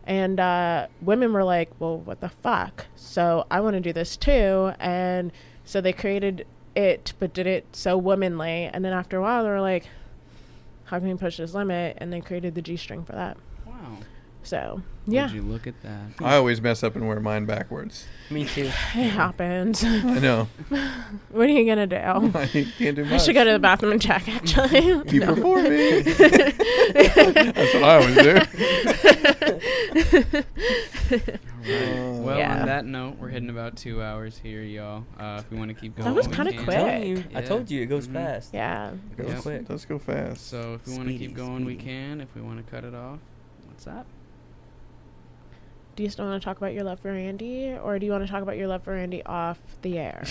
[SPEAKER 2] And uh, women were like, well, what the fuck? So I want to do this too. And so they created it, but did it so womanly. And then after a while, they were like, how can we push this limit? And they created the G string for that.
[SPEAKER 4] Wow.
[SPEAKER 2] So, yeah,
[SPEAKER 4] Would you look at that?
[SPEAKER 1] I always mess up and wear mine backwards.
[SPEAKER 3] Me too.
[SPEAKER 2] it happens.
[SPEAKER 1] I know.
[SPEAKER 2] what are you going to do?
[SPEAKER 1] I can't do much.
[SPEAKER 2] Oh. I should go to the bathroom and check, actually.
[SPEAKER 1] Keep performing. That's what I always do.
[SPEAKER 4] Well,
[SPEAKER 2] Yeah.
[SPEAKER 4] on that note, we're hitting about two hours here, y'all. Uh, if we want to keep going,
[SPEAKER 2] That was
[SPEAKER 4] we
[SPEAKER 2] kinda
[SPEAKER 4] can.
[SPEAKER 3] I'm telling
[SPEAKER 2] quick.
[SPEAKER 3] you, I
[SPEAKER 4] Yeah.
[SPEAKER 3] told you it goes
[SPEAKER 4] Mhm.
[SPEAKER 3] fast.
[SPEAKER 2] yeah.
[SPEAKER 1] Goes-
[SPEAKER 4] Yeah.
[SPEAKER 3] Quick.
[SPEAKER 1] Let's go fast.
[SPEAKER 4] So if we want to
[SPEAKER 3] Speedy,
[SPEAKER 4] keep going, we
[SPEAKER 3] speedy.
[SPEAKER 4] can. If we want to cut it off, what's up?
[SPEAKER 2] Do you still want to talk about your love for Andy, or do you want to talk about your love for Andy off the air?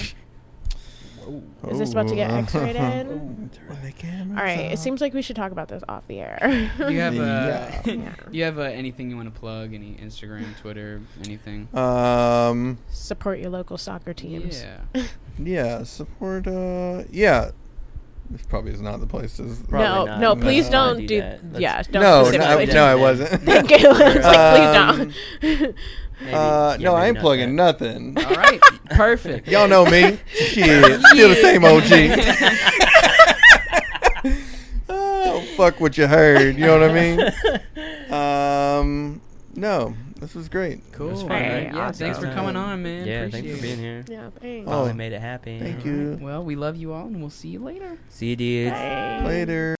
[SPEAKER 2] Is this about to get
[SPEAKER 1] Ooh.
[SPEAKER 2] X-rayed in?
[SPEAKER 1] Oh. Turn the camera.
[SPEAKER 2] All right. It seems like we should talk about this off the air.
[SPEAKER 4] Do you have
[SPEAKER 1] Yeah.
[SPEAKER 4] uh,
[SPEAKER 2] Yeah.
[SPEAKER 4] do you have uh, anything you want to plug? Any Instagram, Twitter, anything?
[SPEAKER 1] Uh, Um.
[SPEAKER 2] Support your local soccer teams.
[SPEAKER 4] Yeah.
[SPEAKER 1] Yeah. Support. Uh. Yeah. This probably is not the place to.
[SPEAKER 3] Probably
[SPEAKER 2] no,
[SPEAKER 3] not.
[SPEAKER 2] no,
[SPEAKER 1] No.
[SPEAKER 2] please
[SPEAKER 1] Let's
[SPEAKER 2] don't do.
[SPEAKER 3] not do that. Let's-
[SPEAKER 2] yeah,
[SPEAKER 1] No.
[SPEAKER 2] don't
[SPEAKER 1] No. I-
[SPEAKER 2] specifically do
[SPEAKER 1] No. I
[SPEAKER 2] that.
[SPEAKER 1] wasn't. Um,
[SPEAKER 2] Thank you. It's like, please don't.
[SPEAKER 3] Maybe-
[SPEAKER 1] Uh.
[SPEAKER 3] yeah,
[SPEAKER 1] No.
[SPEAKER 3] maybe
[SPEAKER 1] I ain't
[SPEAKER 3] not
[SPEAKER 1] plugging
[SPEAKER 3] that.
[SPEAKER 1] nothing.
[SPEAKER 4] All right. Perfect.
[SPEAKER 1] Y'all know me. Shit. Still the same OG. oh, fuck what you heard. You know what I mean? Um, no, this was great.
[SPEAKER 4] Cool.
[SPEAKER 3] fun,
[SPEAKER 4] All
[SPEAKER 2] right?
[SPEAKER 4] Yeah. Thanks for
[SPEAKER 3] Awesome.
[SPEAKER 4] coming on, man.
[SPEAKER 3] Yeah, thanks
[SPEAKER 4] Appreciate
[SPEAKER 3] for
[SPEAKER 4] it.
[SPEAKER 3] being here.
[SPEAKER 2] Yeah, thanks.
[SPEAKER 1] Oh.
[SPEAKER 3] Finally made it happen.
[SPEAKER 1] Thank you.
[SPEAKER 4] Well, we love you all, and we'll see you later.
[SPEAKER 3] See you, dudes.
[SPEAKER 2] Bye.
[SPEAKER 1] Later.